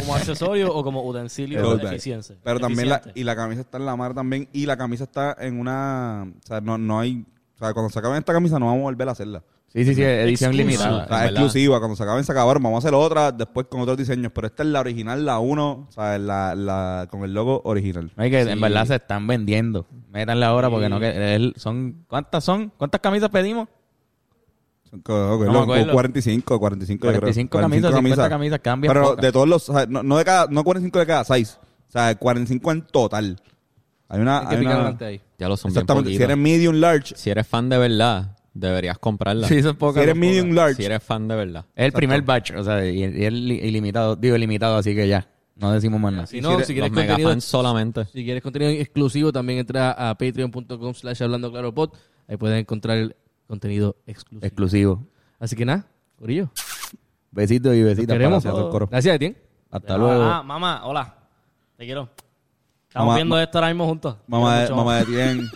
S9: Como accesorio o como utensilio
S2: Tote bag.
S9: eficiente.
S2: Pero también la,
S9: Eficiente.
S2: y la camisa está en la mar también. Y la camisa está en una. O sea, no, no hay. O sea, cuando se acaben esta camisa, no vamos a volver a hacerla.
S3: Sí, sí, sí, edición
S2: O
S3: limitada.
S2: sea,
S7: en verdad.
S2: exclusiva. Cuando se acaben, se acabaron. Vamos a hacer otra después con otros diseños. Pero esta es la original, la 1. O sea, la, la, con el logo original.
S3: No hay que,
S7: Sí.
S3: en verdad se están vendiendo. Métanle ahora porque no que él- son ¿cuántas son? ¿Cuántas camisas pedimos?
S2: Son co- ok,
S3: No me
S2: lo-
S3: acuerdo.
S2: 45, 45, yo creo.
S3: 45 camisas, 50 camisas, quedan bien
S2: Pero
S3: pocas.
S2: de todos los. o sea, no, no de cada, no 45 de cada 6. O sea, 45 en total. Hay una.
S4: Hay que
S2: hay una-
S4: picar adelante ahí.
S7: Ya lo son bien
S2: Exactamente. Si
S7: poquitas.
S2: eres medium large,
S7: Si eres fan de verdad, deberías comprarla.
S3: Sí, son pocas.
S2: si eres
S3: son
S2: medium
S3: pocas.
S2: large,
S7: Si eres fan de verdad.
S3: Es el primer batch, o sea, y, y es li- ilimitado, digo ilimitado, así que ya, no decimos más nada.
S4: Si no, si quieres
S7: Los mega
S4: contenido...
S7: fans solamente.
S4: Si quieres contenido exclusivo, también entra a patreon.com slash hablando claro pod. Ahí puedes encontrar el contenido exclusivo.
S3: Exclusivo.
S4: Así que nada, Corillo.
S3: Besitos y
S4: Los
S3: besitos.
S4: queremos.
S2: gracias, Coro.
S4: Gracias, Etienne.
S3: Hasta luego.
S9: Ah, mamá, hola. Te quiero. Estamos
S2: Mamá,
S9: viendo
S2: ma-
S9: esto ahora mismo juntos. Te
S2: mamá, de,
S9: quiero mucho,
S2: mamá de bien.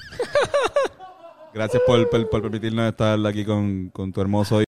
S2: Gracias por, por, por permitirnos estar aquí con, con tu hermoso